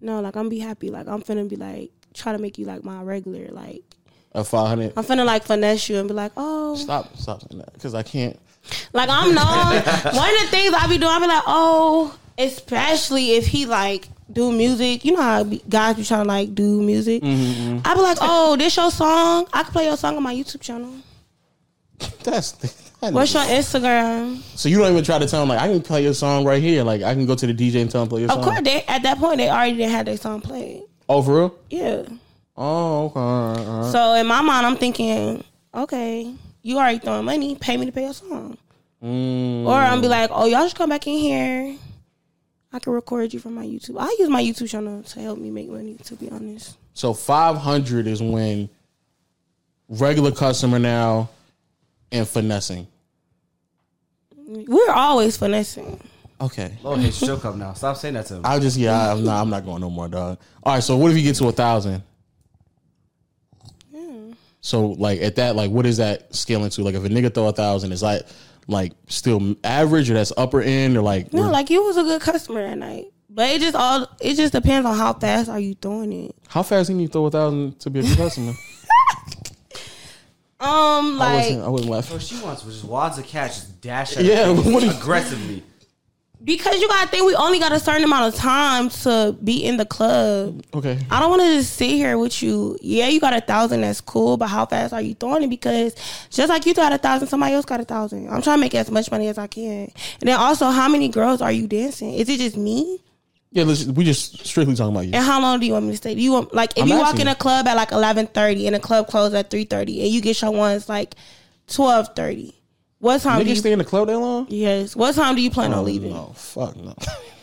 Speaker 4: No, like I'm be happy. Like I'm finna be like, try to make you like my regular. Like
Speaker 1: A five hundred.
Speaker 4: I'm finna like finesse you and be like, oh,
Speaker 1: Stop, stop saying that because I can't.
Speaker 4: like I'm known. One of the things I be doing, I be like, oh, especially if he like do music. You know how be- guys be trying to like do music. I be like, oh, this your song. I can play your song on my YouTube channel.
Speaker 1: That's. that
Speaker 4: What's
Speaker 1: nigga-
Speaker 4: your Instagram?
Speaker 1: so you don't even try to tell him like I can play your song right here. Like I can go to the DJ and tell him play your
Speaker 4: Of
Speaker 1: song.
Speaker 4: course, they at that point they already didn't have their song played.
Speaker 1: Oh, for real?
Speaker 4: Yeah.
Speaker 1: Oh, okay. all right, all right.
Speaker 4: So in my mind, I'm thinking, okay, you already throwing money, pay me to play your song,
Speaker 1: Mm,
Speaker 4: or I'm be like, oh, y'all should come back in here. I can record you from my YouTube. I use my YouTube channel to help me make money. To be honest,
Speaker 1: so five hundred is when regular customer now and finessing.
Speaker 4: we're always finessing.
Speaker 1: Okay.
Speaker 3: Lord, his show come now. Stop saying that to him.
Speaker 1: I'll just yeah. I'm not. I'm not going no more, dog. All right. So what if you get to a thousand?
Speaker 4: Hmm.
Speaker 1: So like at that, like what is that scaling to? Like if a nigga throw a thousand, is that like still average or that's upper end or like
Speaker 4: No,
Speaker 1: we're-
Speaker 4: like you was a good customer at night, but it just all it just depends on how fast are you doing it.
Speaker 1: how fast can you throw a thousand to be a good customer?
Speaker 4: Um,
Speaker 1: I
Speaker 4: like
Speaker 1: wasn't. I wasn't laughing.
Speaker 3: What she wants was just wads of cash, just dash at
Speaker 1: Yeah,
Speaker 3: her face
Speaker 1: what do you-
Speaker 3: aggressively.
Speaker 4: because you gotta think we only got a certain amount of time to be in the club.
Speaker 1: Okay.
Speaker 4: I don't want to just sit here with you. Yeah, you got a thousand. That's cool. But how fast are you throwing it? Because just like you got a thousand, somebody else got a thousand. I'm trying to make as much money as I can. And then also, how many girls are you dancing? Is it just me?
Speaker 1: Yeah. Let's. We just strictly talking about you.
Speaker 4: And how long do you want me to stay? Do you want like if
Speaker 1: I'm
Speaker 4: you walk
Speaker 1: asking
Speaker 4: in
Speaker 1: you.
Speaker 4: a club at like 11:30 and the club closes at 3:30 and you get your ones like 12:30? What time? Do
Speaker 1: Niggas
Speaker 4: you,
Speaker 1: stay in the club that long?
Speaker 4: yes. What time do you plan on
Speaker 1: Oh,
Speaker 4: leaving?
Speaker 1: No. Fuck no.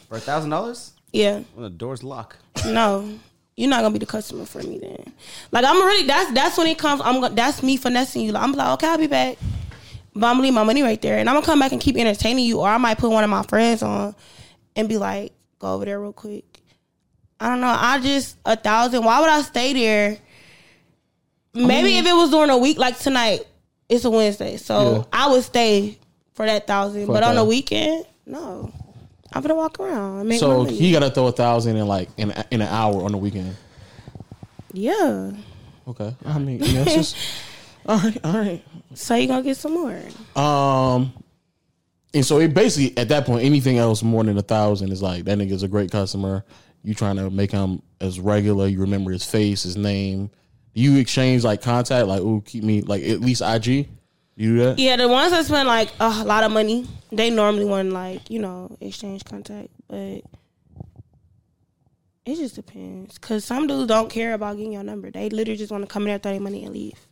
Speaker 3: For a thousand dollars?
Speaker 4: Yeah.
Speaker 3: When the doors lock.
Speaker 4: no, you're not gonna be the customer for me then. Like I'm really that's that's when it comes. I'm gonna, that's me finessing you. Like, I'm like, okay, I'll be back, but I'm gonna leave my money right there, and I'm gonna come back and keep entertaining you, or I might put one of my friends on, and be like, go over there real quick. I don't know. I just a thousand. Why would I stay there? Maybe if it was during a week, like tonight, it's a Wednesday, so
Speaker 1: Um, Yeah.
Speaker 4: I would stay for that thousand.
Speaker 1: For
Speaker 4: but on
Speaker 1: that.
Speaker 4: the weekend, no, I'm gonna walk around. And make
Speaker 1: so
Speaker 4: my money.
Speaker 1: he got to throw a thousand in like in in an hour on the weekend.
Speaker 4: yeah.
Speaker 1: Okay. I mean, yeah, it's just all right, all right.
Speaker 4: So you gonna get some more?
Speaker 1: Um, and so it basically at that point, anything else more than a thousand is like that nigga's a great customer. You trying to make him as regular. You remember his face, his name. You exchange like contact, like ooh, keep me like at least IG. You do that?
Speaker 4: Yeah, the ones that spend like a lot of money, they normally want like you know exchange contact, but it just depends. Cause some dudes don't care about getting your number; they literally just want to come in there, throw their money, and leave.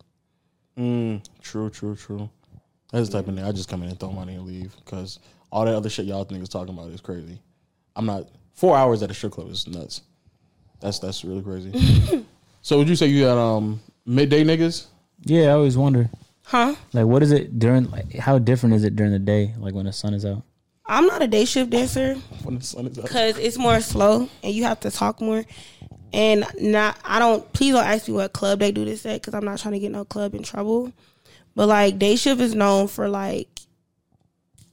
Speaker 1: Mm, true, true, true. That's the type of thing. I just come in and throw money and leave because all that other shit y'all niggas talking about is crazy. I'm not four hours at a strip club is nuts. That's that's really crazy. so would you say you got um midday niggas?
Speaker 6: Yeah, I always wonder.
Speaker 4: Huh?
Speaker 6: Like, what is it during? Like, how different is it during the day? Like when the sun is out.
Speaker 4: I'm not a day shift dancer
Speaker 1: When the sun is up.
Speaker 4: because it's more slow and you have to talk more. And not, I don't. Please don't ask me what club they do this at because I'm not trying to get no club in trouble. But like day shift is known for like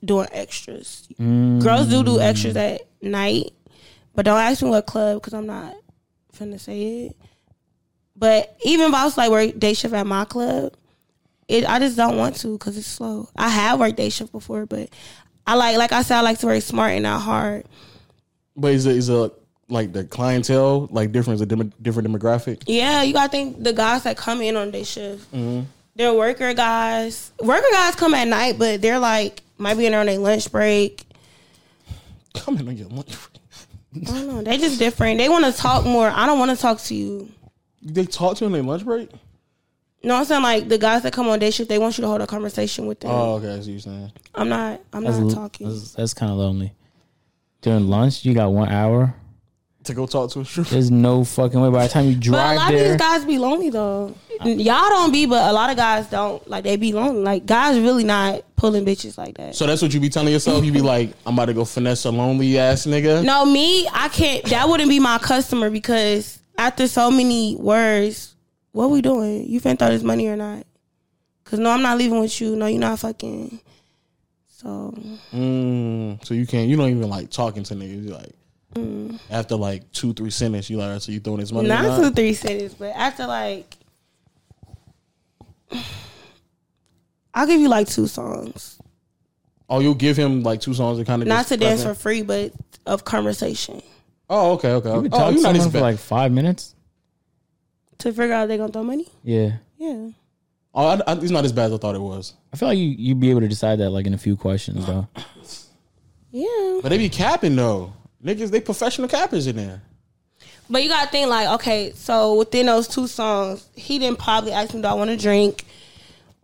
Speaker 4: doing extras. Girls do do extras at night, but don't ask me what club because I'm not finna say it. But even if I was like work day shift at my club, it I just don't want to because it's slow. I have worked day shift before, but I like like I said I like to work smart and not hard.
Speaker 1: But is it is a like the clientele like different? Is a dem- different demographic?
Speaker 4: Yeah, you gotta think the guys that come in on day shift.
Speaker 6: Mm-hmm.
Speaker 4: They're worker guys. Worker guys come at night, but they're like might be in there on their lunch break.
Speaker 1: Come in on your lunch. break.
Speaker 4: I don't know. They just different. They want to talk more. I don't want to talk to you.
Speaker 1: They talk to you on their lunch break.
Speaker 4: You know what I'm saying? Like the guys that come on day shift, they want you to hold a conversation with them.
Speaker 1: Oh, okay, I see what you're saying.
Speaker 4: I'm not. I'm
Speaker 6: That's,
Speaker 4: not talking.
Speaker 6: that's, kind of lonely. During lunch, you got one hour.
Speaker 1: To go talk to a stripper.
Speaker 6: There's no fucking way. By the time you
Speaker 4: but a
Speaker 6: drive
Speaker 4: lot of
Speaker 6: there,
Speaker 4: these guys be lonely though. Y'all don't be, but a lot of guys don't. Like they be lonely. Like guys really not pulling bitches like that.
Speaker 1: So that's what you be telling yourself. You be like, I'm about to go finesse a lonely ass nigga.
Speaker 4: No, me, I can't. That wouldn't be my customer because after so many words, what we doing? You finna throw this money or not? Cause no, I'm not leaving with you. No, you're not fucking. So
Speaker 1: Mm, so you can't. You don't even like talking to niggas. You like, After like two, three sentences, you like, "All right, so you throwing this money? or
Speaker 4: Not
Speaker 1: Not
Speaker 4: two, three cities, but after like, I'll give you like two songs.
Speaker 1: oh, you'll give him like two songs and kind of
Speaker 4: Not to dance for free, but of conversation
Speaker 1: Oh, okay, okay.
Speaker 6: You
Speaker 1: okay.
Speaker 6: could
Speaker 1: Oh,
Speaker 6: talk to
Speaker 1: you're not
Speaker 6: someone
Speaker 1: as
Speaker 6: for
Speaker 1: bad.
Speaker 6: like five minutes.
Speaker 4: to figure out they gonna throw money.
Speaker 6: Yeah,
Speaker 4: Yeah,
Speaker 1: oh, I, I, it's not as bad as I thought it was.
Speaker 6: I feel like you you'd be able to decide that like in a few questions though.
Speaker 4: yeah.
Speaker 1: But they be capping though, niggas. They professional cappers in there.
Speaker 4: But you gotta think like, okay, so within those two songs, he didn't probably ask me, "Do I want to drink?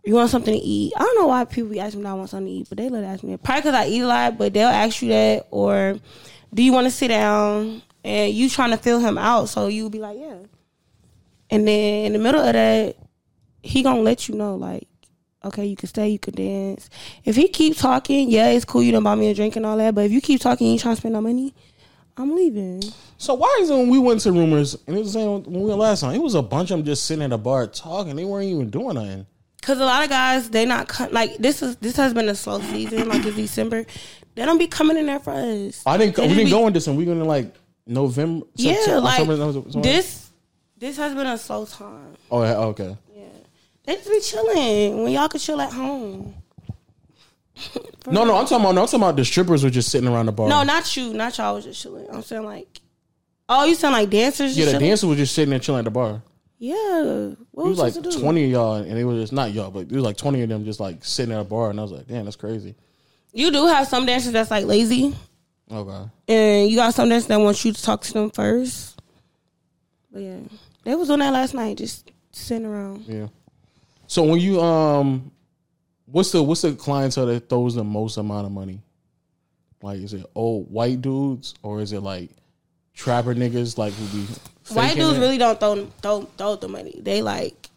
Speaker 4: You want something to eat?" I don't know why people be asking me, "Do I want something to eat?" But they love to ask me. that. Probably because I eat a lot, but they'll ask you that. Or, "Do you want to sit down?" And you trying to fill him out, so you be like, "Yeah." And then in the middle of that, he gonna let you know like. Okay, you can stay, you can dance. If he keep talking, yeah, it's cool. You done buy me a drink and all that. But if you keep talking, you ain't trying to spend no money. I'm leaving.
Speaker 1: So why is it when we went to rumors and it was the same when we went last time? It was a bunch of them just sitting at a bar talking. They weren't even doing nothing.
Speaker 4: Cause a lot of guys, they not co- like this is this has been a slow season. Like it's December, they don't be coming in there for us.
Speaker 1: I didn't.
Speaker 4: They
Speaker 1: We didn't
Speaker 4: just be-
Speaker 1: go in this, and we going to like November.
Speaker 4: Yeah,
Speaker 1: September-
Speaker 4: like
Speaker 1: October, November, September.
Speaker 4: this this has been a slow time.
Speaker 1: Oh, yeah, okay.
Speaker 4: Yeah, they just be chilling when y'all could chill at home.
Speaker 1: No, no, I'm talking about. No, I'm talking about the strippers were just sitting around the bar.
Speaker 4: No, not you, not y'all was just chilling. I'm saying like, oh, you sound like dancers.
Speaker 1: yeah,
Speaker 4: just
Speaker 1: the
Speaker 4: chilling?
Speaker 1: dancers were just sitting there chilling at the bar.
Speaker 4: Yeah, what
Speaker 1: It
Speaker 4: was
Speaker 1: was like
Speaker 4: supposed to do?
Speaker 1: twenty of y'all, and it was just not y'all, but it was like twenty of them just like sitting at a bar, and I was like, damn, that's crazy.
Speaker 4: You do have some dancers that's like lazy,
Speaker 1: Okay.
Speaker 4: and you got some dancers that want you to talk to them first. But yeah, they was on that last night, just sitting around.
Speaker 1: Yeah. So when you um, what's the what's the clientele that throws the most amount of money? Like, is it old white dudes or is it like trapper niggas like who be
Speaker 4: White
Speaker 1: faking
Speaker 4: dudes
Speaker 1: it?
Speaker 4: really don't throw throw throw the money. They like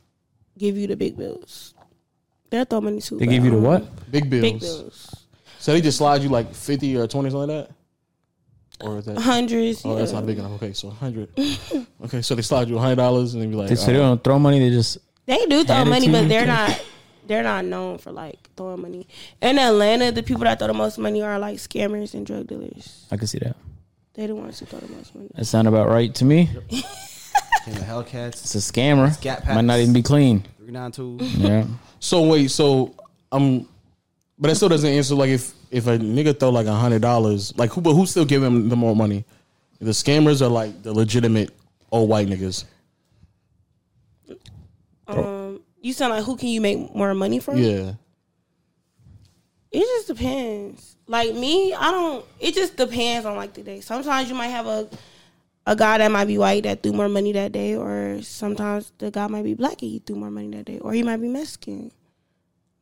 Speaker 4: give you the big bills. They'll throw money too.
Speaker 6: They
Speaker 4: but,
Speaker 6: give you the
Speaker 4: um,
Speaker 6: what?
Speaker 1: big bills.
Speaker 4: Big bills,
Speaker 1: So they just slide you like fifty or twenty something like that, or is that?
Speaker 4: hundreds.
Speaker 1: Oh, that's
Speaker 4: yeah.
Speaker 1: not big enough. Okay, so hundred. okay, so they slide you hundred dollars and then be like,
Speaker 6: They, so they
Speaker 1: uh,
Speaker 6: don't throw money. They just
Speaker 4: They do throw
Speaker 6: Hand it
Speaker 4: money,
Speaker 6: to
Speaker 4: but
Speaker 6: you.
Speaker 4: they're not they're not known for like throwing money. In Atlanta, the people that throw the most money are like scammers and drug dealers.
Speaker 6: I can see that.
Speaker 4: They the ones who throw the most money.
Speaker 6: That sound about right to me.
Speaker 3: Came the Hellcats,
Speaker 6: It's a scammer.
Speaker 3: Scat
Speaker 6: Might not
Speaker 3: packs.
Speaker 6: even be clean.
Speaker 3: three nine two.
Speaker 6: Yeah.
Speaker 1: So wait, so um, but that still doesn't answer. Like if if a nigga throw like a hundred dollars, like who but who's still giving him the more money? The scammers are like the legitimate old white niggas.
Speaker 6: Oh.
Speaker 4: Um, you sound like who can you make more money from?
Speaker 1: Yeah.
Speaker 4: It just depends. Like me, I don't. It just depends on like the day. Sometimes you might have a a guy that might be white that threw more money that day, or sometimes the guy might be black and he threw more money that day, or he might be Mexican.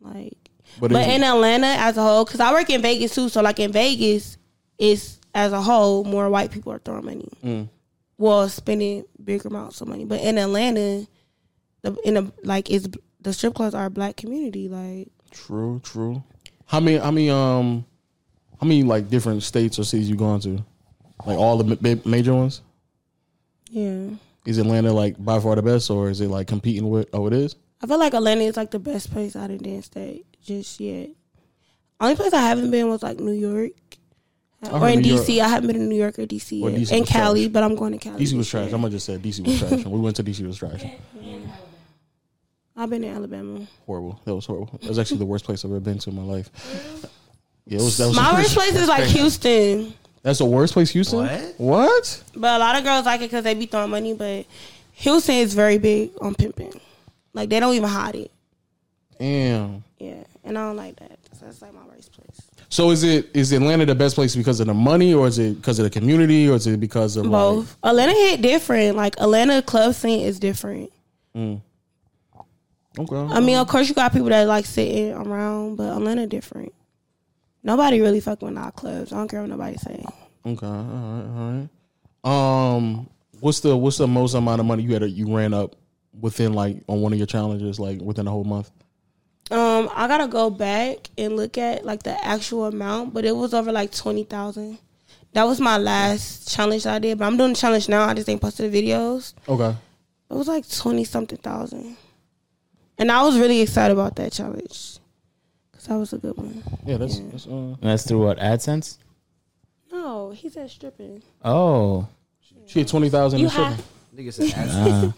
Speaker 4: Like,
Speaker 1: But
Speaker 4: but,
Speaker 1: is it-
Speaker 4: in Atlanta as a whole, because I work in Vegas too, so like in Vegas, it's as a whole more white people are throwing money, well spending bigger amounts of money. But in Atlanta, the in the like it's the strip clubs are a black community. Like
Speaker 1: True. True. How many? How many? Um, how many like different states or cities you gone to? Like all the ma- ma- major ones?
Speaker 4: yeah.
Speaker 1: Is Atlanta like by far the best, or is it like competing with? Oh, it is.
Speaker 4: I feel like Atlanta is like the best place I didn't dance at just yet. Only place I haven't been was like New York. Or
Speaker 1: heard
Speaker 4: in
Speaker 1: New York.
Speaker 4: DC. I haven't been in New York or DC
Speaker 1: Well,
Speaker 4: yet.
Speaker 1: DC
Speaker 4: and
Speaker 1: was
Speaker 4: Cali,
Speaker 1: trash.
Speaker 4: but I'm going to Cali.
Speaker 1: DC was
Speaker 4: this
Speaker 1: trash.
Speaker 4: year.
Speaker 1: I'm gonna just say DC was trash. When we went to DC it was trash.
Speaker 4: I've been in Alabama.
Speaker 1: Horrible. That was horrible. That was actually the worst place I've ever been to in my life. Yeah, it was. That was
Speaker 4: My worst place is like Houston.
Speaker 1: That's the worst place, Houston.
Speaker 3: What?
Speaker 1: What?
Speaker 4: But a lot of girls like it because they be throwing money. But Houston is very big on pimping. Like they don't even hide it.
Speaker 1: Damn.
Speaker 4: Yeah. And I don't like that. So that's like my worst place.
Speaker 1: So is it is Atlanta the best place because of the money, or is it because of the community, or is it because of like,
Speaker 4: Both. Atlanta hit different. Like Atlanta club scene is different.
Speaker 1: okay,
Speaker 4: I mean, of course, you got people that like sitting around, but Atlanta different. Nobody really fuck with our clubs. I don't care what nobody say.
Speaker 1: okay, all right, all right. Um, what's the what's the most amount of money you had uh, you ran up within like on one of your challenges, like within a whole month?
Speaker 4: Um, I gotta go back and look at like the actual amount, but it was over like twenty thousand. That was my last challenge I did, but I'm doing the challenge now. I just ain't posted the videos.
Speaker 1: Okay,
Speaker 4: It was like twenty something thousand, and I was really excited about that challenge because that was a good one.
Speaker 1: yeah, that's, that's uh,
Speaker 6: And that's through what AdSense.
Speaker 4: No, he said stripping.
Speaker 6: Oh,
Speaker 1: She had 20,000
Speaker 4: You
Speaker 1: in
Speaker 4: have
Speaker 1: stripping.
Speaker 3: Nigga said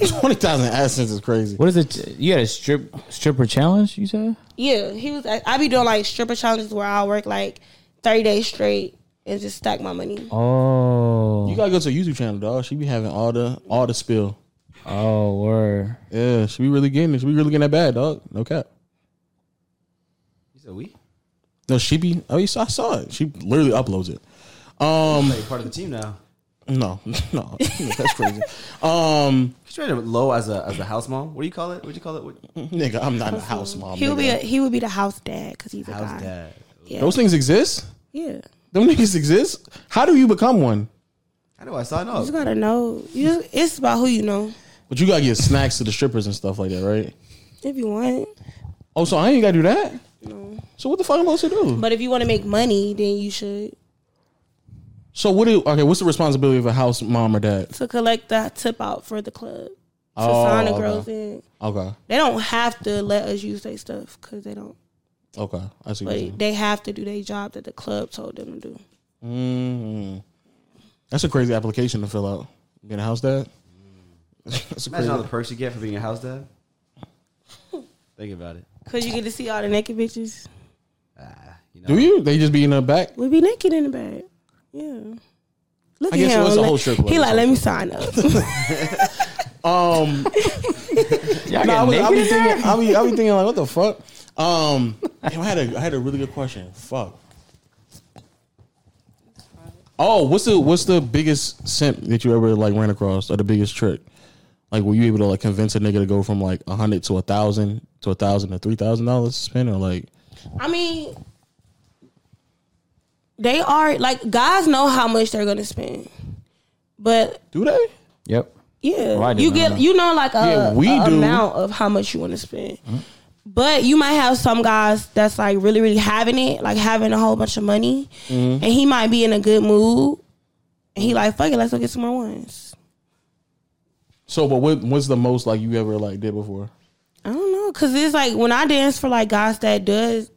Speaker 3: ass.
Speaker 1: 20,000 AdSense is crazy.
Speaker 6: what is it? You had a strip stripper challenge. You said
Speaker 4: yeah. He was. I, I be doing like stripper challenges where I work like thirty days straight and just stack my money.
Speaker 6: oh
Speaker 1: You gotta go to her YouTube channel, dog. She be having all the all the spill.
Speaker 6: oh word.
Speaker 1: Yeah, she be really getting it. She be really getting that bad, dog. No cap.
Speaker 3: He said we.
Speaker 1: No, she be. Oh, you saw, I saw it. She literally uploads it. Um,
Speaker 3: Like part of the team now.
Speaker 1: no, no, that's crazy. Um,
Speaker 3: He's trying to low as a as a house mom. What do you call it? What do you call it? What,
Speaker 1: nigga, I'm not a house mom.
Speaker 4: He would be. A,
Speaker 1: nigga.
Speaker 4: he would be the house dad because he's a guy.
Speaker 3: house dad.
Speaker 4: Yeah.
Speaker 1: Those things exist.
Speaker 4: yeah.
Speaker 1: Them niggas exist. How do you become one?
Speaker 3: How do I sign up?
Speaker 4: You gotta know. You just, it's about who you know.
Speaker 1: But you gotta get snacks to the strippers and stuff like that, right?
Speaker 4: If you want.
Speaker 1: Oh, so I ain't gotta do that. So what the fuck am I supposed to do?
Speaker 4: But if you want to make money, then you should
Speaker 1: So what do? Okay, what's the responsibility of a house mom or dad?
Speaker 4: to collect the tip out for the club. To
Speaker 1: Oh,
Speaker 4: sign the
Speaker 1: okay.
Speaker 4: girls in.
Speaker 1: Okay,
Speaker 4: They don't have to let us use their stuff because they don't.
Speaker 1: okay, I see. What you're
Speaker 4: But they have to do their job that the club told them to do.
Speaker 1: saying. mm That's a crazy application to fill out. Being a house dad. That's a
Speaker 3: Imagine
Speaker 1: crazy.
Speaker 3: all the perks you get for being a house dad. Think about it.
Speaker 4: Cause you get to see all the naked bitches.
Speaker 3: Ah, you know.
Speaker 1: Do you? They just be in the back.
Speaker 4: We be naked in the bed. Yeah. Look
Speaker 1: I
Speaker 4: at
Speaker 1: guess
Speaker 4: him.
Speaker 1: it was a
Speaker 4: Like-
Speaker 1: whole strip club.
Speaker 4: he like, let me sign up.
Speaker 1: Um,
Speaker 6: Y'all
Speaker 1: no, I,
Speaker 6: got
Speaker 1: was, I
Speaker 6: naked
Speaker 1: be
Speaker 6: in there?
Speaker 1: thinking, I be, I be thinking like, what the fuck? Um, damn, I had a, I had a really good question. Fuck. Oh, what's the, what's the biggest simp that you ever like ran across, or the biggest trick? Like, were you able to like convince a nigga to go from like a hundred to a thousand to a thousand to three thousand dollars to spend, or like,
Speaker 4: I mean, they are like guys know how much they're gonna spend, but
Speaker 1: do they?
Speaker 6: Yep.
Speaker 4: Yeah,
Speaker 1: Oh,
Speaker 6: Well, I did
Speaker 4: you
Speaker 6: not
Speaker 4: get
Speaker 6: know.
Speaker 4: you know like a,
Speaker 1: Yeah, we
Speaker 4: a
Speaker 1: do. Mm-hmm.
Speaker 4: amount of how much you want to spend, but you might have some guys that's like really really having it, like having a whole bunch of money,
Speaker 1: Mm-hmm.
Speaker 4: and he might be in a good mood, and he like fuck it, let's go get some more ones.
Speaker 1: So, but what, what's the most like you ever like did before?
Speaker 4: I don't know, cause it's like when I dance for like guys that does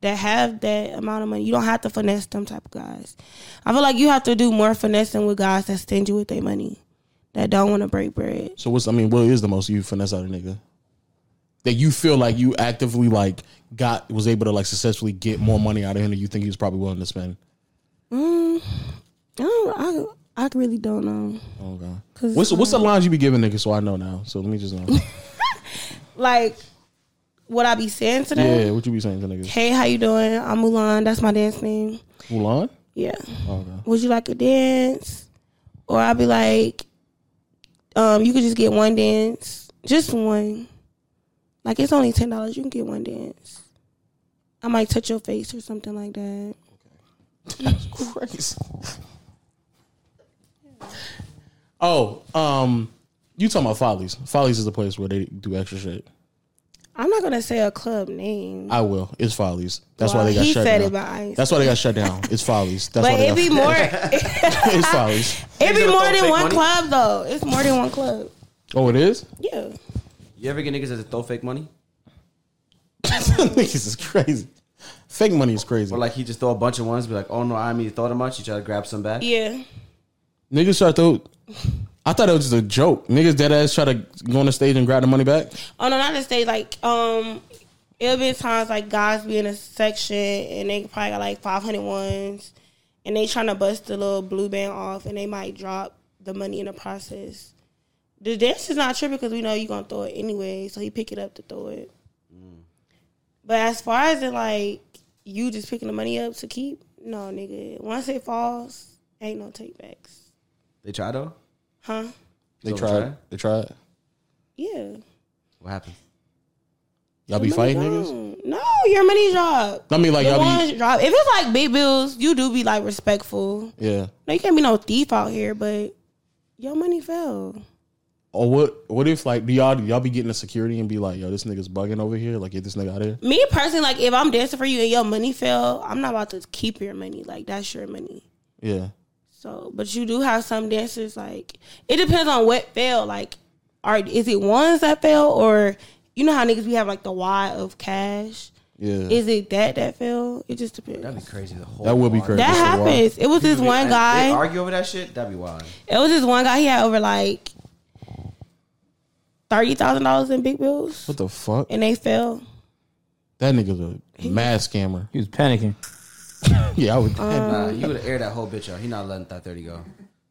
Speaker 4: that have that amount of money, you don't have to finesse them type of guys. I feel like you have to do more finessing with guys that stingy with their money, that don't want to break bread.
Speaker 1: So what's I mean, what is the most you finesse out of nigga? That you feel like you actively like got was able to like successfully get more money out of him than you think he was probably willing to spend.
Speaker 4: Mm, I don't, I I really don't know.
Speaker 1: Okay.
Speaker 4: 'Cause
Speaker 1: Oh, What's what's the lines you be giving niggas so I know now? So let me just know.
Speaker 4: like what I be saying to them.
Speaker 1: yeah, what you be saying to niggas?
Speaker 4: Hey, how you doing? I'm Mulan. That's my dance name.
Speaker 1: Mulan? Oh,
Speaker 4: Yeah.
Speaker 1: Okay.
Speaker 4: Would you like to dance? Or I'll be like, um, you could just get one dance, just one. Like it's only ten dollars. You can get one dance. I might touch your face or something like that.
Speaker 1: Christ. Oh, um, you talking about Follies. Follies is the place where they do extra shit.
Speaker 4: I'm not gonna say a club name.
Speaker 1: I will. It's Follies. That's
Speaker 4: Well,
Speaker 1: why they got
Speaker 4: he
Speaker 1: shut
Speaker 4: said
Speaker 1: down.
Speaker 4: it, but I ain't
Speaker 1: That's why they got shut down. It's Follies. That's
Speaker 4: but
Speaker 1: why
Speaker 4: it
Speaker 1: they got
Speaker 4: be more. it
Speaker 1: It's Follies.
Speaker 4: be
Speaker 3: Niggas
Speaker 4: more
Speaker 3: don't
Speaker 4: than
Speaker 3: take
Speaker 4: one
Speaker 3: money.
Speaker 4: club though. It's more than one club.
Speaker 1: Oh, it is?
Speaker 4: Yeah.
Speaker 3: You ever get niggas that throw fake money?
Speaker 1: Niggas is crazy. Fake money is crazy.
Speaker 3: Or like he just throw a bunch of ones, be like, oh no, I mean, throw them much. You try to grab some back.
Speaker 4: Yeah.
Speaker 1: niggas try to. I thought it was just a joke. Niggas dead ass try to go on the stage and grab the money back.
Speaker 4: Oh no, not to say like um it'll be times like guys be in a section and they probably got like 500 ones and they trying to bust the little blue band off and they might drop the money in the process. The dance is not tripping because we know you gonna throw it anyway, so he pick it up to throw it.
Speaker 1: Mm.
Speaker 4: But as far as it like you just picking the money up to keep, no nigga. Once it falls, ain't no take backs.
Speaker 3: They try though.
Speaker 4: Huh?
Speaker 1: They
Speaker 3: So they
Speaker 1: tried.
Speaker 3: tried?
Speaker 1: They tried.
Speaker 4: Yeah.
Speaker 3: What happened?
Speaker 1: Y'all be fighting niggas.
Speaker 4: Mm. No, your money drop.
Speaker 1: I mean, like
Speaker 4: The
Speaker 1: y'all
Speaker 4: ones
Speaker 1: be.
Speaker 4: drop. If it's like big bills, you do be like respectful.
Speaker 1: Yeah.
Speaker 4: No, you can't be no thief out here, but your money fell.
Speaker 1: Or what? What if like do y'all do y'all be getting the security and be like, yo, this nigga's bugging over here. Like get this nigga out of here.
Speaker 4: Me personally, like if I'm dancing for you and your money fell, I'm not about to keep your money. Like that's your money.
Speaker 1: Yeah.
Speaker 4: So, but you do have some dancers. Like it depends on what fell. Like, are is it ones that fell or you know how niggas we have like the wad of cash.
Speaker 1: Yeah.
Speaker 4: Is it that that fell? It just depends.
Speaker 3: That'd be crazy. The whole
Speaker 1: That would be
Speaker 3: bar.
Speaker 1: crazy.
Speaker 4: That
Speaker 1: Just a while.
Speaker 4: happens. It was this one
Speaker 3: And They
Speaker 4: guy.
Speaker 3: argue over that shit. That'd be wild.
Speaker 4: It was this one guy. He had over like thirty thousand dollars in big bills,
Speaker 1: What the fuck?
Speaker 4: and they fell.
Speaker 1: That nigga's a mad scammer.
Speaker 6: He was panicking.
Speaker 1: Yeah, I would.
Speaker 4: Uh,
Speaker 3: Nah, you would have aired that whole bitch out. He not letting that thirty go.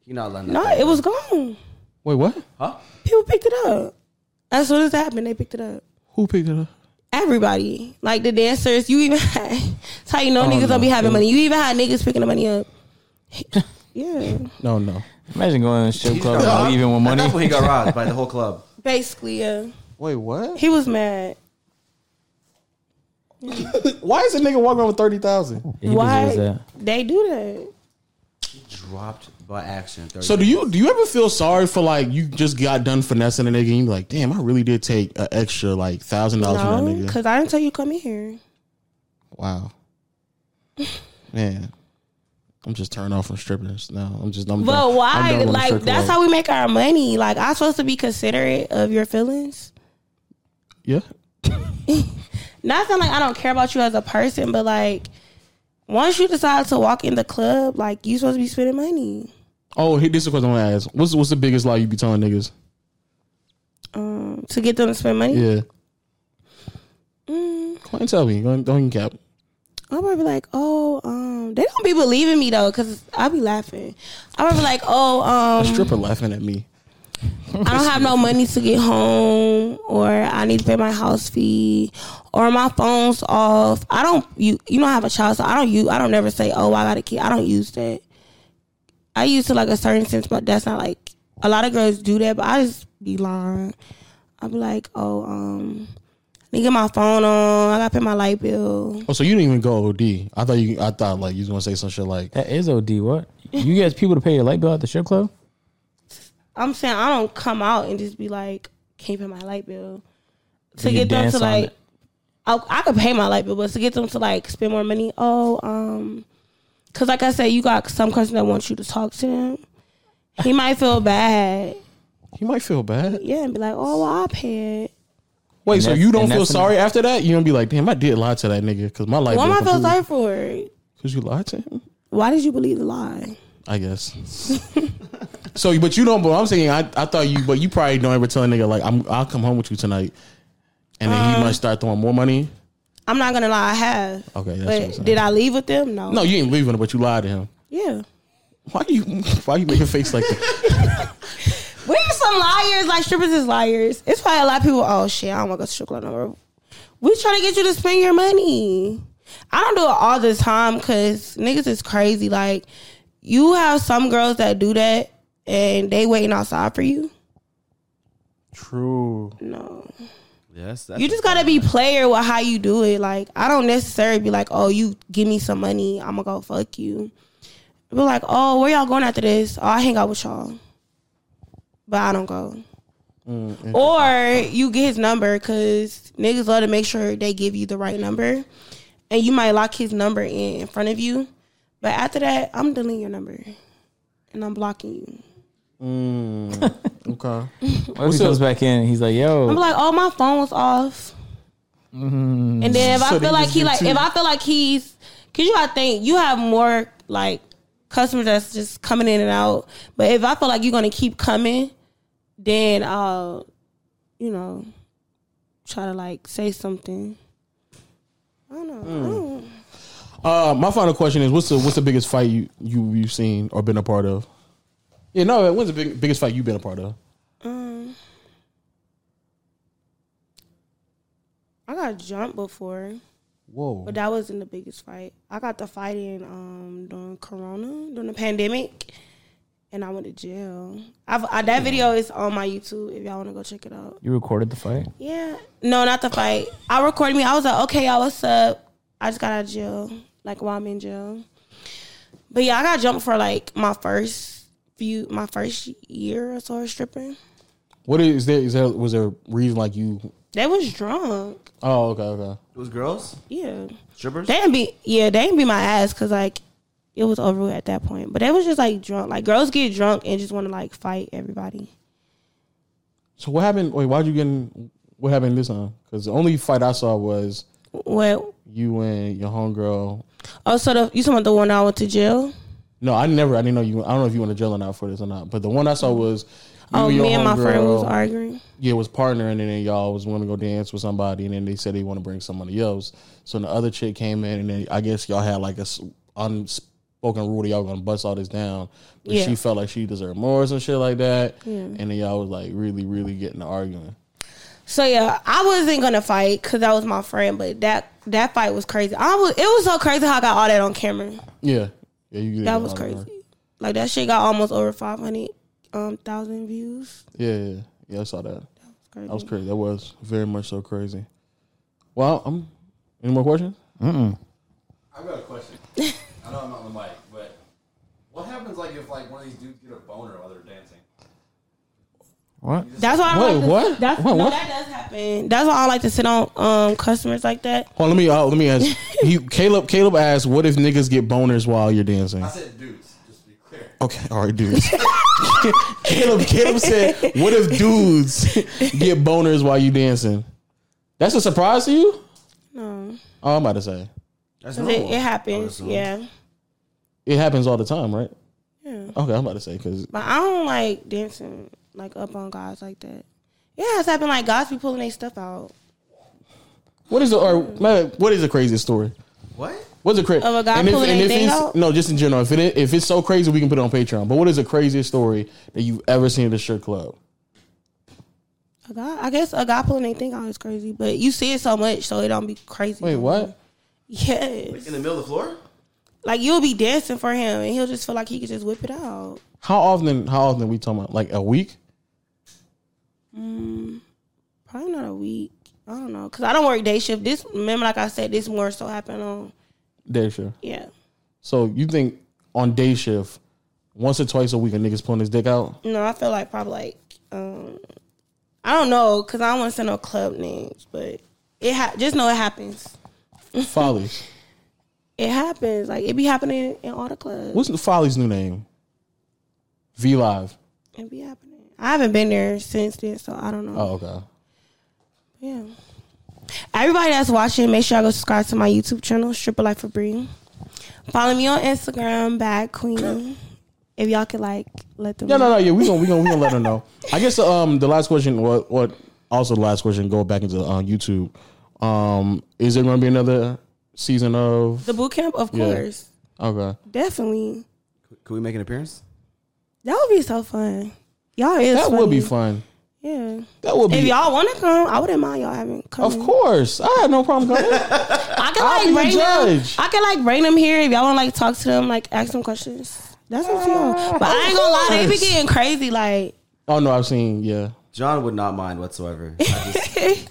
Speaker 3: He not letting that.
Speaker 4: No,
Speaker 3: 30
Speaker 4: it
Speaker 3: go.
Speaker 4: was gone.
Speaker 1: Wait, what?
Speaker 3: huh?
Speaker 4: People picked it up. As soon as that happened, they picked it up.
Speaker 1: Who picked it up?
Speaker 4: Everybody, like the dancers, you even had. That's how you
Speaker 6: Oh,
Speaker 4: know niggas don't be having money. You even had niggas picking the money up. yeah,
Speaker 1: No, no.
Speaker 6: Imagine going to a strip
Speaker 3: He
Speaker 6: club
Speaker 3: got
Speaker 6: and
Speaker 3: robbed.
Speaker 6: leaving with
Speaker 3: At
Speaker 6: money.
Speaker 3: that point, he got robbed by the whole club.
Speaker 4: basically, yeah.
Speaker 1: Wait, what?
Speaker 4: He was mad.
Speaker 1: Why is a nigga walking around with thirty thousand?
Speaker 6: He
Speaker 4: Why
Speaker 6: deserves that.
Speaker 4: they do that?
Speaker 3: Dropped by accident. 30
Speaker 1: So do you do you ever feel sorry for like you just got done finessing a nigga and you be like, damn, I really did take an extra like thousand dollars from that
Speaker 4: No,
Speaker 1: nigga.
Speaker 4: because I didn't tell you come in here.
Speaker 1: Wow. Man. I'm just turned off from strippers now. I'm just I'm
Speaker 4: But
Speaker 1: done- I'm
Speaker 4: why?
Speaker 1: done with the
Speaker 4: Like
Speaker 1: strip
Speaker 4: that's
Speaker 1: club.
Speaker 4: how we make our money. Like I'm supposed to be considerate of your feelings.
Speaker 1: Yeah.
Speaker 4: Not saying like I don't care about you as a person, but like once you decide to walk in the club, like you supposed to be spending money.
Speaker 1: Oh, here- this is what I want to ask. What's what's the biggest lie you be telling niggas?
Speaker 4: Um, to get them to spend money.
Speaker 1: Yeah. Go and tell me. Go and, don't even cap.
Speaker 4: I'll probably be like, oh, um, they don't be believing me though, cause I'll be laughing. I'll probably be like, oh,
Speaker 1: A
Speaker 4: um,
Speaker 1: stripper laughing at me.
Speaker 4: I don't have no money to get home, or I need to pay my house fee, or my phone's off. I don't you you don't have a child, so I don't you I don't never say oh I got a kid. I don't use that. I use to like a certain sense, but that's not like a lot of girls do that. But I just be lying. I be like oh um. I need to get my phone on. I gotta pay my light bill.
Speaker 1: Oh, so you didn't even go OD. I thought you I thought like you was gonna say some shit like
Speaker 6: That is OD. What? You guys people to pay your light bill at the strip club?
Speaker 4: I'm saying I don't come out and just be like, can't pay my light bill. To
Speaker 6: You
Speaker 4: get them
Speaker 6: dance
Speaker 4: to
Speaker 6: on
Speaker 4: like,
Speaker 6: it.
Speaker 4: I, I could pay my light bill, but to get them to like spend more money, oh, um, because like I said, you got some person that wants you to talk to him. He might feel bad,
Speaker 1: he might feel bad.
Speaker 4: yeah, and be like, oh, well, I paid.
Speaker 1: Wait,
Speaker 6: And
Speaker 1: so
Speaker 6: that's-
Speaker 1: you don't
Speaker 6: and
Speaker 1: feel
Speaker 6: that's an-
Speaker 1: sorry after that? You gonna be like, damn, I did lie to that nigga because my life.
Speaker 4: Why am I feel sorry for?
Speaker 1: Because you lied to him,
Speaker 4: Why did you believe the lie?
Speaker 1: I guess. so, but you don't. But I'm saying, I, I thought you, but you probably don't ever tell a nigga like, I'm, I'll come home with you tonight, and then he might start throwing more money.
Speaker 4: I'm not gonna lie, I have.
Speaker 1: Okay, that's what I'm saying.
Speaker 4: but did I leave with them? No.
Speaker 1: No, you ain't leaving, but you lied to him.
Speaker 4: Yeah.
Speaker 1: Why you, why you making face like that?
Speaker 4: We're some liars. Like strippers is liars. It's probably a lot of people. Oh shit, I don't want to go to strip club no more. We trying to get you to spend your money. I don't do it all the time because niggas is crazy. Like you have some girls that do that and they waiting outside for you.
Speaker 1: True.
Speaker 4: No,
Speaker 3: Yes, that's
Speaker 4: you just gotta be player with how you do it. Like I don't necessarily be like, oh, you give me some money, I'm gonna go fuck you. Be like, oh, where y'all going after this? Oh, I hang out with y'all, but I don't go. Or you get his number because niggas love to make sure they give you the right number, and you might lock his number in in front of you. But after that, I'm deleting your number, and I'm blocking you.
Speaker 1: Okay.
Speaker 6: What if he comes back in? and He's like,
Speaker 4: I'm
Speaker 6: yo,
Speaker 4: like, oh, my phone was off. And then
Speaker 1: Mm-hmm.
Speaker 4: if
Speaker 1: So
Speaker 4: I
Speaker 1: they
Speaker 4: feel like
Speaker 1: just
Speaker 4: he
Speaker 1: do
Speaker 4: like
Speaker 1: two.
Speaker 4: if I feel like he's cause you gotta think you have more like customers that's just coming in and out. But if I feel like you're gonna keep coming, then I'll you know try to like say something. I don't
Speaker 1: Hmm.
Speaker 4: know. I don't-
Speaker 1: Uh, my final question is, what's the what's the biggest fight you you you've seen or been a part of? Yeah, no. What's the big, biggest fight you've been a part of?
Speaker 4: um, I got jumped before,
Speaker 1: Whoa.
Speaker 4: but that wasn't the biggest fight. I got the fight in um during Corona, during the pandemic, and I went to jail. I've, I, that video is on my YouTube if y'all want to go check it out.
Speaker 6: you recorded the fight?
Speaker 4: Yeah. No, not the fight. I recorded me. I was like, okay, y'all, what's up? I just got out of jail, like while I'm in jail. But yeah, I got jumped for like my first few, my first year or so of stripping.
Speaker 1: What is there? Is there was there a reason like you?
Speaker 4: They was drunk.
Speaker 1: Oh, okay, okay.
Speaker 3: it was girls,
Speaker 4: Yeah.
Speaker 3: strippers.
Speaker 4: They didn't be, yeah, they didn't be my ass because like it was over with at that point. But they was just like drunk. Like girls get drunk and just want to like fight everybody.
Speaker 1: So what happened? Wait, why'd you get? In, what happened this time? Because the only fight I saw was
Speaker 4: Well,
Speaker 1: you and your homegirl.
Speaker 4: Also, the, you talking about the one that I went to jail?
Speaker 1: No, I never. I didn't know you. I don't know if you went to jail or not for this or not. But the one I saw was you
Speaker 4: Oh,
Speaker 1: your
Speaker 4: me and my friend was
Speaker 1: homegirl-
Speaker 4: arguing.
Speaker 1: yeah, was partnering, and then y'all was want to go dance with somebody, and then they said they want to bring somebody else. So the other chick came in, and then I guess y'all had like a s- unspoken rule that y'all gonna bust all this down. But
Speaker 4: Yeah.
Speaker 1: she felt like she deserved more or some shit like that, and then y'all was like really, really getting to arguing.
Speaker 4: So yeah, I wasn't gonna fight because that was my friend, but that that fight was crazy. I was it was so crazy how I got all that on camera.
Speaker 1: Yeah, yeah, you did
Speaker 4: That
Speaker 1: get
Speaker 4: was
Speaker 1: all
Speaker 4: crazy.
Speaker 1: that.
Speaker 4: Like that shit got almost over five hundred um thousand views.
Speaker 1: Yeah, yeah, yeah, I saw that.
Speaker 4: It's crazy.
Speaker 1: That was crazy. That was very much so crazy. Well, um, any more questions?
Speaker 7: I've got a question. I know I'm not on the mic, but what happens like if like one of these dudes get a boner while they're dancing?
Speaker 6: What?
Speaker 4: That's why I
Speaker 1: Wait,
Speaker 4: don't like to-
Speaker 1: what?
Speaker 4: That's,
Speaker 1: Wait,
Speaker 4: no,
Speaker 1: what?
Speaker 4: that does happen. That's why I don't like to sit on um customers like that.
Speaker 1: Hold on, let me uh, let me ask you. Caleb, Caleb asked, "What if niggas get boners while you're dancing?"
Speaker 7: I said dudes, just to be clear.
Speaker 1: Okay, all right, dudes. Caleb, Caleb said, "What if dudes get boners while you dancing?" That's a surprise to you?
Speaker 4: No,
Speaker 1: Oh, I'm about to say
Speaker 3: That's
Speaker 4: 'Cause
Speaker 3: normal.
Speaker 4: it, it happens.
Speaker 3: Honestly.
Speaker 4: yeah,
Speaker 1: it happens all the time, right?
Speaker 4: yeah.
Speaker 1: Okay, I'm about to say because
Speaker 4: But I don't like dancing like up on guys like that. Yeah, it's happened. Like guys be pulling their stuff out
Speaker 1: what is the or matter- what is the craziest story?
Speaker 3: What?
Speaker 1: What's the crazy?
Speaker 4: Of a guy pulling a thing out?
Speaker 1: no, just in general. If it if it's so crazy, we can put it on Patreon. But what is the craziest story that you've ever seen at a strip club?
Speaker 4: A guy, I guess a guy pulling their thing out is crazy, but you see it so much, so it don't be crazy.
Speaker 1: Wait,
Speaker 4: no more.
Speaker 1: what?
Speaker 4: Yes,
Speaker 3: In the middle of the floor?
Speaker 4: like you'll be dancing for him, and he'll just feel like he could just whip it out.
Speaker 1: How often? How often we talking about? Like a week?
Speaker 4: Probably not a week. I don't know, cause I don't work day shift. This remember, like I said, this more so happened on
Speaker 1: Day shift.
Speaker 4: yeah.
Speaker 1: So you think on day shift, once or twice a week, a nigga's pulling his dick out?
Speaker 4: No, I feel like probably like um, I don't know, cause I don't want to say no club names, but it ha- just know it happens.
Speaker 1: Follies.
Speaker 4: It happens. Like it be happening in all the clubs.
Speaker 1: What's the Follies' new name? V Live.
Speaker 4: It be happening. I haven't been there since then, so I don't know.
Speaker 1: Oh, okay.
Speaker 4: Yeah. Everybody that's watching, make sure I go subscribe to my YouTube channel, Stripper Life for Bree. Follow me on Instagram, Bad Queen. If y'all could like let them.
Speaker 1: No, no, no. Yeah, we gonna we gonna we gonna let her know. I guess um the last question, what what also the last question, go back into uh, YouTube. Um, is there gonna be another season of?
Speaker 4: The boot camp, of
Speaker 1: Yeah.
Speaker 4: course,
Speaker 1: Okay,
Speaker 4: definitely.
Speaker 3: Could we make an appearance?
Speaker 4: That would be so fun. Y'all is
Speaker 1: that would be
Speaker 4: funny.
Speaker 1: fun.
Speaker 4: Yeah.
Speaker 1: That would
Speaker 4: If
Speaker 1: be.
Speaker 4: y'all want to come, I wouldn't mind y'all having come.
Speaker 1: Of course, I had no problem coming.
Speaker 4: I
Speaker 1: I'll
Speaker 4: can
Speaker 1: be
Speaker 4: like
Speaker 1: the
Speaker 4: bring them.
Speaker 1: judge.
Speaker 4: I can like bring them here if y'all want to like talk to them, like ask them questions. That's what you want. But I ain't gonna lie, they be
Speaker 1: course.
Speaker 4: getting crazy. Like
Speaker 1: oh no, I've seen. Yeah,
Speaker 3: John would not mind whatsoever. I just-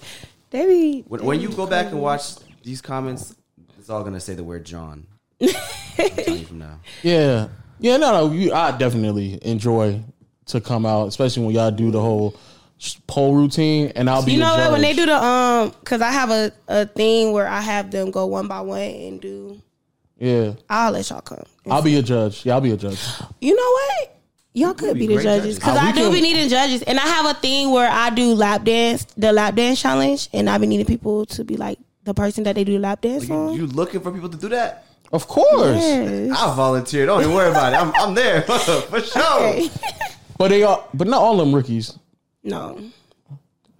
Speaker 4: they be.
Speaker 3: when, when you go back and watch these comments, it's all gonna say the word John. I'm telling you from now.
Speaker 1: yeah, yeah. No, no. You, I definitely enjoy to come out, especially when y'all do the whole s- poll routine, and I'll be.
Speaker 4: You
Speaker 1: the
Speaker 4: know what? When they
Speaker 1: judge.
Speaker 4: do the um, cause I have a a thing where I have them go one by one and do.
Speaker 1: yeah.
Speaker 4: I'll let y'all come.
Speaker 1: I'll be a judge. Yeah, I'll be a judge.
Speaker 4: You know what? Y'all could be,
Speaker 3: be
Speaker 4: the
Speaker 3: great
Speaker 4: judges
Speaker 3: judges.
Speaker 4: because
Speaker 1: Ah, we
Speaker 4: I do
Speaker 1: can-
Speaker 4: be needing judges, and I have a thing where I do lap dance, the lap dance challenge, and I be needing people to be like the person that they do lap dance
Speaker 3: You,
Speaker 4: on.
Speaker 3: you looking for people to do that?
Speaker 1: Of course.
Speaker 4: Yes.
Speaker 3: I volunteer. Don't even worry about it. I'm, I'm there for sure.
Speaker 4: Okay.
Speaker 1: But they are but not all of them rookies.
Speaker 4: No,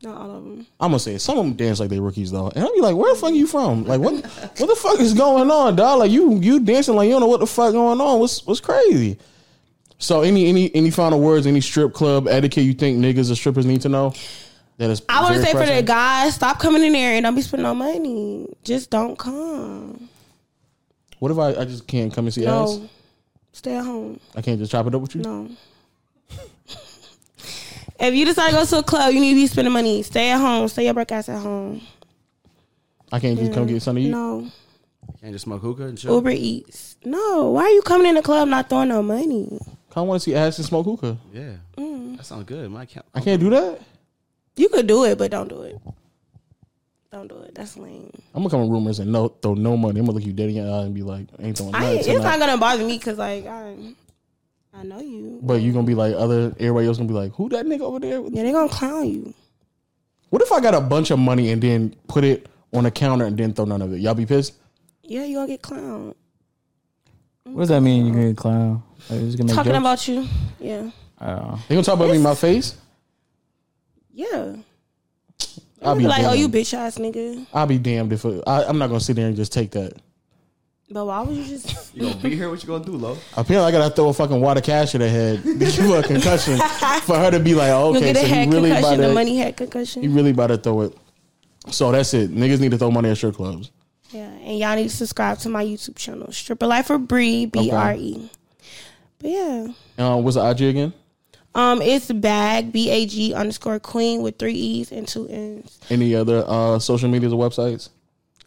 Speaker 4: not all of them.
Speaker 1: I'm gonna say it. some of them dance like they rookies though. And I'll be like, where the fuck are you from? Like what what the fuck is going on, dog? Like you you dancing like you don't know what the fuck going on. What's what's crazy? So any any any final words, any strip club etiquette you think niggas or strippers need to know? That is
Speaker 4: I want to
Speaker 1: very
Speaker 4: say for the
Speaker 1: pressing?
Speaker 4: guys, stop coming in there and don't be spending no money. Just don't come.
Speaker 1: What if I, I just can't come and see ass?
Speaker 4: No, stay at home.
Speaker 1: I can't just chop it up with you?
Speaker 4: No. if you decide to go to a club, you need to be spending money. Stay at home. Stay your broke ass at home.
Speaker 1: I can't just come get something to eat?
Speaker 4: No.
Speaker 3: Can't just smoke hookah and chill.
Speaker 4: Uber Eats. No. Why are you coming in the club not throwing no money?
Speaker 1: I wanna see ass and smoke hookah.
Speaker 3: Yeah, that sounds good. My account.
Speaker 1: I can't do that?
Speaker 4: You could do it, but don't do it. Don't do it. That's lame.
Speaker 1: I'm gonna come with rumors and no throw no money. I'm gonna look you dead in your eye and be like, ain't throwing
Speaker 4: I,
Speaker 1: nothing.
Speaker 4: it's
Speaker 1: tonight.
Speaker 4: not gonna bother me because like I, I know you.
Speaker 1: But you gonna be like other everybody else gonna be like, who that nigga over there?
Speaker 4: Yeah, they gonna clown you.
Speaker 1: What if I got a bunch of money and then put it on a counter and didn't throw none of it. Y'all be pissed?
Speaker 4: Yeah, you gonna get clowned.
Speaker 2: What does that mean? You're gonna clown? Like, you're just gonna make
Speaker 4: Mm-hmm. Talking
Speaker 2: jokes?
Speaker 4: about you. Yeah.
Speaker 6: Oh.
Speaker 1: They gonna talk about me in my face?
Speaker 4: Yeah.
Speaker 1: I'll be
Speaker 4: like,
Speaker 1: damned.
Speaker 4: oh, you bitch ass nigga.
Speaker 1: I'll be damned if it, I, I'm not gonna sit there and just take that.
Speaker 4: But why would you just?
Speaker 3: You gonna be here? What you gonna do, Lo?
Speaker 1: Apparently, I gotta throw a fucking water cash at her head, give her a concussion, for her to be like, oh,
Speaker 4: You'll
Speaker 1: okay,
Speaker 4: get a
Speaker 1: so
Speaker 4: head
Speaker 1: you really about
Speaker 4: concussion. The
Speaker 1: to,
Speaker 4: money head
Speaker 1: you
Speaker 4: concussion.
Speaker 1: really about to throw it. So that's it. Niggas need to throw money at strip clubs.
Speaker 4: Yeah, and y'all need to subscribe to my YouTube channel, Stripper Life for Bree B R E. But yeah,
Speaker 1: Um, what's the IG again?
Speaker 4: um, it's bag B A G underscore queen with three E's and two N's.
Speaker 1: Any other uh, social medias or websites?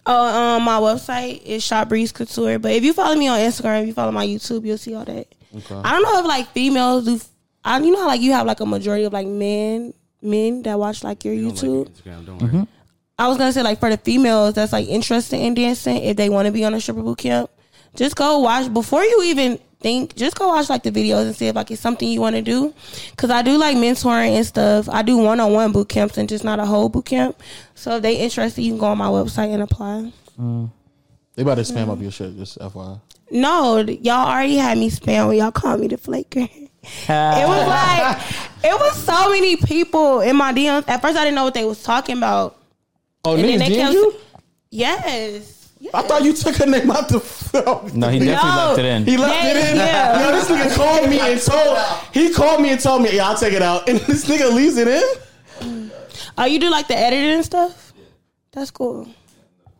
Speaker 4: Oh, um, my website is Shop Breeze Couture. But if you follow me on Instagram, if you follow my YouTube, you'll see all that. I don't know if like females do. I you know how like you have like a majority of like men men that watch like your YouTube.
Speaker 3: Instagram, don't worry.
Speaker 4: I was gonna say like for the females that's like interested in dancing, if they want to be on a stripper boot camp, just go watch before you even think. Just go watch like the videos and see if like it's something you want to do. Cause I do like mentoring and stuff. I do one on one boot camps and just not a whole boot camp. So if they interested, you can go on my website and apply.
Speaker 1: They about to spam
Speaker 4: Mm.
Speaker 1: up your shit. Just FYI.
Speaker 4: No, y'all already had me spam when y'all called me the flaker. It was like it was so many people in my DMs. At first, I didn't know what they was talking about.
Speaker 1: Oh,
Speaker 4: And
Speaker 1: niggas
Speaker 4: then they
Speaker 1: DM'd
Speaker 4: kept-
Speaker 1: you?
Speaker 4: Yes.
Speaker 1: I thought you took her name out the film.
Speaker 2: No, he definitely left it in.
Speaker 1: He left
Speaker 4: Yeah,
Speaker 1: it in.
Speaker 4: yeah.
Speaker 1: Yo, this nigga called me and told he called me and told me, yeah, I'll take it out. And this nigga leaves it in.
Speaker 4: Oh, you do like the editing and stuff? That's cool.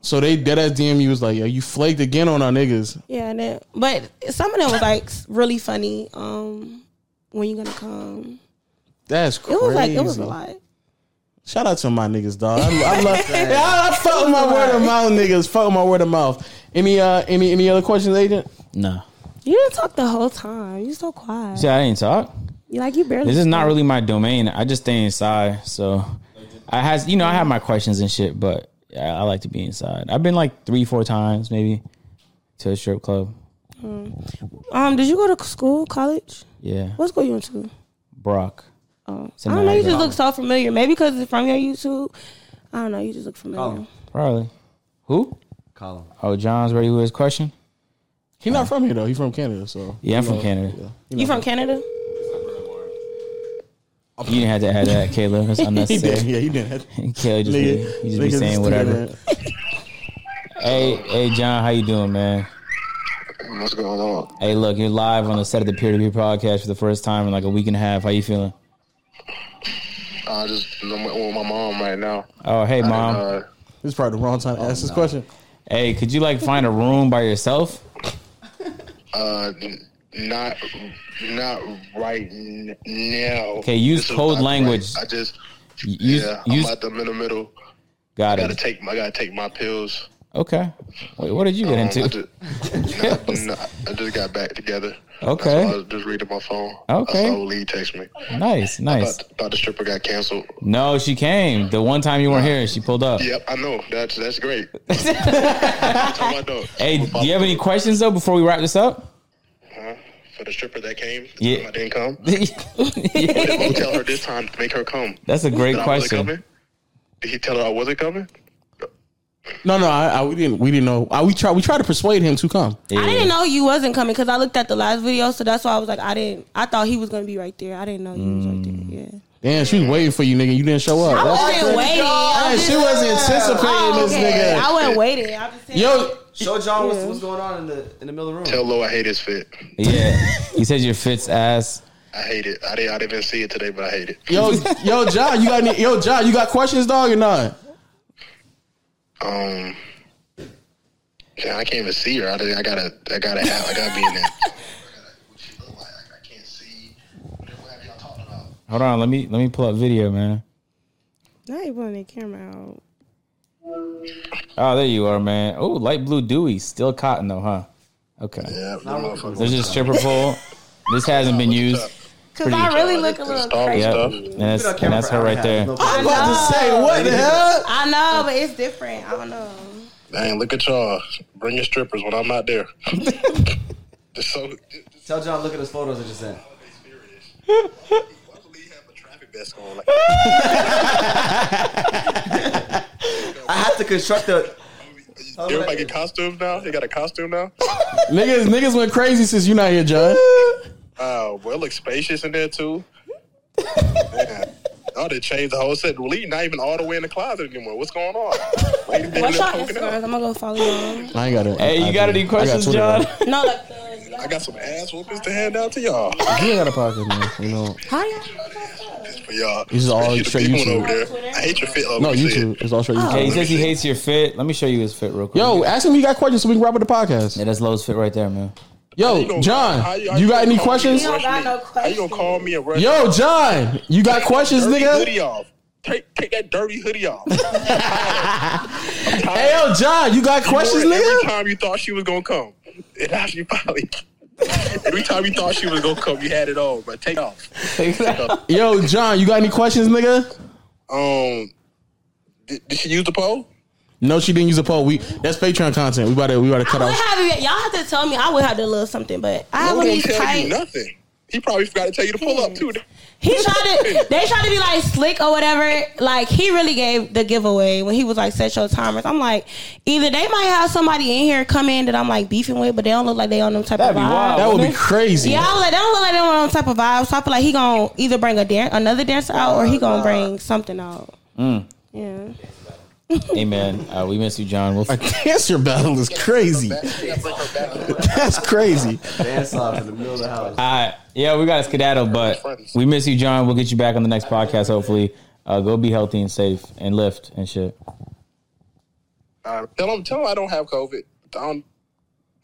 Speaker 1: So they dead ass DM you was like, yo, you flaked again on our niggas.
Speaker 4: Yeah, and then, but some of them was like really funny. Um, when you gonna come?
Speaker 1: That's crazy.
Speaker 4: It was like it was a lot.
Speaker 1: Shout out to my niggas, dog. I, I love that. I, I fuck with my word of mouth niggas. Fuck with my word of mouth. Any uh any any other questions, agent?
Speaker 2: No.
Speaker 4: You didn't talk the whole time. You so quiet.
Speaker 2: See, I didn't talk.
Speaker 4: You like you barely.
Speaker 2: This is not really my domain. I just stay inside. So I has you know I have my questions and shit, but yeah, I like to be inside. I've been like three, four times maybe to a strip club.
Speaker 4: Um, did you go to school, college?
Speaker 2: Yeah,
Speaker 4: What school you went to?
Speaker 2: Brock.
Speaker 4: Oh,
Speaker 2: So
Speaker 4: I don't know.
Speaker 2: now
Speaker 4: You
Speaker 2: I
Speaker 4: just
Speaker 2: go.
Speaker 4: look so familiar. Maybe because it's from your YouTube. I don't know. You just look familiar.
Speaker 1: Oh,
Speaker 3: Call him.
Speaker 2: Probably. Who?
Speaker 3: Call him.
Speaker 2: Oh, John's ready with his question.
Speaker 1: He not from here though. He from Canada, so
Speaker 2: Yeah, I'm from Canada.
Speaker 4: You from Canada?
Speaker 2: You didn't have to add that, Caleb. That's
Speaker 1: he did.
Speaker 2: unnecessary.
Speaker 1: Yeah, he did.
Speaker 2: Caleb just, be,
Speaker 1: Nigga,
Speaker 2: he just be
Speaker 1: niggas
Speaker 2: saying
Speaker 1: is
Speaker 2: whatever.
Speaker 1: stupid, man.
Speaker 2: Hey, hey, John, how you doing, man?
Speaker 8: What's going on?
Speaker 2: Hey, look, you're live on the set of the Peer to Peer podcast for the first time in like a week and a half. How you feeling?
Speaker 8: I just I'm with my mom right now.
Speaker 2: Oh, hey, mom.
Speaker 8: Uh,
Speaker 1: This is probably the wrong time
Speaker 2: Oh,
Speaker 1: to ask this question.
Speaker 2: Hey, could you like find a room by yourself?
Speaker 8: uh, not not right n- now.
Speaker 2: Okay, use
Speaker 8: This is
Speaker 2: code
Speaker 8: not
Speaker 2: language.
Speaker 8: right. I just
Speaker 2: Use,
Speaker 8: yeah,
Speaker 2: use
Speaker 8: I'm at the middle middle.
Speaker 2: got
Speaker 8: Gotta
Speaker 2: it.
Speaker 8: take I gotta take my pills.
Speaker 2: Okay. Wait, what did you get
Speaker 8: Um, I,
Speaker 2: into?
Speaker 8: just, nah, I just got back together.
Speaker 2: Okay.
Speaker 8: That's why I was just reading my phone.
Speaker 2: Okay.
Speaker 8: I saw Lee text me.
Speaker 2: Nice, nice.
Speaker 8: Thought, thought the stripper got canceled.
Speaker 2: No, she came. The one time you weren't here, she pulled up.
Speaker 8: Yep, I know. That's that's great. That's how I know.
Speaker 2: Hey, do you have any questions though before we wrap this up?
Speaker 8: Huh? For the stripper that came, the
Speaker 2: Yeah.
Speaker 8: time I didn't come.
Speaker 2: Yeah,
Speaker 8: Did Mo tell her this time to make her come?
Speaker 2: That's a great
Speaker 8: That I wasn't
Speaker 2: question.
Speaker 8: coming? Did he tell her I wasn't coming?
Speaker 1: No, no, I, I we didn't we didn't know. I, we tried we tried to persuade him to come.
Speaker 4: I didn't know you wasn't coming because I looked at the last video, so that's why I was like, I didn't. I thought he was gonna be right there. I didn't know you was right there. Yeah.
Speaker 1: Damn, she was waiting for you, nigga. You didn't show up.
Speaker 4: I
Speaker 1: Mm. That's
Speaker 4: wasn't
Speaker 1: crazy.
Speaker 4: waiting. I
Speaker 1: Hey,
Speaker 4: was
Speaker 1: she
Speaker 4: just-
Speaker 1: was anticipating
Speaker 4: Oh,
Speaker 1: this
Speaker 4: okay.
Speaker 1: nigga.
Speaker 4: I wasn't waiting. I was just saying.
Speaker 1: Yo,
Speaker 3: Show John what's, what's going on in the in the middle of the room.
Speaker 8: Tell Lo I hate his fit.
Speaker 2: Yeah. He said your fits ass.
Speaker 8: I hate it. I didn't. I didn't even see it today, but I hate it.
Speaker 1: yo, yo, John, you got any, yo, John, you got questions, dog, or not?
Speaker 8: Um. Yeah, I can't even see her. I, didn't- I gotta. I gotta have. I gotta be in there.
Speaker 2: Hold on, let me let me pull up video, man.
Speaker 4: Now you pulling the camera out.
Speaker 2: Oh, there you are, man. Oh, light blue Dewey, still cotton though, huh? Okay.
Speaker 8: Yeah, my motherfucker.
Speaker 2: There's just a stripper pole. This hasn't been used.
Speaker 4: Cause I really look a little
Speaker 1: Oh,
Speaker 8: Star
Speaker 4: crazy.
Speaker 2: Yep.
Speaker 8: stuff.
Speaker 2: And that's, and that's her right there.
Speaker 1: I'm about to say, what the hell?
Speaker 4: I know, but it's different. I don't know.
Speaker 8: Dang, look at y'all. Bring your strippers when I'm not there. Just so.
Speaker 3: Tell John look at his photos I just sent.
Speaker 8: Why would Lee have a traffic like this going like.
Speaker 3: I had to construct a.
Speaker 8: Everybody get costumes now. They got a costume now.
Speaker 1: Niggas, niggas went crazy since you not here, John.
Speaker 8: Oh, well, it looks spacious in there too. Man, y'all done changed the whole set. Lee not even all the way in the closet anymore. What's going on? Lady down
Speaker 4: What's
Speaker 8: there
Speaker 4: your
Speaker 8: poking
Speaker 4: Instagrams? I'm gonna
Speaker 8: out.
Speaker 4: go follow you.
Speaker 1: I ain't got it.
Speaker 6: Hey, you got any questions, John?
Speaker 4: no, like the.
Speaker 8: I got some ass whoopings to hand out to y'all.
Speaker 1: You ain't got a pocket, man. You know,
Speaker 4: How y'all know about that?
Speaker 8: For y'all.
Speaker 1: This is all
Speaker 8: You the
Speaker 1: straight
Speaker 8: big one
Speaker 1: YouTube.
Speaker 8: over there. I hate your fit.
Speaker 1: no YouTube. It's all straight
Speaker 6: Hey, he
Speaker 1: YouTube.
Speaker 6: says he hates your fit. Let me show you his fit real quick.
Speaker 1: Yo, ask him if you got questions so we can wrap up the
Speaker 6: yeah,
Speaker 1: podcast.
Speaker 6: that's Lowe's fit right there, man.
Speaker 1: Yo, John, you got any questions?
Speaker 4: You don't got no
Speaker 8: How you gonna call me and rush
Speaker 1: Yo, John, you got questions,
Speaker 8: dirty
Speaker 1: nigga?
Speaker 8: hoodie off? Take take that dirty hoodie off.
Speaker 1: Hey, yo, John, you got questions,
Speaker 8: Every
Speaker 1: nigga?
Speaker 8: time you thought she was gonna come, it actually finally. Every time you thought she was gonna come, you had it all, but take off.
Speaker 1: Yo, John, you got any questions, nigga?
Speaker 8: Um, did, did she use the pole?
Speaker 1: No, she didn't use a poll. We that's Patreon content. We about to we about to cut
Speaker 4: I would
Speaker 1: off.
Speaker 4: have it. Y'all have to tell me. I would have to love something, but I have
Speaker 8: No
Speaker 4: when
Speaker 8: one
Speaker 4: he's
Speaker 8: tell you
Speaker 4: tight.
Speaker 8: nothing. He probably forgot to tell you to pull up too.
Speaker 4: He tried to. They tried to be like slick or whatever. Like he really gave the giveaway when he was like set your timers. I'm like, either they might have somebody in here come in that I'm like beefing with, but they don't look like they on them type
Speaker 6: That'd
Speaker 4: of
Speaker 6: be
Speaker 4: vibe.
Speaker 6: wild.
Speaker 1: That would be crazy.
Speaker 4: Yeah, I don't, like, they don't look like they on them type of vibe. So I feel like he gonna either bring a dan- another dancer out or he gonna bring something out. Yeah.
Speaker 6: Amen. Uh, we miss you, John. We'll
Speaker 1: Cancer battle is crazy. That's crazy.
Speaker 3: Dance off in the middle of the house.
Speaker 6: Alright. yeah, we got to skedaddle, but we miss you, John. We'll get you back on the next podcast, hopefully. Uh, go be healthy and safe and lift and shit.
Speaker 8: Uh, tell him, tell him I don't have COVID. I don't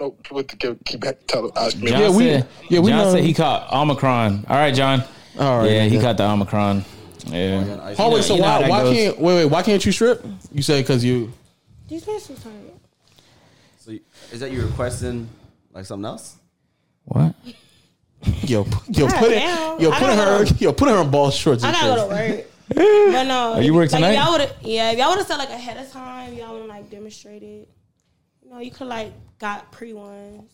Speaker 8: know what to give, keep back. Tell uh, him. I,
Speaker 6: John
Speaker 1: Yeah, we-
Speaker 6: said,
Speaker 1: yeah, we
Speaker 6: John
Speaker 1: know.
Speaker 6: said he caught Omicron. All right, John.
Speaker 1: All right.
Speaker 6: yeah, he
Speaker 1: nigga.
Speaker 6: caught the Omicron. Yeah.
Speaker 1: Oh wait, so
Speaker 6: You know how
Speaker 1: why
Speaker 6: that
Speaker 1: why
Speaker 6: goes.
Speaker 1: can't wait wait why can't you strip? You said because you
Speaker 4: These men some target.
Speaker 3: So you- is that you requesting like something else?
Speaker 6: What?
Speaker 1: yo p- yo
Speaker 4: God
Speaker 1: put it
Speaker 4: damn.
Speaker 1: yo
Speaker 4: I
Speaker 1: put in her
Speaker 4: gotta
Speaker 1: yo put her in ball shorts.
Speaker 4: I
Speaker 1: and
Speaker 4: gotta go
Speaker 1: shit.
Speaker 4: to work. But no,
Speaker 6: you work
Speaker 4: like, if
Speaker 6: tonight?
Speaker 4: Y'all would yeah, if y'all would have said like ahead of time, y'all would have like demonstrated. You know, you could like got pre ones.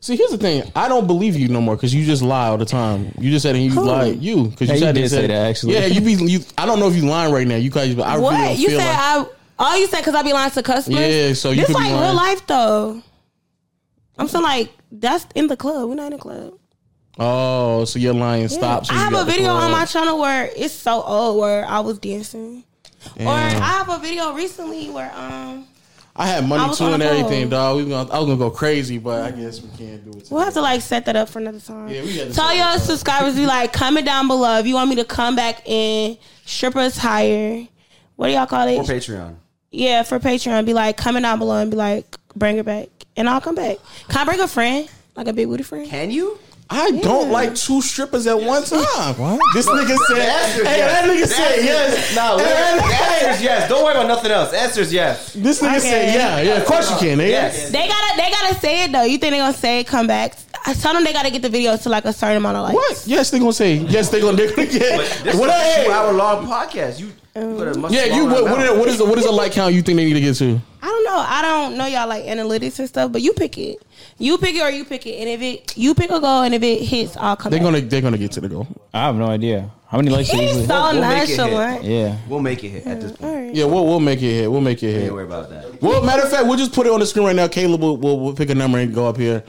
Speaker 1: See, here's the thing. I don't believe you no more because you just lie all the time. You just said you lied. You because
Speaker 6: Yeah, you
Speaker 1: you said
Speaker 6: did
Speaker 1: said-
Speaker 6: say that, actually.
Speaker 1: Yeah, you be. You, I don't know if you lying right now. You guys, but I
Speaker 4: What
Speaker 1: really don't
Speaker 4: you
Speaker 1: feel
Speaker 4: said?
Speaker 1: like.
Speaker 4: I all you said because I be lying to customers.
Speaker 1: Yeah, so you
Speaker 4: this
Speaker 1: could be
Speaker 4: like real
Speaker 1: lying.
Speaker 4: life though. I'm saying like that's in the club. We're not in the club.
Speaker 1: oh, so your lying stops.
Speaker 4: I
Speaker 1: when you
Speaker 4: have
Speaker 1: got
Speaker 4: a
Speaker 1: the
Speaker 4: video
Speaker 1: club.
Speaker 4: on my channel where it's so old where I was dancing, or I have a video recently where um
Speaker 1: I had
Speaker 4: I
Speaker 1: money
Speaker 4: was
Speaker 1: too
Speaker 4: on
Speaker 1: and
Speaker 4: a roll.
Speaker 1: everything, dog. We was gonna, I was gonna go crazy, but I guess we can't do it.
Speaker 4: We'll
Speaker 1: Today.
Speaker 4: have to like set that up for another time.
Speaker 1: Yeah, we got to
Speaker 4: Tell
Speaker 1: set that
Speaker 4: your
Speaker 1: up.
Speaker 4: subscribers, be like, comment down below if you want me to come back in strippers hire. What do y'all call
Speaker 3: Or
Speaker 4: it?
Speaker 3: Patreon?
Speaker 4: yeah, for Patreon. Be like, comment down below and be like, bring her back, and I'll come back. Can I bring a friend, like a big booty friend?
Speaker 3: Can you?
Speaker 1: I don't like two strippers at one time. This nigga said, "Hey, that nigga said yes."
Speaker 3: No,
Speaker 1: Hey, that
Speaker 3: answers yes. Don't worry about nothing else. Answers yes.
Speaker 1: nigga- this nigga
Speaker 4: Okay.
Speaker 1: said, "Yeah, yeah, of course you can, nigga."
Speaker 3: Yes.
Speaker 4: They gotta, they gotta say it though. You think they gonna say it, come back? I tell them they gotta get the video to like a certain amount of likes.
Speaker 1: What? Yes, they gonna say yes. They gonna do it
Speaker 3: This
Speaker 1: again. What?
Speaker 3: is a
Speaker 1: hey.
Speaker 3: two hour long podcast. You,
Speaker 4: Oh.
Speaker 3: you got a much
Speaker 1: Yeah, you.
Speaker 3: smaller
Speaker 1: What, what,
Speaker 3: amount.
Speaker 1: is, what is the what is the like count you think they need to get to?
Speaker 4: I don't know. I don't know y'all like analytics and stuff, but you pick it. You pick it or you pick it, and if it, you pick a goal, and if it hits, I'll come.
Speaker 1: They're
Speaker 4: back.
Speaker 1: gonna they're gonna get to the goal.
Speaker 6: I have no idea. How many likes did
Speaker 4: He's
Speaker 6: you
Speaker 4: so
Speaker 3: we'll make it hit.
Speaker 4: nonchalant.
Speaker 6: Yeah.
Speaker 3: We'll make it hit at this point.
Speaker 4: Alright.
Speaker 1: Yeah, we'll we'll make it hit. We'll make it
Speaker 3: Don't
Speaker 1: hit.
Speaker 3: worry about that.
Speaker 1: Well, matter of fact, we'll just put it on the screen right now. Caleb will will, will pick a number and go up here.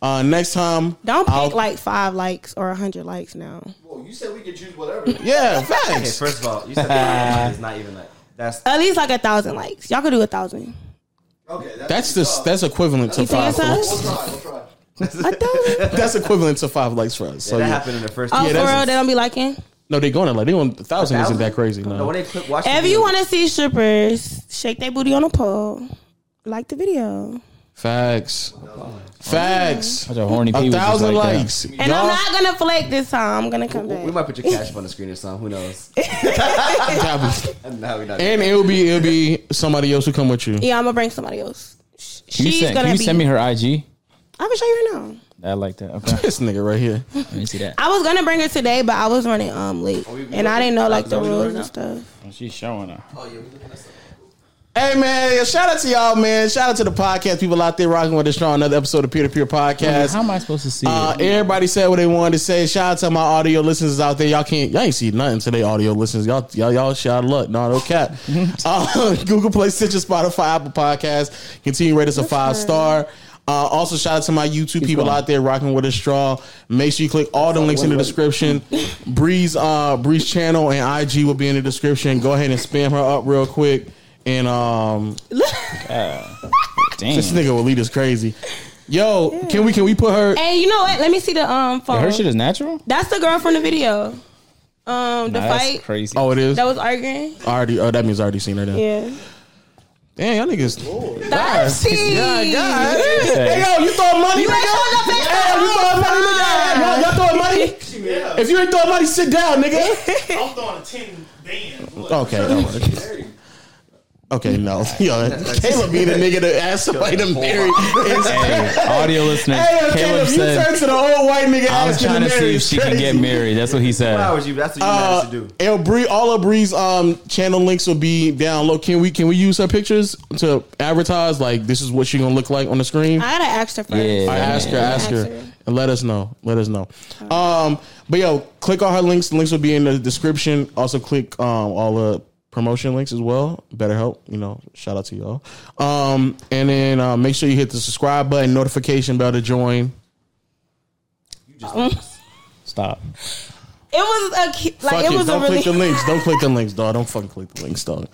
Speaker 1: Uh, next time,
Speaker 4: Don't pick
Speaker 1: I'll-
Speaker 4: like five likes or a hundred likes now.
Speaker 7: Well, you said we could choose whatever.
Speaker 1: Yeah,
Speaker 3: Okay,
Speaker 1: facts.
Speaker 3: first of all, you said that it's not even like that's.
Speaker 4: At least like a thousand likes. Y'all could do a thousand.
Speaker 7: Okay,
Speaker 1: That's
Speaker 7: that's,
Speaker 1: the that's equivalent to
Speaker 4: You
Speaker 1: five.
Speaker 4: think it's
Speaker 1: likes.
Speaker 4: us?
Speaker 7: Try, we'll try.
Speaker 4: A thousand?
Speaker 1: That's equivalent to five likes for us. So yeah.
Speaker 3: that happened in the first.
Speaker 4: Oh,
Speaker 1: Yeah,
Speaker 4: for
Speaker 1: that's-
Speaker 4: real, they don't be liking.
Speaker 1: no, they going to like they going a thousand isn't
Speaker 3: Thousand?
Speaker 1: that crazy.
Speaker 3: No, when
Speaker 1: No.
Speaker 3: they click watch.
Speaker 4: If you want to see strippers shake their booty on a pole, like the video.
Speaker 1: Facts, facts.
Speaker 6: Such a horny
Speaker 1: A
Speaker 6: people just
Speaker 1: thousand
Speaker 6: like that.
Speaker 1: likes.
Speaker 4: And I'm
Speaker 1: Y'all-
Speaker 4: not gonna flake this time. I'm gonna come
Speaker 3: we
Speaker 4: back.
Speaker 3: might put your cash up on the screen or something. Who knows? no, we're not.
Speaker 1: and it'll be it'll be somebody else who come with you.
Speaker 4: Yeah, I'm gonna bring somebody else. Sh-
Speaker 6: Can you,
Speaker 4: She's
Speaker 6: send,
Speaker 4: gonna
Speaker 6: can you
Speaker 4: be.
Speaker 6: send me her IG?
Speaker 4: I can show you right now.
Speaker 6: I like that. Okay.
Speaker 1: This nigga right here.
Speaker 6: Let me see that.
Speaker 4: I was gonna bring her today, but I was running um late,
Speaker 3: we- we
Speaker 4: and I didn't know like the
Speaker 3: we
Speaker 4: rules
Speaker 3: right
Speaker 4: and stuff.
Speaker 6: She's showing her.
Speaker 3: Oh yeah, we're looking at stuff.
Speaker 1: Hey man, yo, shout out to y'all, man. Shout out to the podcast people out there rocking with us strong. Another episode of Peer to Peer Podcast.
Speaker 6: How am I supposed to see
Speaker 1: Uh,
Speaker 6: it?
Speaker 1: everybody said what they wanted to say. Shout out to my audio listeners out there. Y'all can't, y'all ain't see nothing today. Audio listeners, y'all, y'all, y'all shout luck. No, no cap. uh, Google Play, Stitcher, Spotify, Apple Podcast. Continue to rate us a five star. Uh, also, shout out to my YouTube people
Speaker 6: going.
Speaker 1: out there rocking with a straw. Make sure you click all the links in the description. Breeze, uh, Breeze channel and IG will be in the description. Go ahead and spam her up real quick. And um,
Speaker 6: Damn.
Speaker 1: this nigga will lead us crazy. Yo, can we can we put her?
Speaker 4: Hey, you know what? Let me see the um phone.
Speaker 6: Her shit is natural.
Speaker 4: That's the girl from the video. Um, the
Speaker 6: Nah, that's
Speaker 4: fight
Speaker 6: crazy.
Speaker 1: Oh, it is.
Speaker 4: that was arguing.
Speaker 1: Already, oh, that means I already seen her then.
Speaker 4: Yeah,
Speaker 1: Damn, y'all niggas.
Speaker 4: thirsty.
Speaker 1: God. Hey, yo, you throwing money, nigga? Hey, you throwing money, nigga? Y'all, y'all throwing money? If you ain't throwing money, sit down, nigga.
Speaker 9: I'm throwing a 10 band. Look.
Speaker 1: Okay, all right. Okay, no. Yo, Caleb be the nigga to ask somebody to marry.
Speaker 6: Hey, audio listeners,
Speaker 1: Hey, yo,
Speaker 6: Caleb
Speaker 1: Caleb, you
Speaker 6: said,
Speaker 1: turned to the old white nigga
Speaker 6: "I'm
Speaker 1: asking
Speaker 6: trying to
Speaker 1: marry.
Speaker 6: see if she can get married." That's what he said.
Speaker 3: Flowers, you. That's what you
Speaker 1: Uh,
Speaker 3: managed to do.
Speaker 1: El Bree, all of Bree's um, channel links will be down low. Can we can we use her pictures to advertise? Like this is what she gonna look like on the screen.
Speaker 4: I gotta ask her first.
Speaker 6: Yeah.
Speaker 1: I ask her, ask her,
Speaker 4: Ask her.
Speaker 1: and let us know. Let us know. Um, but yo, click all her links. The links will be in the description. Also, click um all the promotion links as well. BetterHelp, you know, shout out to y'all. Um, and then uh, make sure you hit the subscribe button, notification bell to join.
Speaker 6: Stop.
Speaker 4: It was a ki- like
Speaker 1: Fuck
Speaker 4: it
Speaker 1: it,
Speaker 4: was
Speaker 1: don't
Speaker 4: a really
Speaker 1: click the links. Don't click the links, dog. Don't fucking click the links, dog.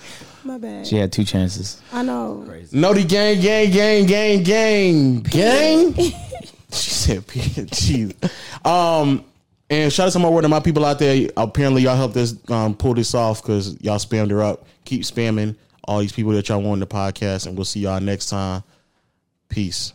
Speaker 4: my bad.
Speaker 6: She had two chances.
Speaker 4: I know.
Speaker 1: No, the gang, gang, gang, gang, gang, gang. she said, "Jeez." Um, and shout out to my word and my people out there. Apparently, y'all helped us um, pull this off because y'all spammed her up. Keep spamming all these people that y'all want in the podcast, and we'll see y'all next time. Peace.